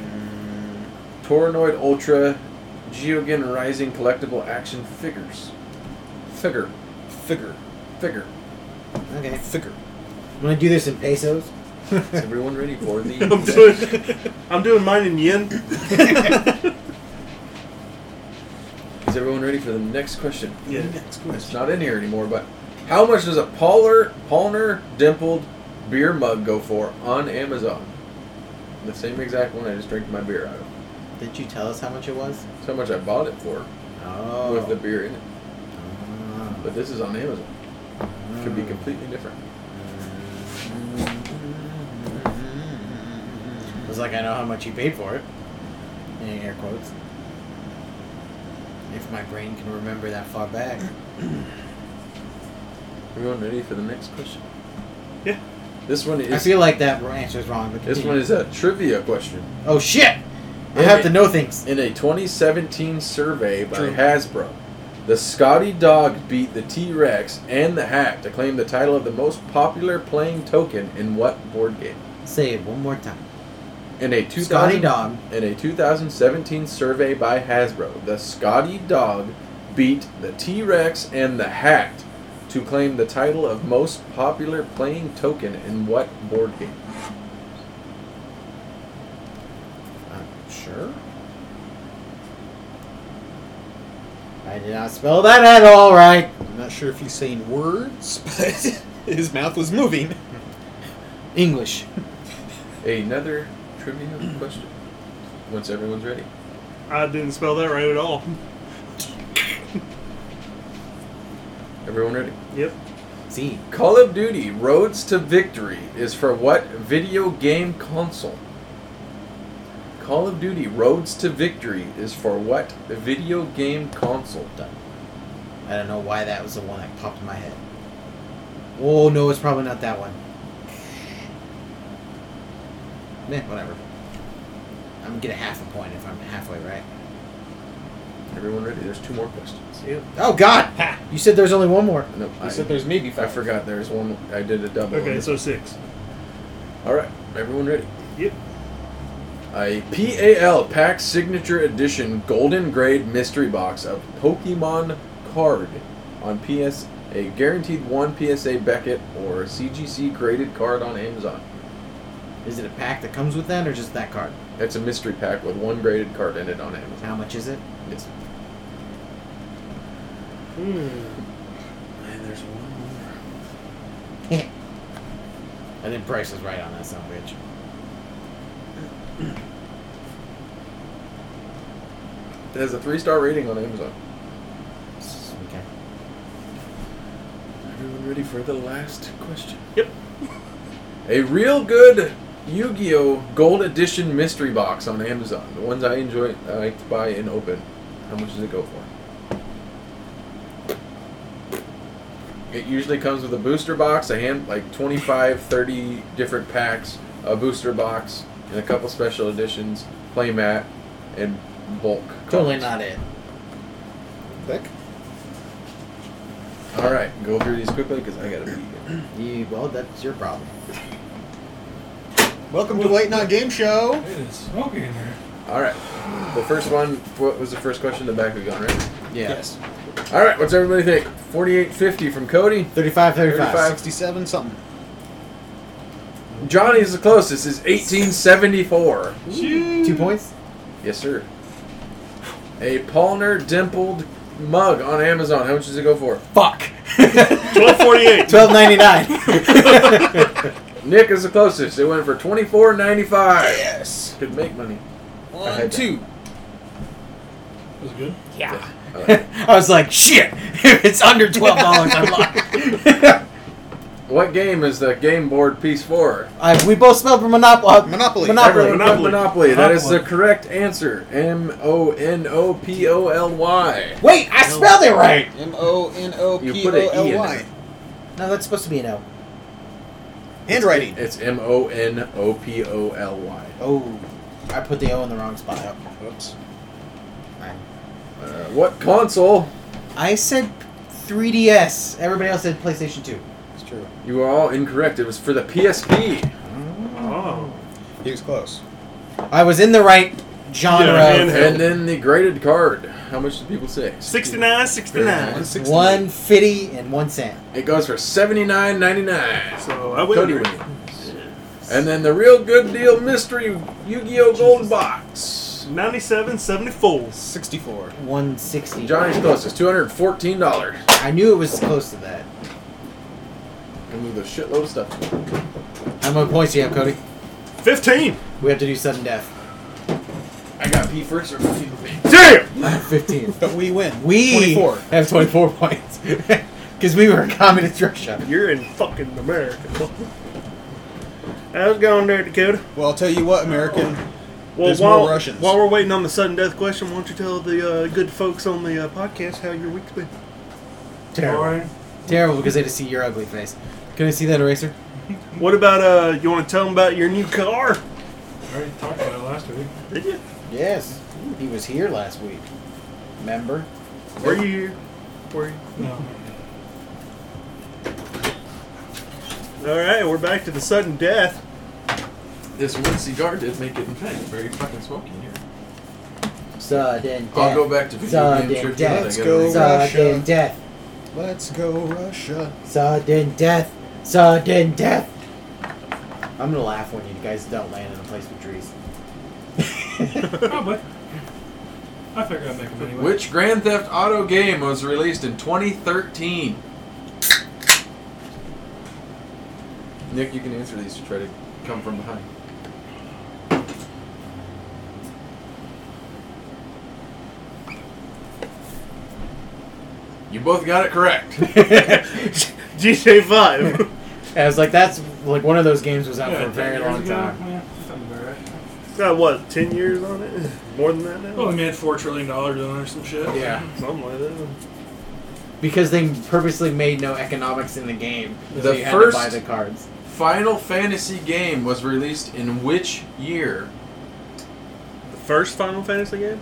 [SPEAKER 2] Toronoid Ultra Geogen Rising collectible action figures. Figure.
[SPEAKER 3] Figure.
[SPEAKER 2] Figure.
[SPEAKER 1] okay.
[SPEAKER 3] Figure.
[SPEAKER 1] I'm gonna do this in pesos.
[SPEAKER 2] Is everyone ready for
[SPEAKER 4] I'm
[SPEAKER 2] the
[SPEAKER 4] doing, I'm doing mine in yen.
[SPEAKER 2] Is everyone ready for the next question?
[SPEAKER 4] Yeah.
[SPEAKER 2] It's not in here anymore, but how much does a Palmer Palmer dimpled beer mug go for on Amazon? The same exact one I just drank my beer out of.
[SPEAKER 1] Did you tell us how much it was?
[SPEAKER 2] That's how much I bought it for
[SPEAKER 1] Oh. Ah.
[SPEAKER 2] with the beer in it. But this is on Amazon. Could
[SPEAKER 1] Hmm.
[SPEAKER 2] be completely different.
[SPEAKER 1] It was like I know how much you paid for it. In air quotes. If my brain can remember that far back.
[SPEAKER 2] Everyone ready for the next question?
[SPEAKER 4] Yeah.
[SPEAKER 2] This one
[SPEAKER 1] I
[SPEAKER 2] is
[SPEAKER 1] feel like that answer's wrong. But
[SPEAKER 2] this
[SPEAKER 1] continue.
[SPEAKER 2] one is a trivia question.
[SPEAKER 1] Oh shit! I have to know things.
[SPEAKER 2] In a 2017 survey by
[SPEAKER 1] True.
[SPEAKER 2] Hasbro, the Scotty Dog beat the T Rex and the Hack to claim the title of the most popular playing token in what board game?
[SPEAKER 1] Say it one more time.
[SPEAKER 2] In a 2000,
[SPEAKER 1] Scotty Dog.
[SPEAKER 2] In a 2017 survey by Hasbro, the Scotty Dog beat the T Rex and the Hack to claim the title of most popular playing token in what board game?
[SPEAKER 1] I'm sure. I did not spell that at all right.
[SPEAKER 3] I'm not sure if he's saying words, but his mouth was moving.
[SPEAKER 1] English.
[SPEAKER 2] Another trivia question. Once everyone's ready.
[SPEAKER 4] I didn't spell that right at all.
[SPEAKER 2] Everyone ready?
[SPEAKER 4] Yep.
[SPEAKER 1] Z.
[SPEAKER 2] Call of Duty Roads to Victory is for what video game console? Call of Duty Roads to Victory is for what video game console?
[SPEAKER 1] I don't know why that was the one that popped in my head. Oh no, it's probably not that one. Meh, whatever. I'm gonna get a half a point if I'm halfway right.
[SPEAKER 2] Everyone ready? There's two more questions.
[SPEAKER 4] Yep.
[SPEAKER 1] Oh God! You said there's only one more.
[SPEAKER 2] No,
[SPEAKER 3] You
[SPEAKER 2] I,
[SPEAKER 3] said there's maybe
[SPEAKER 2] I
[SPEAKER 3] five.
[SPEAKER 2] forgot. There's one. I did a double.
[SPEAKER 4] Okay, so six.
[SPEAKER 2] all right, everyone ready?
[SPEAKER 4] Yep.
[SPEAKER 2] A PAL Pack Signature Edition Golden Grade Mystery Box of Pokemon Card on PS, a guaranteed one PSA Beckett or CGC graded card on Amazon.
[SPEAKER 1] Is it a pack that comes with that, or just that card?
[SPEAKER 2] It's a mystery pack with one graded card in it on Amazon.
[SPEAKER 1] How much is it?
[SPEAKER 2] It's, and there's one.
[SPEAKER 1] I think Price is right on that son of a bitch.
[SPEAKER 2] It has a three star rating on Amazon.
[SPEAKER 1] Okay.
[SPEAKER 2] Everyone ready for the last question?
[SPEAKER 4] Yep.
[SPEAKER 2] A real good Yu-Gi-Oh! Gold Edition mystery box on Amazon. The ones I enjoy, I like to buy and open. How much does it go for? It usually comes with a booster box, a hand like 25, 30 different packs, a booster box, and a couple special editions, playmat, and bulk.
[SPEAKER 1] Totally
[SPEAKER 2] cards.
[SPEAKER 1] not it.
[SPEAKER 3] Thick?
[SPEAKER 2] All right, go through these quickly because I gotta pee.
[SPEAKER 1] You, well, that's your problem.
[SPEAKER 3] Welcome to Late Night Game Show.
[SPEAKER 5] It is smoky in there.
[SPEAKER 2] All right. The first one. What was the first question? The back of gun, right?
[SPEAKER 1] Yeah.
[SPEAKER 3] Yes.
[SPEAKER 2] All right. What's everybody think? Forty-eight fifty from Cody.
[SPEAKER 1] 35, 35.
[SPEAKER 2] 35.
[SPEAKER 3] 67 something.
[SPEAKER 2] Johnny's the closest. Is eighteen seventy-four.
[SPEAKER 1] Two points?
[SPEAKER 2] Yes, sir. A Palmer dimpled mug on Amazon. How much does it go for?
[SPEAKER 1] Fuck!
[SPEAKER 4] Twelve forty eight.
[SPEAKER 1] 1299.
[SPEAKER 2] Nick is the closest. It went for twenty-four ninety-five.
[SPEAKER 3] Yes.
[SPEAKER 2] Could make money. I had
[SPEAKER 3] One,
[SPEAKER 2] that.
[SPEAKER 3] two.
[SPEAKER 5] Was good?
[SPEAKER 1] yeah.
[SPEAKER 2] All right.
[SPEAKER 1] I was like, shit! If it's under $12, I'm locked.
[SPEAKER 2] What game is the game board piece for?
[SPEAKER 1] I, we both spelled Monopoly. Uh,
[SPEAKER 3] Monopoly.
[SPEAKER 1] Monopoly.
[SPEAKER 2] Everyone put
[SPEAKER 4] Monopoly.
[SPEAKER 2] Monopoly. That is the
[SPEAKER 5] Monopoly.
[SPEAKER 2] correct answer. M O N O P O L Y.
[SPEAKER 1] Wait, I spelled it right!
[SPEAKER 3] M O N O
[SPEAKER 2] You
[SPEAKER 3] P
[SPEAKER 2] put an
[SPEAKER 3] O
[SPEAKER 2] E in
[SPEAKER 3] L
[SPEAKER 2] it.
[SPEAKER 3] Y.
[SPEAKER 1] No, that's supposed to be an O.
[SPEAKER 3] Handwriting.
[SPEAKER 2] It's M O N O P O L Y.
[SPEAKER 1] Oh. I put the O in the wrong spot.
[SPEAKER 3] Oops.
[SPEAKER 2] Uh, what console?
[SPEAKER 1] I said 3DS. Everybody else said PlayStation 2.
[SPEAKER 3] It's true.
[SPEAKER 2] You are all incorrect. It was for the PSP.
[SPEAKER 4] Oh.
[SPEAKER 3] He was close.
[SPEAKER 1] I was in the right genre
[SPEAKER 4] Yeah,
[SPEAKER 1] of
[SPEAKER 4] handheld.
[SPEAKER 2] And then the graded card. How much do people say?
[SPEAKER 4] 69, 69.
[SPEAKER 3] 160.
[SPEAKER 1] one fifty and one cent.
[SPEAKER 2] It goes for seventy nine ninety nine.
[SPEAKER 4] So I
[SPEAKER 2] Cody
[SPEAKER 4] win.
[SPEAKER 2] wins. And then the real good deal mystery Yu Gi Oh Gold Box.
[SPEAKER 4] 97, 74.
[SPEAKER 3] 64.
[SPEAKER 1] One sixty.
[SPEAKER 2] Johnny's closest, two hundred fourteen dollars.
[SPEAKER 1] I knew it was close to that.
[SPEAKER 2] And with a shitload of stuff.
[SPEAKER 1] How many points do you have, Cody?
[SPEAKER 4] 15.
[SPEAKER 1] We have to do sudden death.
[SPEAKER 2] I got P first or P pee.
[SPEAKER 4] Damn!
[SPEAKER 1] Fifteen.
[SPEAKER 3] But we win.
[SPEAKER 1] We
[SPEAKER 3] 24.
[SPEAKER 1] have twenty-four points because we were in communist Russia.
[SPEAKER 4] You're in fucking America. How's it going there, Dakota?
[SPEAKER 3] Well, I'll tell you what, American.
[SPEAKER 4] Well,
[SPEAKER 3] There's
[SPEAKER 4] while,
[SPEAKER 3] more Russians.
[SPEAKER 4] while we're waiting on the sudden death question, why don't you tell the uh, good folks on the uh, podcast how your week's been?
[SPEAKER 1] Terrible. Terrible because they just see your ugly face. Can I see that eraser?
[SPEAKER 4] What about, uh, you want to tell them about your new car?
[SPEAKER 5] I already talked about it last week.
[SPEAKER 4] Did you?
[SPEAKER 1] Yes. He was here last week. Remember?
[SPEAKER 4] Were you here? Were you?
[SPEAKER 5] No.
[SPEAKER 4] All right, we're back to the sudden death.
[SPEAKER 2] This one cigar did make it in fact very fucking smoky here.
[SPEAKER 1] Sudden death.
[SPEAKER 2] I'll go back to video
[SPEAKER 1] Sudden
[SPEAKER 2] game trivia.
[SPEAKER 1] death.
[SPEAKER 2] I
[SPEAKER 3] Let's
[SPEAKER 2] got
[SPEAKER 3] go.
[SPEAKER 2] everything.
[SPEAKER 1] Sudden
[SPEAKER 3] Russia.
[SPEAKER 1] death.
[SPEAKER 3] Let's go, Russia.
[SPEAKER 1] Sudden death. Sudden death. I'm gonna laugh when you guys don't land in a place with trees. Oh.
[SPEAKER 5] Probably. I figured I'd make them anyway.
[SPEAKER 2] Which Grand Theft Auto game was released in 2013? Nick, you can answer these to try to come from behind. You both got it correct.
[SPEAKER 4] GTA 5.
[SPEAKER 1] I was like, that's like one of those games was out
[SPEAKER 5] Yeah,
[SPEAKER 1] for a very
[SPEAKER 5] 10 years
[SPEAKER 1] long
[SPEAKER 5] ago?
[SPEAKER 1] time.
[SPEAKER 5] Yeah, something about right.
[SPEAKER 4] Got Uh, what, 10 years on it? More than that now?
[SPEAKER 5] Well, they made four trillion dollars on it or some shit.
[SPEAKER 1] Yeah,
[SPEAKER 4] Something like that.
[SPEAKER 1] because they purposely made no economics in the game, so
[SPEAKER 2] The
[SPEAKER 1] you
[SPEAKER 2] first-
[SPEAKER 1] had to buy the cards.
[SPEAKER 2] Final Fantasy game was released in which year?
[SPEAKER 4] The first Final Fantasy game?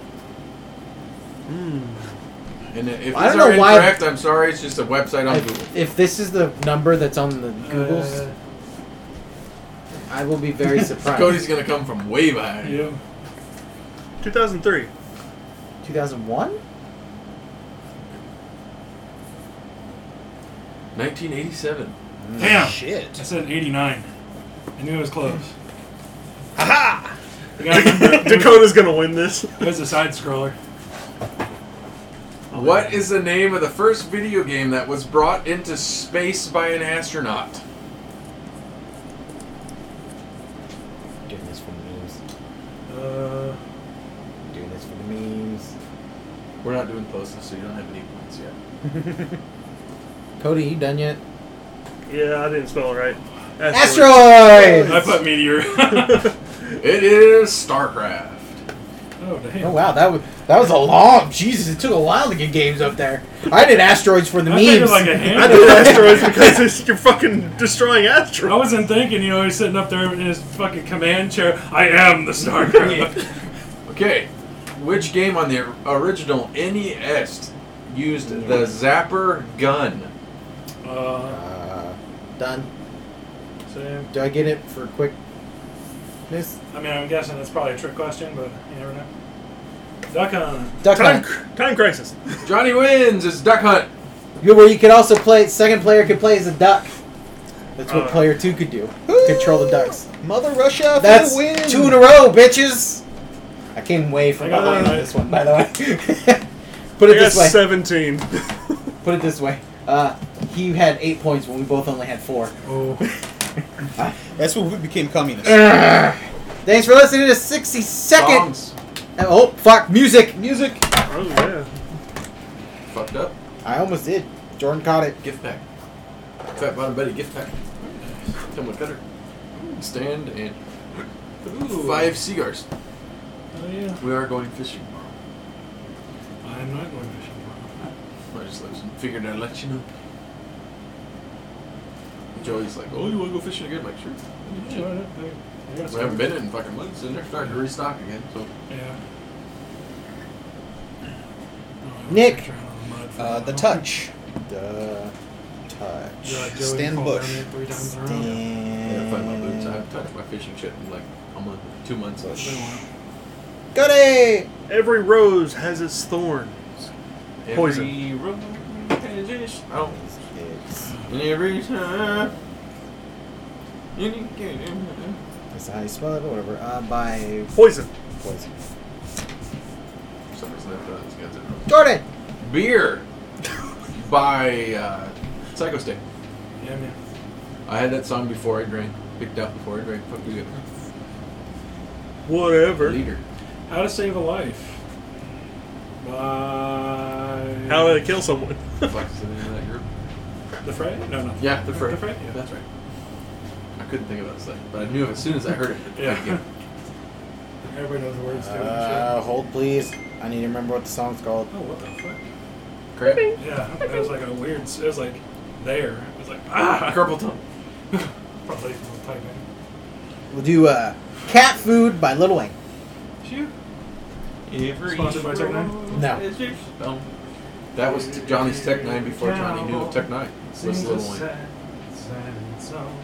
[SPEAKER 2] And if these
[SPEAKER 1] I don't
[SPEAKER 2] are
[SPEAKER 1] know why-
[SPEAKER 2] incorrect, I'm sorry. It's just a website on Google.
[SPEAKER 1] If, if this is the number that's on the Google's,
[SPEAKER 5] Uh,
[SPEAKER 1] I will be very surprised.
[SPEAKER 2] Uh, Cody's gonna come from way behind.
[SPEAKER 5] yeah.
[SPEAKER 4] 2003.
[SPEAKER 1] 2001?
[SPEAKER 2] 1987.
[SPEAKER 5] Damn. I
[SPEAKER 3] Shit.
[SPEAKER 5] said 89. I knew it was close.
[SPEAKER 4] Ha
[SPEAKER 5] I gotta remember-
[SPEAKER 4] Dakota's gonna win this.
[SPEAKER 5] It was a side scroller.
[SPEAKER 2] Oh, What is the name of the first video game that was brought into space by an astronaut?
[SPEAKER 1] Doing this for the memes.
[SPEAKER 5] Uh,
[SPEAKER 1] Doing this for the memes.
[SPEAKER 2] We're not doing closest, so you don't have any points yet.
[SPEAKER 1] Cody, you done yet?
[SPEAKER 4] Yeah, I didn't spell it right.
[SPEAKER 5] I
[SPEAKER 1] Asteroids!
[SPEAKER 5] put meteor.
[SPEAKER 2] It is StarCraft.
[SPEAKER 5] oh damn.
[SPEAKER 1] Oh wow, that was that was a long. Jesus, it took a while to get games up there. I did asteroids for the
[SPEAKER 5] I
[SPEAKER 1] memes.
[SPEAKER 5] figured like a hand.
[SPEAKER 4] I did asteroids because it's, you're fucking destroying
[SPEAKER 5] I
[SPEAKER 4] asteroids.
[SPEAKER 5] wasn't thinking, you know, he's sitting up there in his fucking command chair. I am the Starcraft.
[SPEAKER 2] Okay, which game on the original NES used the Zapper gun?
[SPEAKER 5] uh,
[SPEAKER 1] uh, done.
[SPEAKER 5] Sam.
[SPEAKER 1] Do I get it for quick? Miss
[SPEAKER 5] I mean, I'm guessing that's probably a trick question, but you never know. Duck on.
[SPEAKER 1] Duck
[SPEAKER 4] Time,
[SPEAKER 1] Hunt.
[SPEAKER 4] time crisis.
[SPEAKER 2] Johnny wins. It's Duck Hunt.
[SPEAKER 1] You- Where you could also play. Second player could play as a duck. That's what
[SPEAKER 4] Uh,
[SPEAKER 1] player two could do. Control the ducks.
[SPEAKER 3] Mother Russia for
[SPEAKER 1] That's
[SPEAKER 3] the win.
[SPEAKER 1] two in a row, bitches. I came way from
[SPEAKER 5] I got
[SPEAKER 1] behind
[SPEAKER 5] one
[SPEAKER 1] on
[SPEAKER 5] right.
[SPEAKER 1] this one, by the way. Put it
[SPEAKER 4] I got
[SPEAKER 1] this way.
[SPEAKER 4] 17.
[SPEAKER 5] Oh,
[SPEAKER 1] Put it this way. Uh, he had eight points when we both only had four.
[SPEAKER 5] Oh.
[SPEAKER 3] That's when we became communists.
[SPEAKER 1] Thanks for listening to 60 Seconds.
[SPEAKER 2] Bombs.
[SPEAKER 1] Oh, fuck. Music. Music.
[SPEAKER 4] oh, yeah.
[SPEAKER 2] Fucked up.
[SPEAKER 1] I almost did. Jordan caught it.
[SPEAKER 2] Gift pack. Fat Bottom Betty gift pack. Come with cutter. Stand and
[SPEAKER 5] Ooh.
[SPEAKER 2] five cigars.
[SPEAKER 5] Oh yeah.
[SPEAKER 2] We are going fishing tomorrow.
[SPEAKER 5] I'm not going fishing. tomorrow.
[SPEAKER 2] I just let- figured I'd let you know. Joey's like, oh, you want to go fishing again? I'm like, sure.
[SPEAKER 5] Yeah, I don't think- I guess
[SPEAKER 2] We haven't been in fucking months, and they're starting to restock again. So
[SPEAKER 5] Yeah.
[SPEAKER 1] Nick.
[SPEAKER 3] Uh, the touch.
[SPEAKER 1] The touch.
[SPEAKER 3] Stan Bush.
[SPEAKER 5] Stan.
[SPEAKER 2] I gotta find my boots. I haven't touched my fishing shit in like a month, two months.
[SPEAKER 5] Oh,
[SPEAKER 1] Goody.
[SPEAKER 4] Every rose has its thorn.
[SPEAKER 2] Every
[SPEAKER 4] Poison.
[SPEAKER 2] road has its- Oh, and every time. any game- uh,
[SPEAKER 1] That's how you spell it, but whatever. Uh, by
[SPEAKER 4] Poison.
[SPEAKER 1] poison.
[SPEAKER 2] For uh, some reason, I thought this guy's in wrong.
[SPEAKER 1] Jordan.
[SPEAKER 2] Beer by uh, Psycho Stick.
[SPEAKER 5] Yeah, man.
[SPEAKER 2] I had that song before I drank, picked up before I drank. Fuck you,
[SPEAKER 4] Whatever.
[SPEAKER 2] leader.
[SPEAKER 5] How to save a life. By
[SPEAKER 4] How did I kill someone?
[SPEAKER 5] Oh,
[SPEAKER 2] Fuck's the name of that group?
[SPEAKER 5] the fray? No, no.
[SPEAKER 2] Yeah, the Fray.
[SPEAKER 5] The fray. Yeah.
[SPEAKER 2] That's right. I couldn't think of that song, but I knew it as soon as I heard it.
[SPEAKER 5] Yeah.
[SPEAKER 2] Thank you.
[SPEAKER 5] Everybody knows the words to it. and
[SPEAKER 1] Uh, hold please. I need to remember what the song's called.
[SPEAKER 5] shit. Oh, what the fuck?
[SPEAKER 2] Crap.
[SPEAKER 5] Yeah, that was like a weird. It was like there. It was like ah.
[SPEAKER 2] Carpal tunnel.
[SPEAKER 5] Probably will type in.
[SPEAKER 1] We'll do uh, Cat Food by Little Wayne.
[SPEAKER 5] Shoot.
[SPEAKER 2] Every
[SPEAKER 5] Sponsored by Tech Nine?
[SPEAKER 1] No.
[SPEAKER 2] No. That was t- Johnny's Tech Nine before Johnny knew of Tech Nine. Was
[SPEAKER 5] Sings a
[SPEAKER 2] Little Wayne.
[SPEAKER 5] sad, sad song.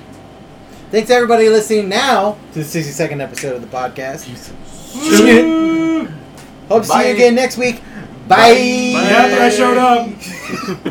[SPEAKER 1] Thanks everybody listening now to the 60 second episode of the podcast. Hope to see
[SPEAKER 2] Bye.
[SPEAKER 1] you again next week. Bye.
[SPEAKER 5] Yeah, but I showed up.